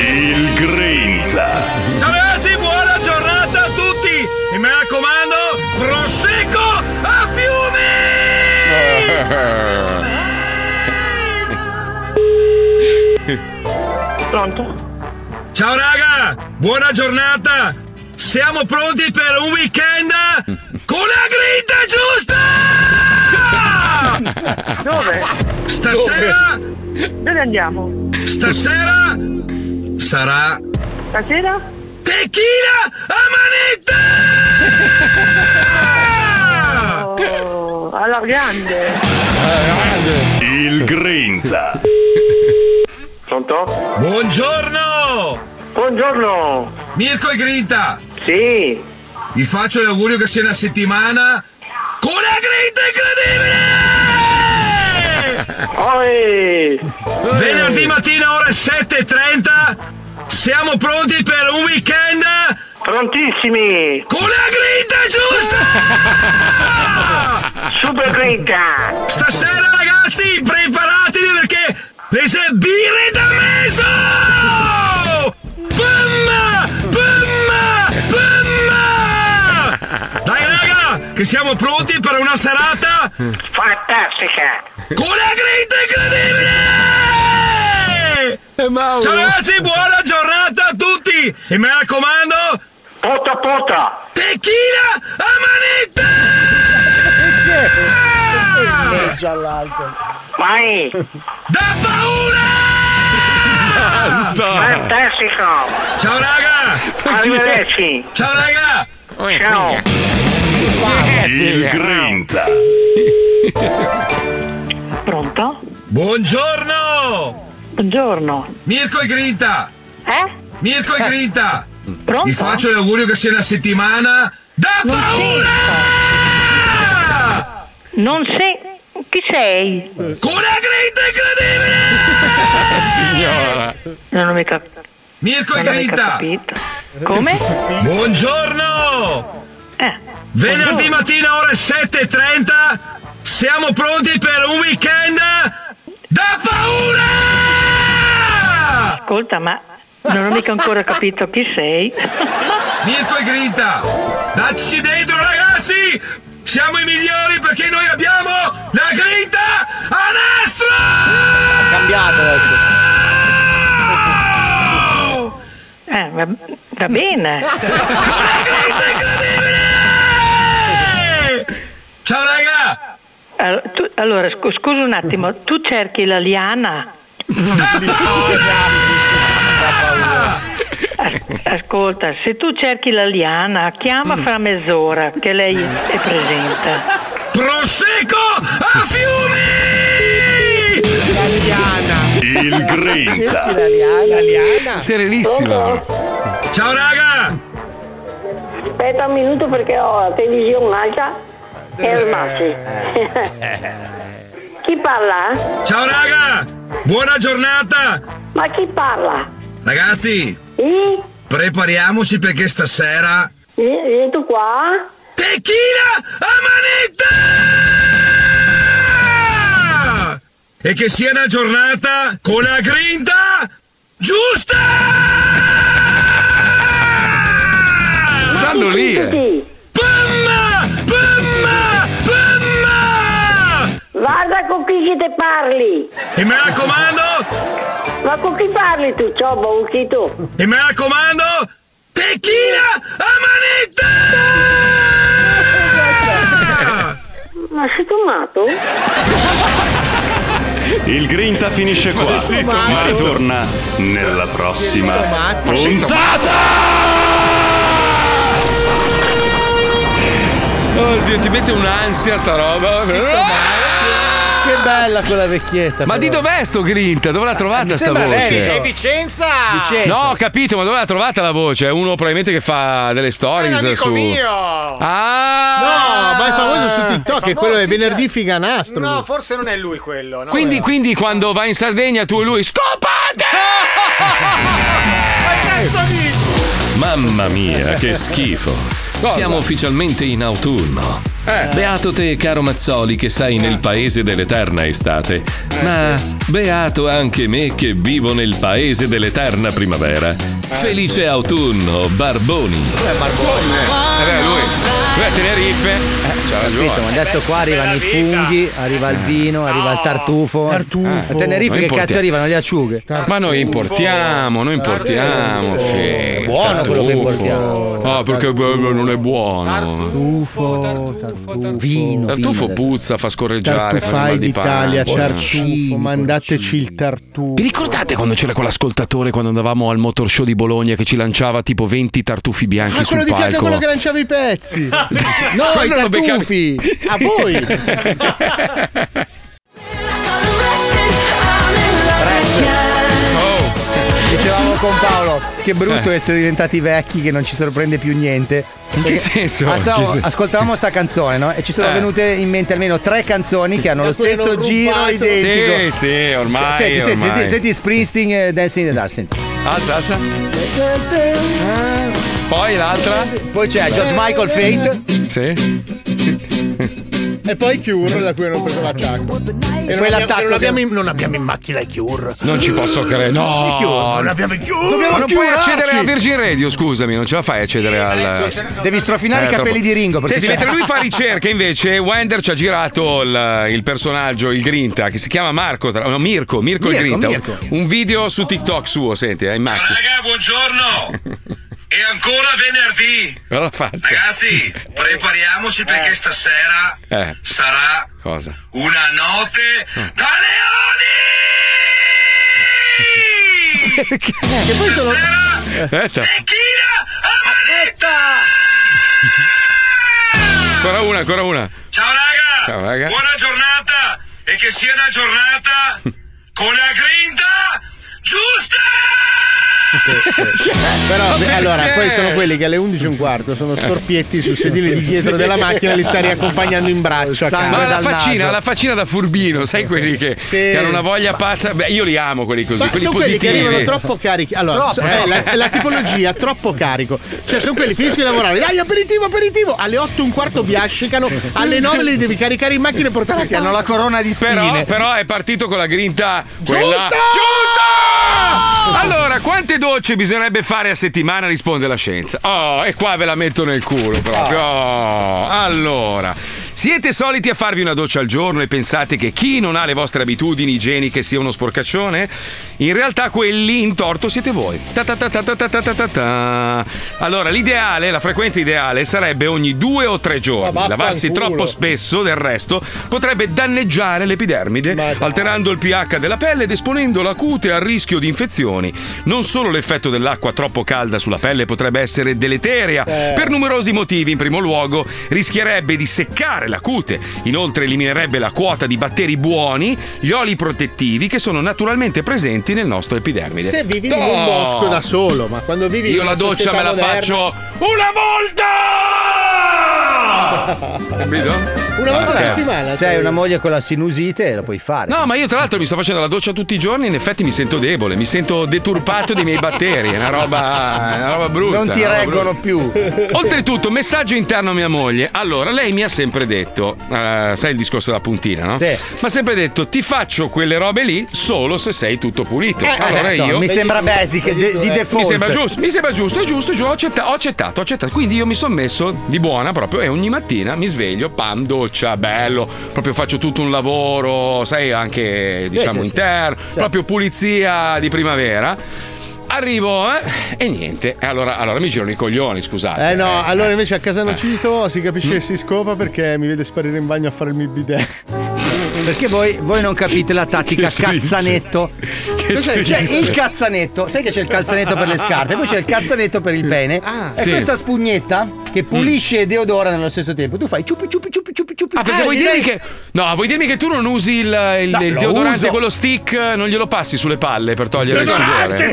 S14: Il Grinta.
S15: Ciao ragazzi, buona giornata a tutti! E mi
S30: Eh.
S15: raccomando, prosecco a fiume!
S30: Pronto?
S7: Ciao raga, buona giornata. Siamo pronti per un weekend con la grinta giusta!
S30: Dove?
S7: Stasera?
S30: Dove andiamo?
S7: Stasera sarà
S30: Stasera?
S7: tequila
S30: a manetta! Oh, alla grande!
S14: Il Grinta.
S30: Pronto?
S7: Buongiorno!
S30: Buongiorno!
S7: Mirko e Grinta!
S30: Sì!
S7: Vi faccio l'augurio che sia una settimana con la grinta
S18: Eh,
S7: incredibile! Venerdì mattina ore 7.30 siamo pronti per un weekend
S30: Prontissimi!
S7: con la grinta giusta!
S30: Super grinta!
S7: Stasera ragazzi preparatevi perché le se- birre da meso! Pumma! Pumma! Pumma! Dai raga, che siamo pronti per una serata
S30: Fantastica!
S7: con la grinta incredibile! Eh! Ciao ragazzi, buona giornata a tutti! E mi raccomando,
S30: porta a porta!
S7: Tequila a Eh! manetta!
S30: Leggia all'alto! Vai!
S7: Da paura!
S30: Fantastico!
S7: Ciao raga!
S30: Arrivederci!
S7: Ciao raga!
S30: Ciao!
S14: Il Grinta.
S30: Pronto?
S7: Buongiorno!
S30: Buongiorno!
S7: Mirko e Grinta!
S30: Eh?
S7: Mirko e Grinta!
S30: Pronto?
S7: Vi faccio l'augurio che sia una settimana da paura!
S30: Non sei... Chi sei?
S7: Con la grinta incredibile! Signora!
S30: Non ho mica...
S7: Mirko e
S30: non ho mica
S7: Grinta!
S30: capito. Come?
S7: Buongiorno!
S30: Eh,
S7: Venerdì mattina ore 7.30 siamo pronti per un weekend da paura!
S30: Ascolta, ma non ho mica ancora capito chi sei.
S7: Mirko e Grinta, dacci dentro ragazzi! Siamo i migliori perché noi abbiamo la grinta a nastro!
S30: Cambiato adesso. Eh, va, va bene.
S7: Eh. Ciao raga!
S30: Allora, tu- allora, scu- scusa un attimo, tu cerchi la liana? As- Ascolta, se tu cerchi la liana,
S7: Mm.
S30: chiama fra mezz'ora che lei è presente.
S7: Prosecco a fiumi!
S14: Il Grinta.
S2: Serenissima.
S7: Ciao raga!
S30: Aspetta un minuto perché ho la televisione alta e il Chi parla?
S7: Ciao raga! Buona giornata!
S30: Ma chi parla?
S7: Ragazzi, prepariamoci perché stasera
S30: Vieni Eh, tu qua?
S7: Tequila a manetta! E che sia una giornata con la grinta giusta!
S2: Stanno lì, eh.
S7: Pamma! Pamma! Pamma!
S30: Guarda con chi ci te parli!
S7: E mi raccomando,
S30: Ma con chi parli tu, Ciobba, con chi tu?
S7: e mi raccomando, tequila a manetta!
S30: Ma sei fumato?
S2: Eh,
S14: Il Grinta finisce qua,
S30: Sì, sì,
S14: ma
S30: Tommaso.
S14: ritorna nella prossima
S8: Ah,
S14: puntata!
S2: Oddio, ti mette un'ansia sta roba.
S3: Che bella quella vecchietta.
S2: Ma di
S3: però.
S2: dov'è sto Grinta? Dove l'ha trovata sta
S3: sembra
S2: voce?
S3: lei.
S8: E Eh, Vicenza!
S2: No, ho capito, ma dove l'ha trovata la voce? È uno probabilmente che fa delle stories.
S8: È un amico
S2: su...
S8: mio!
S2: Ah!
S20: No, ma è famoso su TikTok,
S8: È
S20: è quello
S8: famoso, cioè,
S20: del venerdì figanastro.
S8: No, forse non è lui quello. no?
S2: Quindi, quindi quando va in Sardegna tu e lui scopate!
S1: Mamma mia, che schifo.
S2: Siamo ufficialmente in autunno.
S8: Eh.
S1: Beato te, caro Mazzoli, che sei nel paese dell'eterna estate.
S8: Eh,
S1: Ma beato anche me che vivo nel paese dell'eterna primavera.
S8: Eh,
S1: Felice autunno, Barboni.
S2: Eh beh, lui. Lui a Tenerife. Eh, c'ha ragione.
S3: Capito, ma adesso qua arrivano i funghi, arriva il vino, arriva il tartufo. Eh,
S2: Tartufo.
S3: A Tenerife
S2: Noi
S3: che
S2: importiamo-
S3: cazzo arrivano? Le acciughe.
S2: Ma noi importiamo, noi importiamo. Figa,
S3: Buono quello che
S2: tartufo.
S3: importiamo.
S2: Ah, perché eh, non è buono.
S8: Tartufo, vino.
S2: Tartufo
S8: vino.
S2: puzza, fa scorreggiare. fa mal
S8: Tartufai
S2: di
S8: d'Italia,
S2: pancia.
S8: tartufo, mandateci il tartufo.
S2: Vi ricordate quando c'era quell'ascoltatore quando andavamo al motor show di Bologna che ci lanciava tipo 20 tartufi bianchi
S8: Ah,
S2: sul
S8: quello di fianco a
S2: palco?
S8: quello che lanciava i pezzi.
S2: Quello
S8: no, i
S2: lo beccavi-
S8: tartufi. A voi.
S3: Dicevamo con Paolo che brutto essere diventati vecchi che non ci sorprende più niente. In
S2: Eh. che senso? In che senso?
S3: ascoltavamo sta canzone, no? E ci sono
S2: Eh.
S3: venute in mente almeno tre canzoni che hanno lo
S2: quello
S3: stesso
S2: rubato.
S3: giro identico.
S2: Sì, sì, ormai,
S3: Senti, senti,
S2: ormai.
S3: senti, senti Springsteen eh, Dancing in the Dark, senti.
S2: Alza, alza. Poi l'altra.
S3: Poi c'è George Michael Fate.
S2: Sì.
S8: E poi Cure da cui non preso l'attacco. E non
S12: Quell'attacco
S8: abbiamo- non, abbiamo
S12: che-
S8: in, non abbiamo in macchina i Cure.
S2: Non ci posso credere. No.
S8: I Cure, non abbiamo i Cure.
S2: Ma non puoi
S8: chiurarci.
S2: accedere a Virgin Radio, scusami, non ce la fai accedere al.
S3: Devi strofinare i
S2: Eh,
S3: capelli
S2: troppo.
S3: di Ringo. perché
S2: Senti,
S3: c'è-
S2: mentre lui fa ricerca, invece, Wender ci ha girato il, il personaggio, il Grinta, che si chiama Marco. tra- no, Mirko, Mirko, il
S15: Mirko,
S2: Grinta.
S15: Mirco.
S2: Un video su TikTok suo, senti, eh, in macchina.
S15: Raga, buongiorno! E ancora venerdì!
S2: Guarda la faccia.
S15: Ragazzi, prepariamoci perché stasera
S2: Eh,
S15: sarà
S2: cosa?
S15: una notte da leoni! Perché?
S8: Che poi sono-
S2: Eh,
S8: Cioè,
S2: Aspetta.
S15: Manetta!
S2: Ancora una, ancora una.
S15: Ciao raga!
S2: Ciao, raga.
S15: Buona giornata! E che sia una giornata con la grinta giusta!
S8: Però, beh, allora, poi sono
S15: quelli
S8: quelli che alle 11 e un quarto sono storpietti sul sedile di dietro
S2: Sì.
S8: della macchina e li stai riaccompagnando in braccio. a casa.
S2: Cioè, Ma la faccina, la faccina da furbino, sai quelli che, che hanno una voglia pazza? Beh, io li amo quelli così.
S8: Ma
S2: quelli
S8: sono quelli
S2: positivi.
S8: che arrivano troppo carichi. Allora,
S2: Troppo,
S8: so- eh,
S2: troppo.
S8: la, è la tipologia troppo carico. Cioè, sono quelli, finiscono di lavorare. Dai, aperitivo, aperitivo! Alle 8 e un quarto biascicano, alle 9 li devi caricare in macchina e portare a casa. hanno la
S3: corona di
S2: Però, però è partito con la grinta quella.
S8: Giusta!
S2: Giusta! Allora, quante docce bisognerebbe fare a settimana? Risponde la scienza. Oh, e qua ve la metto nel culo proprio. Oh, allora. Siete soliti a farvi una doccia al giorno e pensate che chi non ha le vostre abitudini igieniche sia uno sporcaccione? In realtà quelli in torto siete voi. Ta ta ta ta ta ta ta ta ta ta. Allora, l'ideale, la frequenza ideale sarebbe ogni due o tre giorni.
S14: Ma
S2: Lavarsi
S14: vaffanculo.
S2: troppo spesso, del resto, potrebbe danneggiare l'epidermide, alterando il pH della pelle ed esponendo la cute al rischio di infezioni. Non solo l'effetto dell'acqua troppo calda sulla pelle potrebbe essere deleteria,
S8: Eh.
S2: per numerosi motivi. In primo luogo, rischierebbe di seccare la cute, inoltre eliminerebbe la quota di batteri buoni, gli oli protettivi che sono naturalmente presenti nel nostro epidermide.
S8: Se vivi in un
S2: Oh!
S8: bosco da solo, ma quando vivi in
S2: Io
S8: una
S2: la doccia
S8: società
S2: me la
S8: moderna-
S2: faccio una volta! Capito?
S8: Una volta a
S2: Ah, Scherzo.
S8: settimana,
S3: Se hai una moglie con la sinusite, lo puoi fare.
S2: No, ma io tra l'altro mi sto facendo la doccia tutti i giorni e in effetti mi sento debole, mi sento deturpato dei miei batteri, è una roba, è una roba brutta.
S3: non ti
S2: una roba
S3: reggono più.
S2: Oltretutto, messaggio interno a mia moglie. Allora, lei mi ha sempre detto, eh, sai il discorso della puntina, no? Sì. Ma ha sempre detto, ti faccio quelle robe lì solo se sei tutto pulito.
S3: Eh,
S2: allora
S3: eh, so,
S2: io...
S3: mi sembra basic, di- di default.
S2: Eh, Mi sembra giusto, mi sembra giusto, è giusto, è giusto, ho accetta- ho accettato, ho accettato, Quindi io mi sono messo di buona proprio e ogni mattina mi sveglio, pam, doccia, bello, proprio faccio tutto un lavoro, sai, anche diciamo
S14: sì, sì.
S2: interno, proprio pulizia di primavera. Arrivo eh, e niente. E Allora, allora mi girano i coglioni, scusate.
S8: Eh no, allora invece a casa
S2: eh.
S8: Nocito si capisce che si scopa perché mi vede sparire in bagno a fare il mio bidet.
S3: Perché voi, voi non capite la tattica cazzanetto. Cos'è? C'è
S8: triste.
S3: il cazzanetto, sai che c'è il calzanetto per le scarpe, poi c'è il cazzanetto per il pene. è
S2: Ah. Sì. Mm.
S3: questa spugnetta che pulisce e deodora nello stesso tempo. Tu fai ciupi ciupi ciupi ciupi ciupi.
S2: Ah, perché
S3: Eh,
S2: vuoi
S3: gli
S2: dirmi
S3: dai-
S2: che. No, vuoi dirmi che tu non usi il, il-
S3: No,
S2: il
S3: lo
S2: deodorante,
S3: uso.
S2: quello stick, eh, non glielo passi sulle palle per togliere il
S3: Deodorante,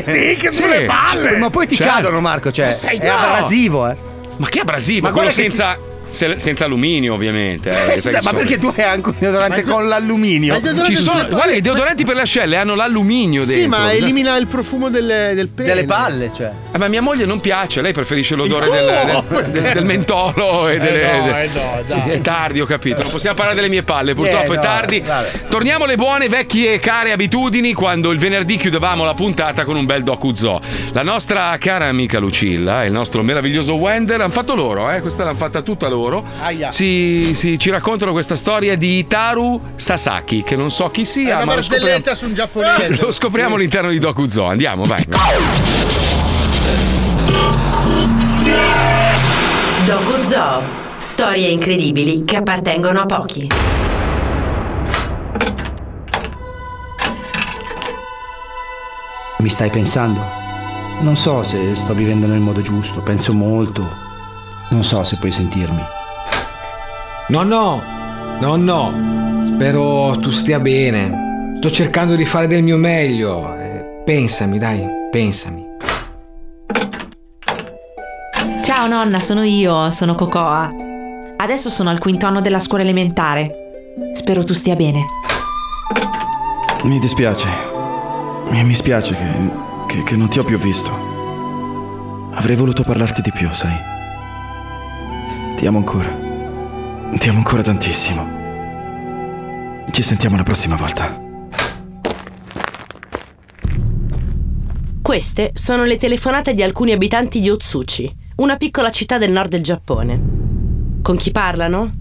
S2: sudore?
S3: stick sulle
S2: Cioè, certo.
S3: palle! Ma poi ti cadono, Marco, cioè, è abrasivo, eh.
S2: Ma che abrasivo?
S3: Ma
S2: quello
S3: guarda che
S2: senza. Se- senza alluminio, ovviamente. eh, perché sai
S31: Sa-
S2: che
S31: ma
S2: sono-
S31: perché tu hai anche un deodorante con l'alluminio?
S2: Ci sono, guarda, i deodoranti per le ascelle hanno l'alluminio dentro.
S8: Sì, ma elimina il profumo delle, del pene.
S2: Delle
S31: palle, cioè.
S2: Eh, ma mia moglie non piace, lei preferisce l'odore
S8: Il
S2: del,
S8: culo!
S2: del- del- del mentolo e
S8: Eh
S2: delle.
S8: no,
S2: de-
S8: eh no,
S2: Sì, è tardi, ho capito. Non possiamo parlare delle mie palle, purtroppo è
S8: Eh, no,
S2: tardi. Torniamo alle buone, vecchie e care abitudini quando il venerdì chiudevamo la puntata con un bel docu zoo. La nostra cara amica Lucilla e il nostro meraviglioso Wender hanno fatto loro, eh, questa l'hanno fatta tutta loro.
S8: Aia.
S2: Si, si- ci raccontano questa storia di Itaru Sasaki, che non so chi
S8: È
S2: sia,
S8: una
S2: Ah, ma lo scopriamo,
S8: barzelletta su un giapponese.
S2: lo scopriamo all'interno di docu zoo. Andiamo, vai.
S20: Dopo Zoo, storie incredibili che appartengono a pochi.
S6: Mi stai pensando? Non so se sto vivendo nel modo giusto, penso molto. Non so se puoi sentirmi.
S3: No, no, no, no. Spero tu stia bene. Sto cercando di fare del mio meglio. Eh, Pensami, dai, pensami.
S18: Ciao nonna, sono io, sono Cocoa. Adesso sono al quinto anno della scuola elementare. Spero tu stia bene. Mi dispiace. Mi, mi spiace che, che- che non ti ho più visto. Avrei voluto parlarti di più, sai. Ti amo ancora. Ti amo ancora tantissimo. Ci sentiamo la prossima volta.
S24: Queste sono le telefonate di alcuni abitanti di Otsuchi, una piccola città del nord del Giappone. Con chi parlano?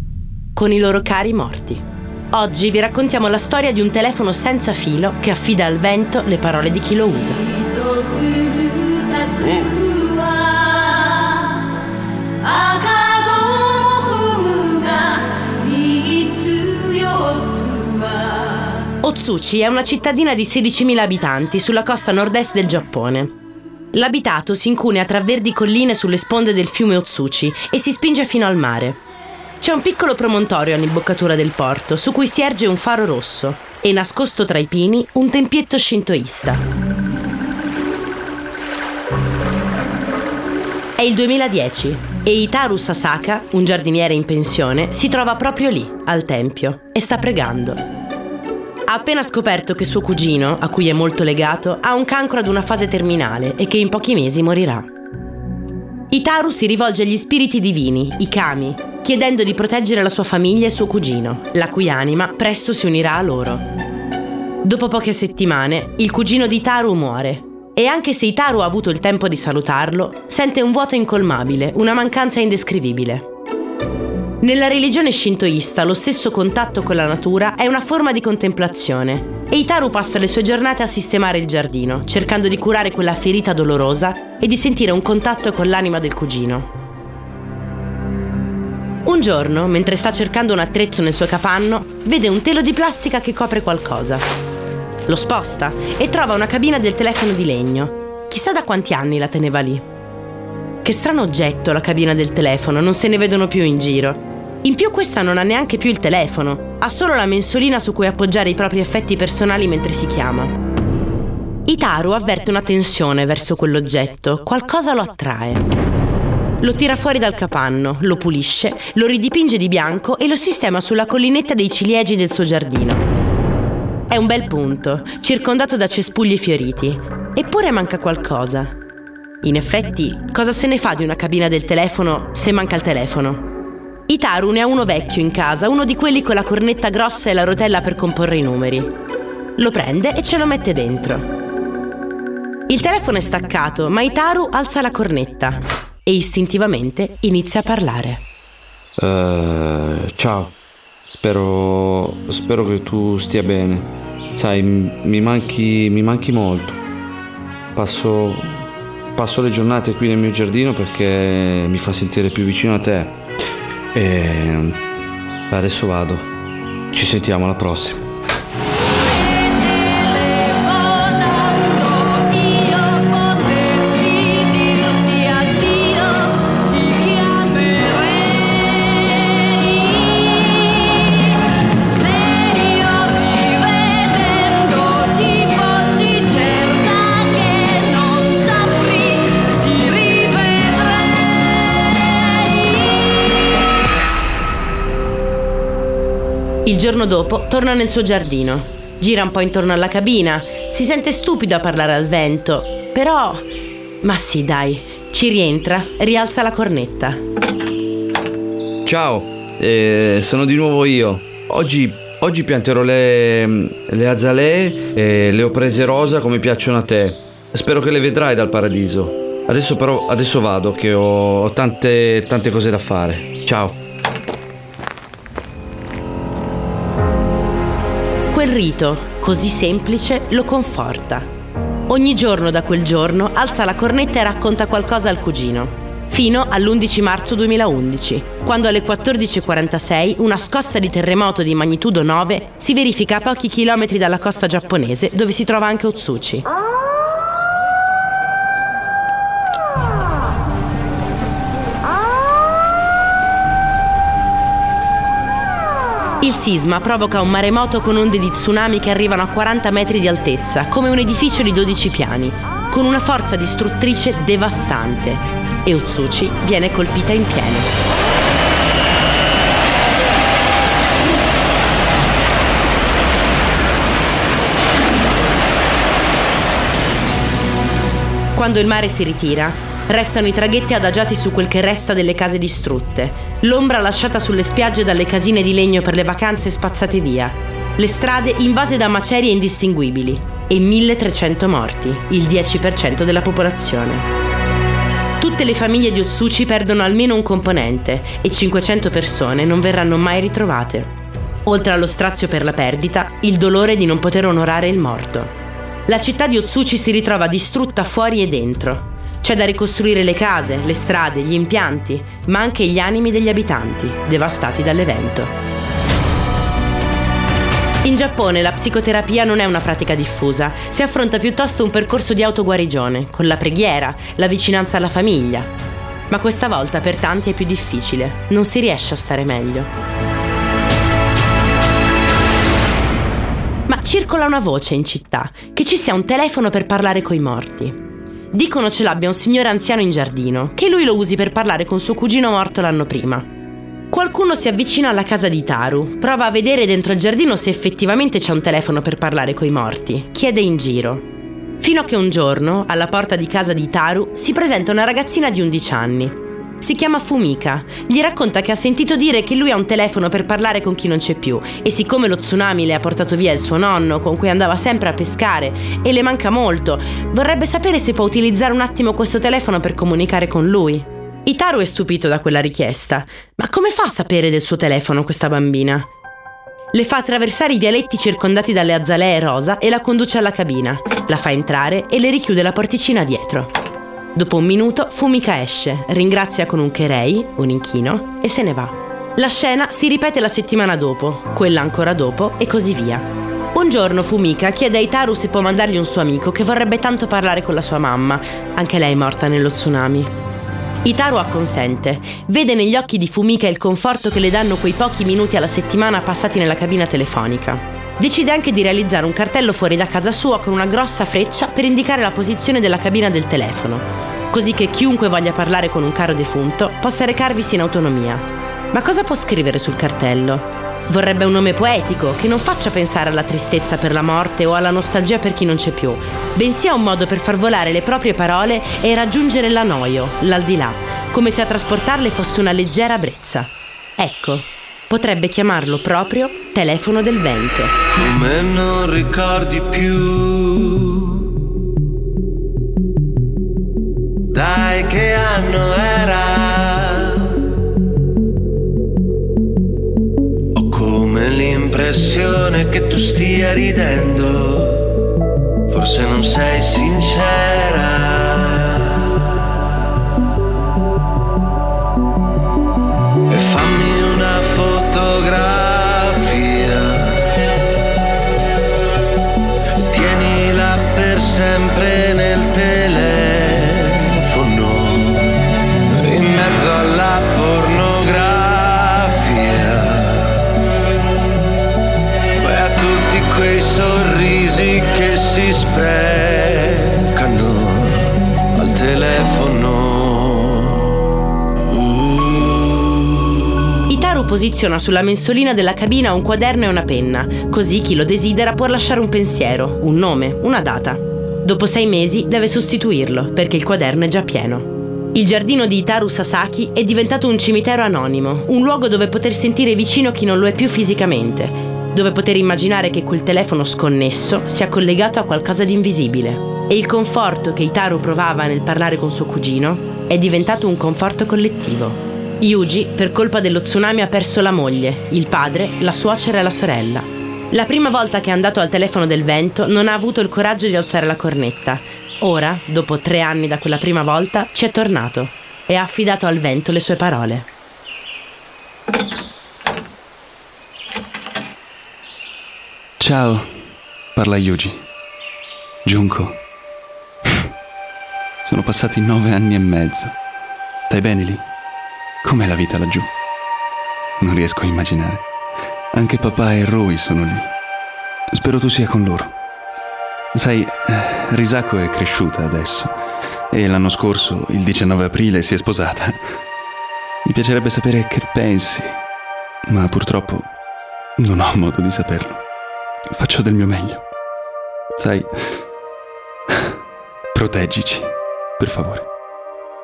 S24: Con i loro cari morti. Oggi vi raccontiamo la storia di un telefono senza filo che affida al vento le parole di chi lo usa. Otsuchi è una cittadina di 16.000 abitanti sulla costa nord-est del Giappone. L'abitato si incunea tra verdi colline sulle sponde del fiume Otsuchi e si spinge fino al mare. C'è un piccolo promontorio all'imboccatura del porto su cui si erge un faro rosso e nascosto tra i pini un tempietto shintoista. È il 2010 e Itaru Sasaka, un giardiniere in pensione, si trova proprio lì, al tempio, e sta pregando. Ha appena scoperto che suo cugino, a cui è molto legato, ha un cancro ad una fase terminale e che in pochi mesi morirà. Itaru si rivolge agli spiriti divini, i kami, chiedendo di proteggere la sua famiglia e suo cugino, la cui anima presto si unirà a loro. Dopo poche settimane, il cugino di Itaru muore. E anche se Itaru ha avuto il tempo di salutarlo, sente un vuoto incolmabile, una mancanza indescrivibile. Nella religione shintoista lo stesso contatto con la natura è una forma di contemplazione e Itaru passa le sue giornate a sistemare il giardino, cercando di curare quella ferita dolorosa e di sentire un contatto con l'anima del cugino. Un giorno, mentre sta cercando un attrezzo nel suo capanno, vede un telo di plastica che copre qualcosa. Lo sposta e trova una cabina del telefono di legno. Chissà da quanti anni la teneva lì. Che strano oggetto la cabina del telefono, non se ne vedono più in giro. In più questa non ha neanche più il telefono, ha solo la mensolina su cui appoggiare i propri effetti personali mentre si chiama. Itaru avverte una tensione verso quell'oggetto, qualcosa lo attrae. Lo tira fuori dal capanno, lo pulisce, lo ridipinge di bianco e lo sistema sulla collinetta dei ciliegi del suo giardino. È un bel punto, circondato da cespugli fioriti. Eppure manca qualcosa. In effetti, cosa se ne fa di una cabina del telefono se manca il telefono? Itaru ne ha uno vecchio in casa, uno di quelli con la cornetta grossa e la rotella per comporre i numeri. Lo prende e ce lo mette dentro. Il telefono è staccato, ma Itaru alza la cornetta e istintivamente inizia a parlare.
S6: Eh, ciao, spero, spero che tu stia bene. Sai, m- mi manchi, mi manchi molto. Passo, passo le giornate qui nel mio giardino perché mi fa sentire più vicino a te. E adesso vado. Ci sentiamo alla prossima.
S20: Ti rivedrei
S24: Il giorno dopo torna nel suo giardino. Gira un po' intorno alla cabina. Si sente stupido a parlare al vento. Però. Ma sì, dai. Ci rientra, rialza la cornetta.
S25: Ciao, eh, sono di nuovo io. Oggi, oggi pianterò le, le azalee e le ho prese rosa come piacciono a te. Spero che le vedrai dal paradiso. Adesso però, adesso vado che ho, ho tante, tante cose da fare. Ciao.
S24: Quel rito, così semplice, lo conforta. Ogni giorno da quel giorno alza la cornetta e racconta qualcosa al cugino. Fino all'11 marzo 2011, quando alle 14.46 una scossa di terremoto di magnitudo 9 si verifica a pochi chilometri dalla costa giapponese dove si trova anche Otsuchi. Il sisma provoca un maremoto con onde di tsunami che arrivano a 40 metri di altezza, come un edificio di 12 piani, con una forza distruttrice devastante. E Utsuchi viene colpita in pieno. Quando il mare si ritira, restano i traghetti adagiati su quel che resta delle case distrutte, l'ombra lasciata sulle spiagge dalle casine di legno per le vacanze spazzate via, le strade invase da macerie indistinguibili e 1300 morti, il 10% della popolazione. Tutte le famiglie di Otsuchi perdono almeno un componente e 500 persone non verranno mai ritrovate. Oltre allo strazio per la perdita, il dolore di non poter onorare il morto. La città di Otsuchi si ritrova distrutta fuori e dentro, c'è da ricostruire le case, le strade, gli impianti, ma anche gli animi degli abitanti, devastati dall'evento. In Giappone la psicoterapia non è una pratica diffusa, si affronta piuttosto un percorso di autoguarigione, con la preghiera, la vicinanza alla famiglia. Ma questa volta per tanti è più difficile, non si riesce a stare meglio. Ma circola una voce in città, che ci sia un telefono per parlare coi morti. Dicono ce l'abbia un signore anziano in giardino, che lui lo usi per parlare con suo cugino morto l'anno prima. Qualcuno si avvicina alla casa di Taru, prova a vedere dentro il giardino se effettivamente c'è un telefono per parlare coi morti, chiede in giro. Fino a che un giorno, alla porta di casa di Taru, si presenta una ragazzina di 11 anni. Si chiama Fumika, gli racconta che ha sentito dire che lui ha un telefono per parlare con chi non c'è più e siccome lo tsunami le ha portato via il suo nonno con cui andava sempre a pescare e le manca molto, vorrebbe sapere se può utilizzare un attimo questo telefono per comunicare con lui. Itaru è stupito da quella richiesta, ma come fa a sapere del suo telefono questa bambina? Le fa attraversare i vialetti circondati dalle azalee rosa e la conduce alla cabina, la fa entrare e le richiude la porticina dietro. Dopo un minuto Fumika esce, ringrazia con un cherei, un inchino, e se ne va. La scena si ripete la settimana dopo, quella ancora dopo e così via. Un giorno Fumika chiede a Itaru se può mandargli un suo amico che vorrebbe tanto parlare con la sua mamma, anche lei morta nello tsunami. Itaru acconsente, vede negli occhi di Fumika il conforto che le danno quei pochi minuti alla settimana passati nella cabina telefonica. Decide anche di realizzare un cartello fuori da casa sua con una grossa freccia per indicare la posizione della cabina del telefono, così che chiunque voglia parlare con un caro defunto possa recarvisi in autonomia. Ma cosa può scrivere sul cartello? Vorrebbe un nome poetico che non faccia pensare alla tristezza per la morte o alla nostalgia per chi non c'è più, bensì a un modo per far volare le proprie parole e raggiungere l'anoio, l'aldilà, come se a trasportarle fosse una leggera brezza. Ecco, potrebbe chiamarlo proprio telefono del vento.
S22: Come non ricordi più Dai che anno era Ho come l'impressione che tu stia ridendo Forse non sei sincera E fammi una fotografia Tienila per sempre nel telefono In mezzo alla pornografia Poi a tutti quei sorrisi che si sprecano Al telefono
S24: Itaru posiziona sulla mensolina della cabina un quaderno e una penna, così chi lo desidera può lasciare un pensiero, un nome, una data. Dopo sei mesi deve sostituirlo, perché il quaderno è già pieno. Il giardino di Itaru Sasaki è diventato un cimitero anonimo, un luogo dove poter sentire vicino chi non lo è più fisicamente, dove poter immaginare che quel telefono sconnesso sia collegato a qualcosa di invisibile. E il conforto che Itaru provava nel parlare con suo cugino è diventato un conforto collettivo. Yuji, per colpa dello tsunami, ha perso la moglie, il padre, la suocera e la sorella. La prima volta che è andato al telefono del vento non ha avuto il coraggio di alzare la cornetta. Ora, dopo tre anni da quella prima volta, ci è tornato e ha affidato al vento le sue parole.
S14: Ciao, parla Yuji. Giunco. Sono passati nove anni e mezzo. Stai bene lì? Com'è la vita laggiù? Non riesco a immaginare. Anche papà e Rui sono lì. Spero tu sia con loro. Sai, eh, Risako è cresciuta adesso e l'anno scorso, il 19 aprile, si è sposata. Mi piacerebbe sapere che pensi, ma purtroppo non ho modo di saperlo. Faccio del mio meglio. Sai, proteggici, per favore.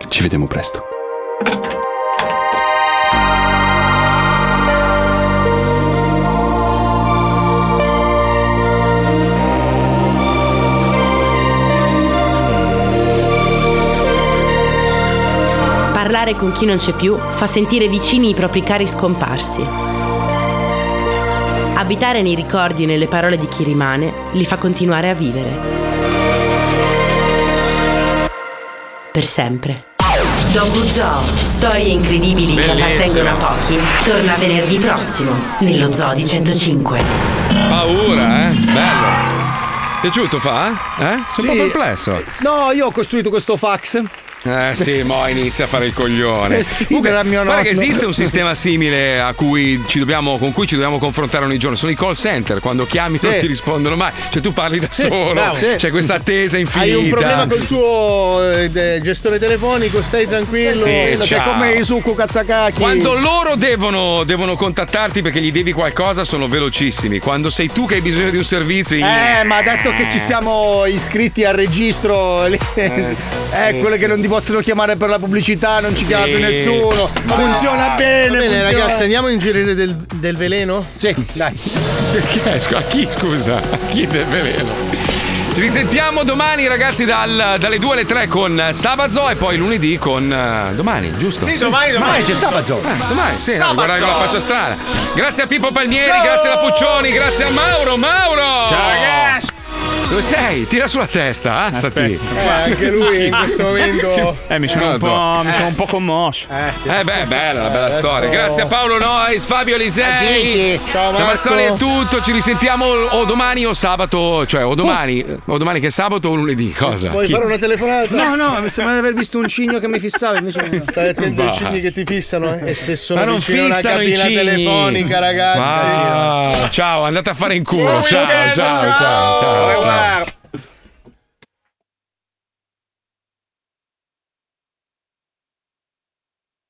S14: Ci vediamo presto.
S24: Parlare con chi non c'è più fa sentire vicini i propri cari scomparsi. Abitare nei ricordi e nelle parole di chi rimane li fa continuare a vivere. Per sempre.
S13: Dogu Zoo, storie incredibili che appartengono a pochi, torna venerdì prossimo nello Zoo di 105.
S2: Paura, eh? Bello. Piaciuto fa? Eh? Sono un po' perplesso.
S3: No, io ho costruito questo fax.
S2: Eh sì, mo inizia a fare il coglione.
S3: Per scrivere a mio
S2: Guarda che
S3: nonno.
S2: esiste un sistema simile a cui ci dobbiamo, con cui ci dobbiamo confrontare ogni giorno. Sono i call center, quando chiami non
S3: Sì.
S2: ti rispondono mai. Cioè tu parli da
S8: Sì,
S2: solo,
S8: bravo. Sì.
S2: c'è questa attesa infinita.
S8: Hai un problema col tuo eh, de- gestore telefonico, stai tranquillo.
S2: Sì,
S8: Quello che
S2: ciao.
S8: come i succo cazzacacchi.
S2: Quando loro devono, devono contattarti perché gli devi qualcosa sono velocissimi. Quando sei tu che hai bisogno di un servizio...
S3: Eh, ma adesso che ci siamo iscritti al registro, le- eh,
S2: sì,
S3: quelle
S2: sì.
S3: che non ti possono chiamare per la pubblicità, non ci chiama più
S8: Sì.
S3: nessuno.
S8: Ma-
S3: Funziona bene.
S8: Va bene,
S3: funziona.
S8: ragazzi, andiamo a ingerire del, del veleno?
S3: Sì, dai.
S2: Perché? Scu- A chi scusa? A chi del veleno? Ci risentiamo domani ragazzi dal- dalle 2 alle 3 con Sabazzo e poi lunedì con eh, domani, giusto?
S8: Sì, domani, domani. Eh,
S2: c'è Sabazzo. domani, sì,
S8: Sabazzo.
S2: non guardare con la faccia strana. Grazie a Pippo Palmieri, grazie alla Puccioni, grazie a Mauro, Mauro!
S8: Ciao, ragazzi.
S2: Dove sei? Tira sulla testa, alzati.
S8: Eh, anche lui in questo momento.
S4: Eh, mi sono, un po', mi sono un po' commosso.
S2: Eh beh, bella, una bella
S4: Adesso-
S2: storia. Grazie a Paolo Nois, Fabio Lisei.
S4: Agiti. Ciao, Marco.
S2: Mazzoni è tutto, ci risentiamo o domani o sabato, cioè o domani, o domani che è sabato o lunedì, cosa?
S8: Uh. Vuoi
S2: Chi-
S8: fare una telefonata?
S24: No, no,
S8: mi sembra di aver visto un cigno che mi fissava invece. Stai attento ai
S2: Basta.
S8: cigni che ti fissano, eh. E se sono
S2: Ah. Ma non
S8: vicino a una
S2: fissano i
S8: cabina
S2: cigni.
S8: telefonica, ragazzi.
S2: Ah, ciao, andate a fare in culo.
S8: Ciao,
S2: Ciao, ciao,
S8: Wilfredo,
S2: ciao, ciao,
S8: ciao.
S2: ciao.
S8: Au revoir.